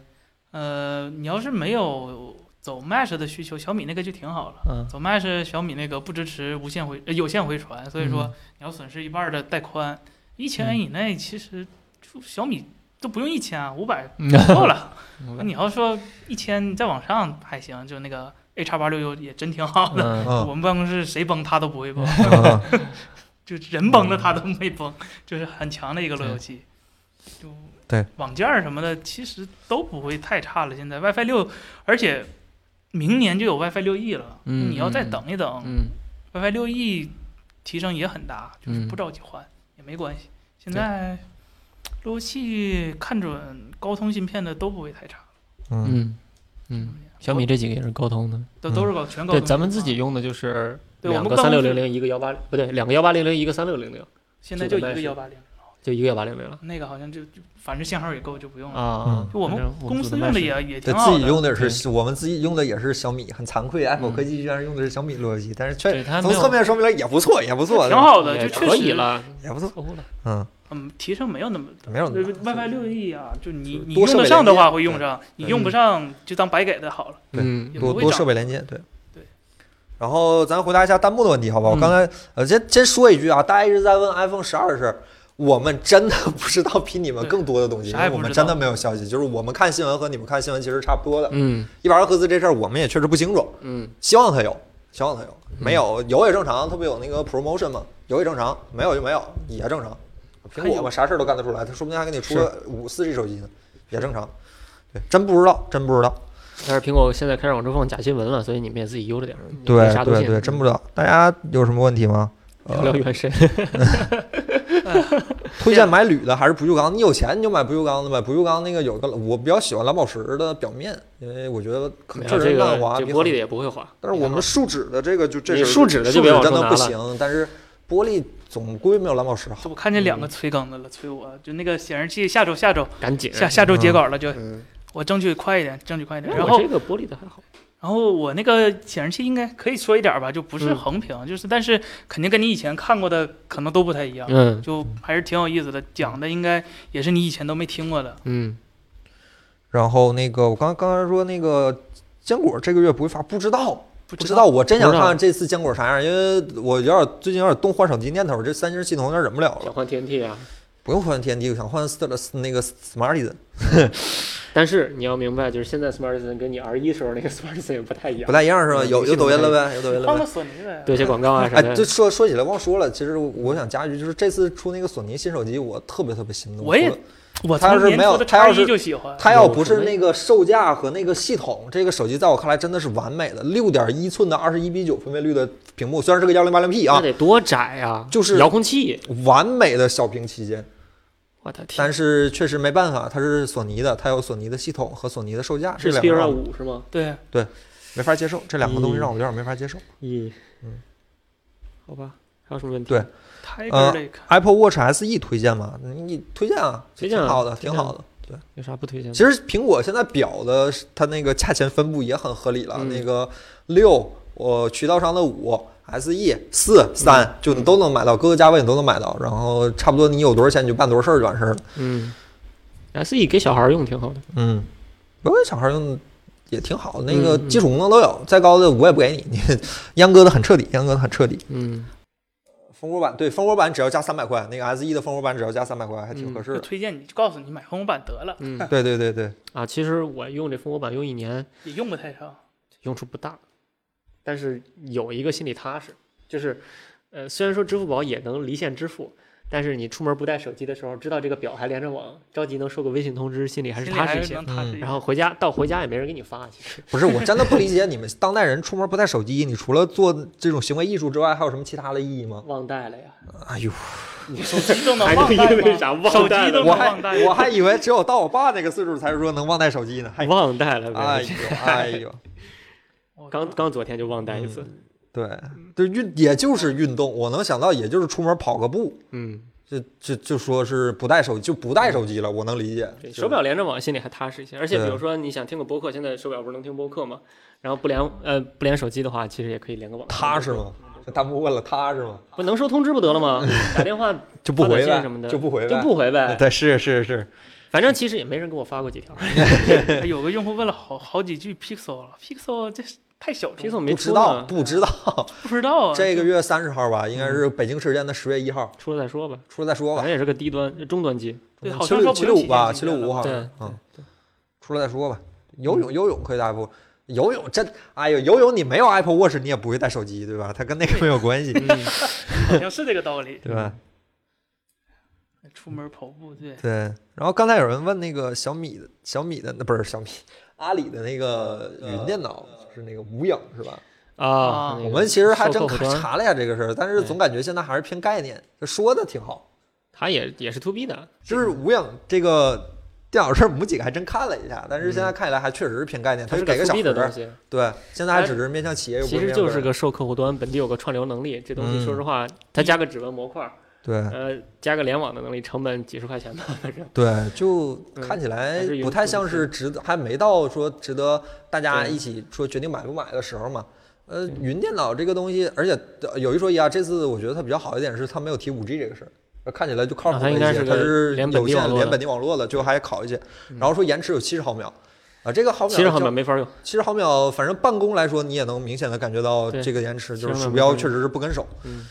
呃，你要是没有走 Mesh 的需求，小米那个就挺好了。嗯，走 Mesh 小米那个不支持无线回、呃、有线回传，所以说嗯你要损失一半的带宽。一千嗯元以内，其实就小米都不用一千啊，五百嗯够了。你要说一千再往上还行，就那个 A 叉八六六也真挺好的。嗯嗯我们办公室谁崩它都不会崩，嗯就人崩了它都没崩，就是很强的一个路由器。就对网件儿什么的，其实都不会太差了。现在 WiFi 六，而且明年就有 WiFi 六 E 了，嗯你要再嗯等一等、嗯 w i f i 六 E 提升也很大，就是嗯不着急换、也没关系。现对在路由器看准高通芯片的都不会太差。嗯，嗯嗯，小米这几个也是高通的。都都是搞全搞对，通啊咱们自信嘛己用的就是对我两们个办三公六室零零，一个幺八，不对，两个幺八零零，一个三六零零，现在就一就个是幺八零，就一个幺八零零了那个好像就就反正信号也够，就不用了。啊嗯。就我反们正公司组的用的 Mesh 也也挺对好自己用的，的是我们自己用的也是小米，很惭愧，Apple 嗯科技居然用的是小米路由器，但是确对它从没有侧面说明来也不错，也不错，挺好的，也就确可以实了，也不错，错过了。嗯，嗯提升没有那么大。没有那么 WiFi 六 E 啊，就你你多用设得备嗯上的连接话会用上，你对用不上就当白给的好了。对嗯也不多会多涨设备连接，对对。然后咱回答一下弹幕的问题，好吧？我嗯刚才呃，先先说一句啊，大家一直在问 iPhone 十二的事儿，我们真的不知道比你们对更多的东西，因啥也为不我们知真道的没有消息，就是我们看新闻和你们看新闻其实差不多的。嗯一百二赫兹这事儿我们也确实不清楚，嗯希望它有，希望它有，没有有也正常，它不有那个 promotion 吗？有也正常，没有就没有也正常。苹果嘛，啥事儿都干得出来，它说不定还给你出个五四 G 手机呢，也正常。对，真不知道，真不知道。但是苹果现在开始往出放假新闻了，所以你们也自己悠着点儿。对啥都对信对，真不知道。大家有什么问题吗？聊聊呃，原神。推荐买铝的还是不锈钢？你有钱你就买不锈钢的呗。不锈钢那个有个，我比较喜欢蓝宝石的表面，因为我觉得没这有这人啊个慢滑，这比玻璃很的也不会滑。但是我们树脂的这个就这你是树脂的树就别真往手的拿不了行，但是玻璃总归没有蓝宝石好。我看见两嗯个催更的了，催我就那个显示器下周下周赶紧下下周截嗯稿了，就嗯，我争取快一点，争取快一点。哎然我后这个玻璃的还好，然后我那个显示器应该可以说一点儿吧，就不是嗯横屏，就是但是肯定跟你以前看过的可能都不太一样，嗯就还是挺有意思的，讲的应该也是你以前都没听过的。嗯，然后那个我刚刚才说那个坚果这个月不会发，不知道。不不知知道，我真想不知看道看这次坚果啥样，因为我有点最近有点动换手机念头，这三星系统有点忍不了想了。换 TNT 啊，不用换天梯，我想换 St 那个 Smartisan，但是你要明白，就是现在 Smartisan 跟你 R 一时候那个 Smartisan 也不太一样不，太一样是吧？嗯有有抖音了呗，有抖音了换呗个。索尼的，对，一些广告啊什哎，么这的，说说起来忘说了，其实我想加一句，就是这次出那个索尼新手机，我特别特别心动。我也除了我他要从是年没有头的他叉要是一就喜欢，它要不有是什么那个售价和那个系统，这个手机在我看来真的是完美的，六点一寸的二十一比九分辨率的屏幕，虽然是个幺零八零 P 那啊，得多窄啊！就是遥控器，完美的小屏旗舰，我的天，但是确实没办法，它是索尼的，它有索尼的系统和索尼的售价，这是两 P 个二让我五是吗？对，没法接受，这两个东西嗯让我有点没法接受。咦，嗯，好吧，还有什么问题？对 Tiger Lake， Apple Watch SE 推荐吗？你推荐啊，推荐啊挺好的，推挺荐好的。对，有啥不推荐的？其实苹果现在表的是它那个价钱分布也很合理了，嗯那个六，我渠道上的五，SE 四三，就你都能买到，各个价位你都能买到，然后差不多你有多少钱你就办多少事儿就完事儿了。嗯，SE 给小孩儿用挺好的。嗯，不过小孩用也挺好，那个嗯嗯基础功能都有，再高的我也不给你， 你阉割的很彻底，阉割的很彻底。嗯，蜂窝版对蜂窝版只要加三百块，那个 SE 的蜂窝版只要加三百块还挺合适就的。推荐你，就告诉你买红版得了，嗯嗯对对对对，啊，其实我用这蜂窝版用一年，也用不太上。用处不大，但是有一个心里踏实，就是，呃，虽然说支付宝也能离线支付，但是你出门不带手机的时候，知道这个表还连着网，着急能收个微信通知，心里还是心里踏还实一是些。能踏嗯实一些然。后回家到回家也没人给你发，其实不是，我真的不理解你们当代人出门不带手机，你除了做这种行为艺术之外，还有什么其他的意义吗？忘带了呀。哎呦，手机都能还忘能带因为吗啥忘手带机了都我能还忘带。我还以为只有到我爸那个岁数才说能忘带手 机呢，还忘带了哎呗，呦哎呦，我刚刚昨天就忘带一次。 嗯对，对运也就是运动，我能想到也就是出门跑个步，嗯，就就就说是不带手就不带手机了，我能理解。对，就手表连着网心里还踏实一些。而且比对如说你想听个播客，现在手表不是能听播客吗？然后不连呃不连手机的话，其实也可以连个网。踏实吗？这弹幕问了踏实吗？不能收通知不得 了吗？打电话就不发回短信呗什么的，就不回呗，就不回呗。 对，是是是，反正其实也没人给我发过几条 哎有个用户问了好好几句 Pixel 了，Pixel 这是太小众，Pixel 了，没不出知呢哦道不知道，不知道啊。这个嗯月三十号吧，应该是嗯北京时间的十月一号，出了再说吧，出来再说吧反。正也是个低端终端机。对，好七像六说不嗯七用六五体验吧，经七六验五了好对像，嗯，出来再说吧。游泳游泳可以带 Apple，游泳真，哎呦，游泳你没有 Apple Watch 你也不会带手机，对吧？它跟那个没有关系，好像是这个道理。啊 对吧？出门跑步，对，对。然后刚才有人问那个小米的小米的那不是小米阿里的那个云电脑是那个无影是吧？啊啊，那个我们其实还真售后端查了一下这个事儿，但是对总感觉现在还是偏概念，就说的挺好。它也也是 to B 的，就是无影这个电脑事儿，母几个还真看了一下，但是现在看起来还确实是偏概念，它它就是给个个 to 小 B 的盒东儿，西，对，现在还只是面向企业，又不哎其实面向就个是人个售客户端本地有个串流能力，这东西嗯说实话，它加个指纹模块，对呃，加个联网的能力，成本几十块钱吧，反正对，就嗯看起来还是有不太像是值得，还没到说值得大家一起说决定买不买的时候嘛。呃，云电脑这个东西，而且呃有一说一啊，这次我觉得它比较好一点是它没有提5 G 这个事儿。呃看起来就靠啊谱它了一应该些，是它个是连本有地网线络连的本地网络的，就还好一些。嗯然后说延迟有七十毫秒，啊，这个毫秒七十毫就秒没法用。七十毫秒，反正办公来说，你也能明显的感觉到对这个延迟，就是70毫秒鼠没标关系确实是不跟手。嗯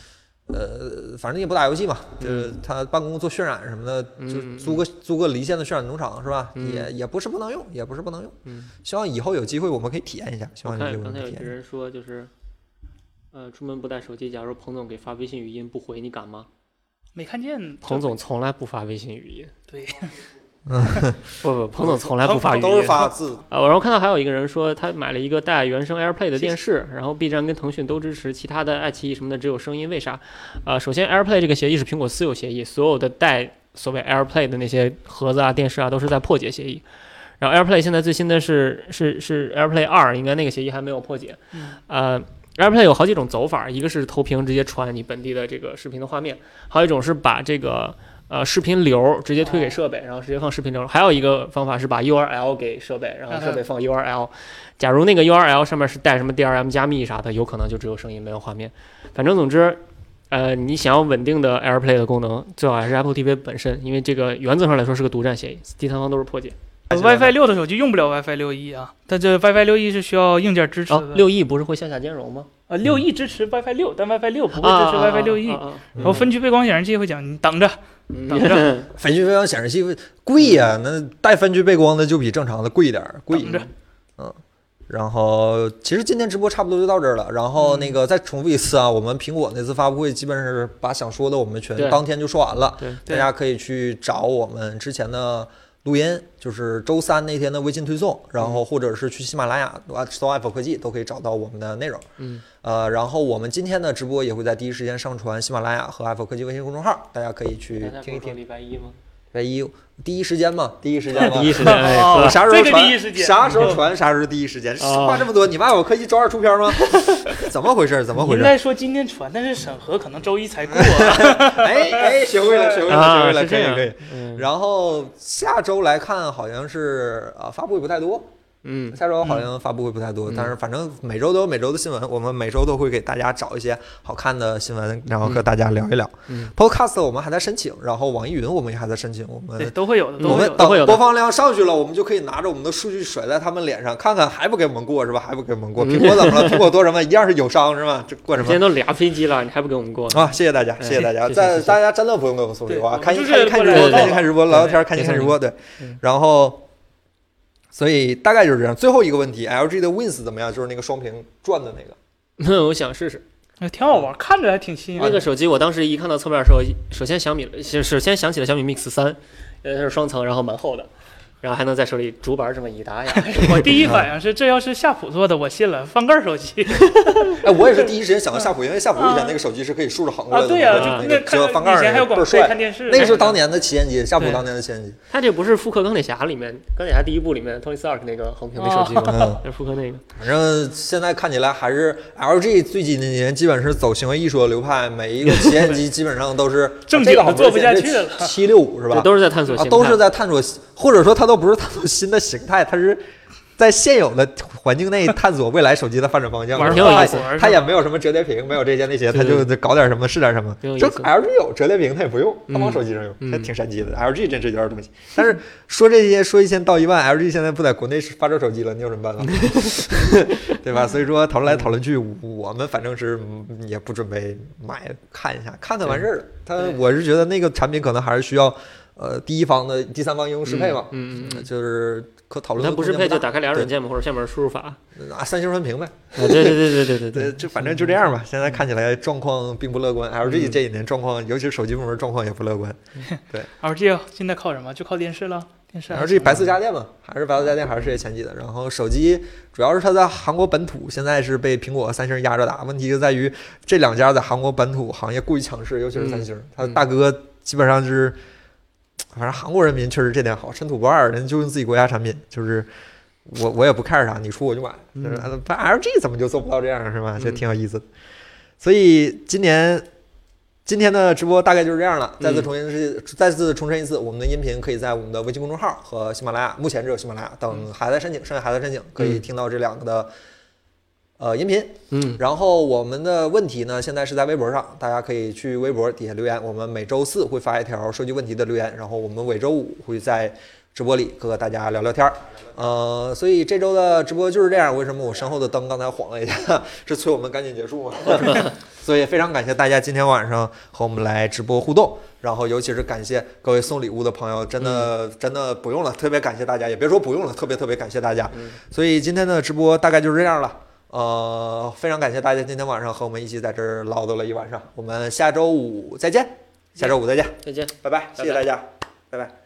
呃，反正也不打游戏嘛，就是他办公做渲染什么的，就嗯租个租个离线的渲染农场是吧？嗯也也不是不能用，也不是不能用。嗯，希望以后有机会我们可以体验一下，希我望有机看会我刚们才体有一验一个下。人说就是，呃，出门不带手机，假如彭总给发微信语音不回，你敢吗？没看见。彭总从来不发微信语音，对，不不，彭总从来不发语音，嗯都是发字，啊，我然后看到还有一个人说他买了一个带原生 AirPlay 的电视，然后 B 站跟腾讯都支持，其他的爱奇艺什么的只有声音，为啥？啊、首先 AirPlay 这个协议是苹果私有协议，所有的带所谓 AirPlay 的那些盒子啊、电视啊都是在破解协议。然后 AirPlay 现在最新的是是是 AirPlay 二，应该那个协议还没有破解。嗯呃，AirPlay 有好几种走法，一个是投屏直接传你本地的这个视频的画面，还有一种是把这个呃视频流儿直接推给设备，然后直接放视频流儿。还有一个方法是把 URL 给设备，然后设备放 URL。假如那个 URL 上面是带什么 DRM 加密啥的，有可能就只有声音没有画面。反正总之。呃，你想要稳定的 AirPlay 的功能，最好还是 Apple TV 本身，因为这个原则上来说是个独占协议，第三方都是破解。 WiFi 六的手机用不了 WiFi 六 E 啊，但这 WiFi 六 E 是需要硬件支持哦，的。六 E 不是会向下兼容吗？啊，六 E 支持 WiFi 六，但 WiFi 啊六不不会啊支持 WiFi 六 E。然然后分区背光显示器会讲，你等着，嗯等着，分区背光显示器贵呀，那带分区背光的就比正常的贵一点儿，贵等。着。然后其实今天直播差不多就到这儿了。然后那嗯个再重复一次啊，我们苹果那次发布会基本是把想说的我们全对当天就说完了，对大家可以去找我们之前的。录音就是周三那天的微信推送，然嗯后或者是去喜马拉雅啊搜 App 科技都可以找到我们的内容。嗯，呃，然后我们今天的直播也会在第一时间上传喜马拉雅和 App 科技微信公众号，大家可以去听一听。礼拜一吗？唯一第一时间嘛，第一时间嘛， 第一时间，哎哦我啥时候这个传？第一时间啥时嗯候传？啥时候第一时间？哦话这么多，你们爱我科技周二出片吗？ 怎么回事？怎么回应事？该说今天传，但是审核可能周一才过、啊。哎哎，学会了，学会 了，学啊会了，是可这以样可以。嗯然后下周来看，好像是啊发布会不太多，嗯，下周好像发布会不太多，嗯但是反正每周都有每周的新闻，我们每周都会给大家找一些好看的新闻，然后和大家聊一聊。嗯 Podcast 我们还在申请，然后网易云我们也还在申请，我对，们。都会有的，呃我都会们有的。等都会有的播放量上去了，我们就可以拿着我们的数据甩在他们脸上，看看还不给我们过是吧？还不给我们过？嗯苹果怎么了？苹果多什么？一样是友商是吧？这过什今么天？都俩飞机了，你还不给我们 过呢？啊，谢谢大家，谢谢大家，谢谢在谢谢大家真的不用给我们送礼物啊，对看我一们看就一看是直过播，来聊看一看直播，聊聊天，看一没看错直播，对嗯，然后。所以大概就是这样。最后一个问题，LG 的 Wins 怎么样？就是那个双屏转的那个。我想试试哎挺好玩，看着还挺嗯新那颖。个手机，我当时一看到侧面的时候，首先小米，首首先想起了小米 Mix 三，呃，是双层，然后蛮厚的，然后还能在手里竹板这么一搭 呀，哎我第一反应是，这要是夏普做的，我信了。翻盖手机 哎，我也是第一时间想到夏普，因为夏普以前那个手机是可以竖着横过来嗯啊，的，对呀、啊呀、就那那个看折翻盖以前还有儿广倍儿播看帅。电视，那个是当年的旗舰机，夏普对当年的旗舰机。它这不是复刻钢铁侠里面钢铁侠第一部里面 Tony Stark 那个横屏的手机吗？嗯，就是复刻那个，反正现在看起来还是 LG 最近几年基本是走行为艺术的流派，每一个旗舰机基本上都是 正这个经的好做不下去了七六五是吧对，？都是在探索啊新，态，都是在探索，或者说它都不是探索新的形态，它是在现有的环境内探索未来手机的发展方向。玩儿它挺有意思玩儿它也没有什么折叠屏，没有这些那些，它对就搞点什么是点什么挺有。意就思 LG 有折叠屏，它也不用，它往嗯手机上用，嗯还挺神奇的。LG 真是有点东西。但是说这些说一千道一万，LG 现在不在国内发售手机了，你有什么办法？对吧？所以说讨论来讨论去，我们反正是嗯也不准备买，看一下，看看完事儿了。但对我是觉得那个产品可能还是需要，呃，第一方的第三方应用适配嘛，嗯嗯嗯就是可讨论它的不空适间配不就大。打开俩软件嘛，或者下面输入法。啊拿三星分屏呗，对啊对对对对对对，嗯对，就反正就这样吧。现在看起来状况并不乐观，LG 这几年状况，尤其是手机部门状况也不乐观。 LG 现在靠什么？就靠电视了，电视还是。 LG 白色家电嘛，还是白色家电，还是世界前几的。然后手机主要是它在韩国本土现在是被苹果、三星压着打，问题就在于这两家在韩国本土行业过于强势，尤其是三星，它大哥基本上就是，反正韩国人民确实这点好，尘土不二，人就用自己国家产品，就是。我我也不看啥，你出我就买。就是 LG 怎么就做不到这样是吧？这嗯挺有意思的。所以今年今天的直播大概就是这样了。再次重新是、再次重申一次，我们的音频可以在我们的微信公众号和喜马拉雅，目前只有喜马拉雅，等还在申请，剩下还在申请，可以听到这两个的。呃，音频，嗯，然后我们的问题呢，现在是在微博上，大家可以去微博底下留言。我们每周四会发一条收集问题的留言，然后我们每周五会在直播里和大家聊聊天儿。呃，所以这周的直播就是这样。为什么我身后的灯刚才晃了一下？ 是催我们赶紧结束吗？ 所以非常感谢大家今天晚上和我们来直播互动，然后尤其是感谢各位送礼物的朋友，真的、真的不用了，特别感谢大家，也别说不用了，特别特别感谢大家。嗯所以今天的直播大概就是这样了。呃，非常感谢大家今天晚上和我们一起在这儿唠叨了一晚上，我们下周五再见，下周五再见，再见。拜拜，谢谢大家，拜拜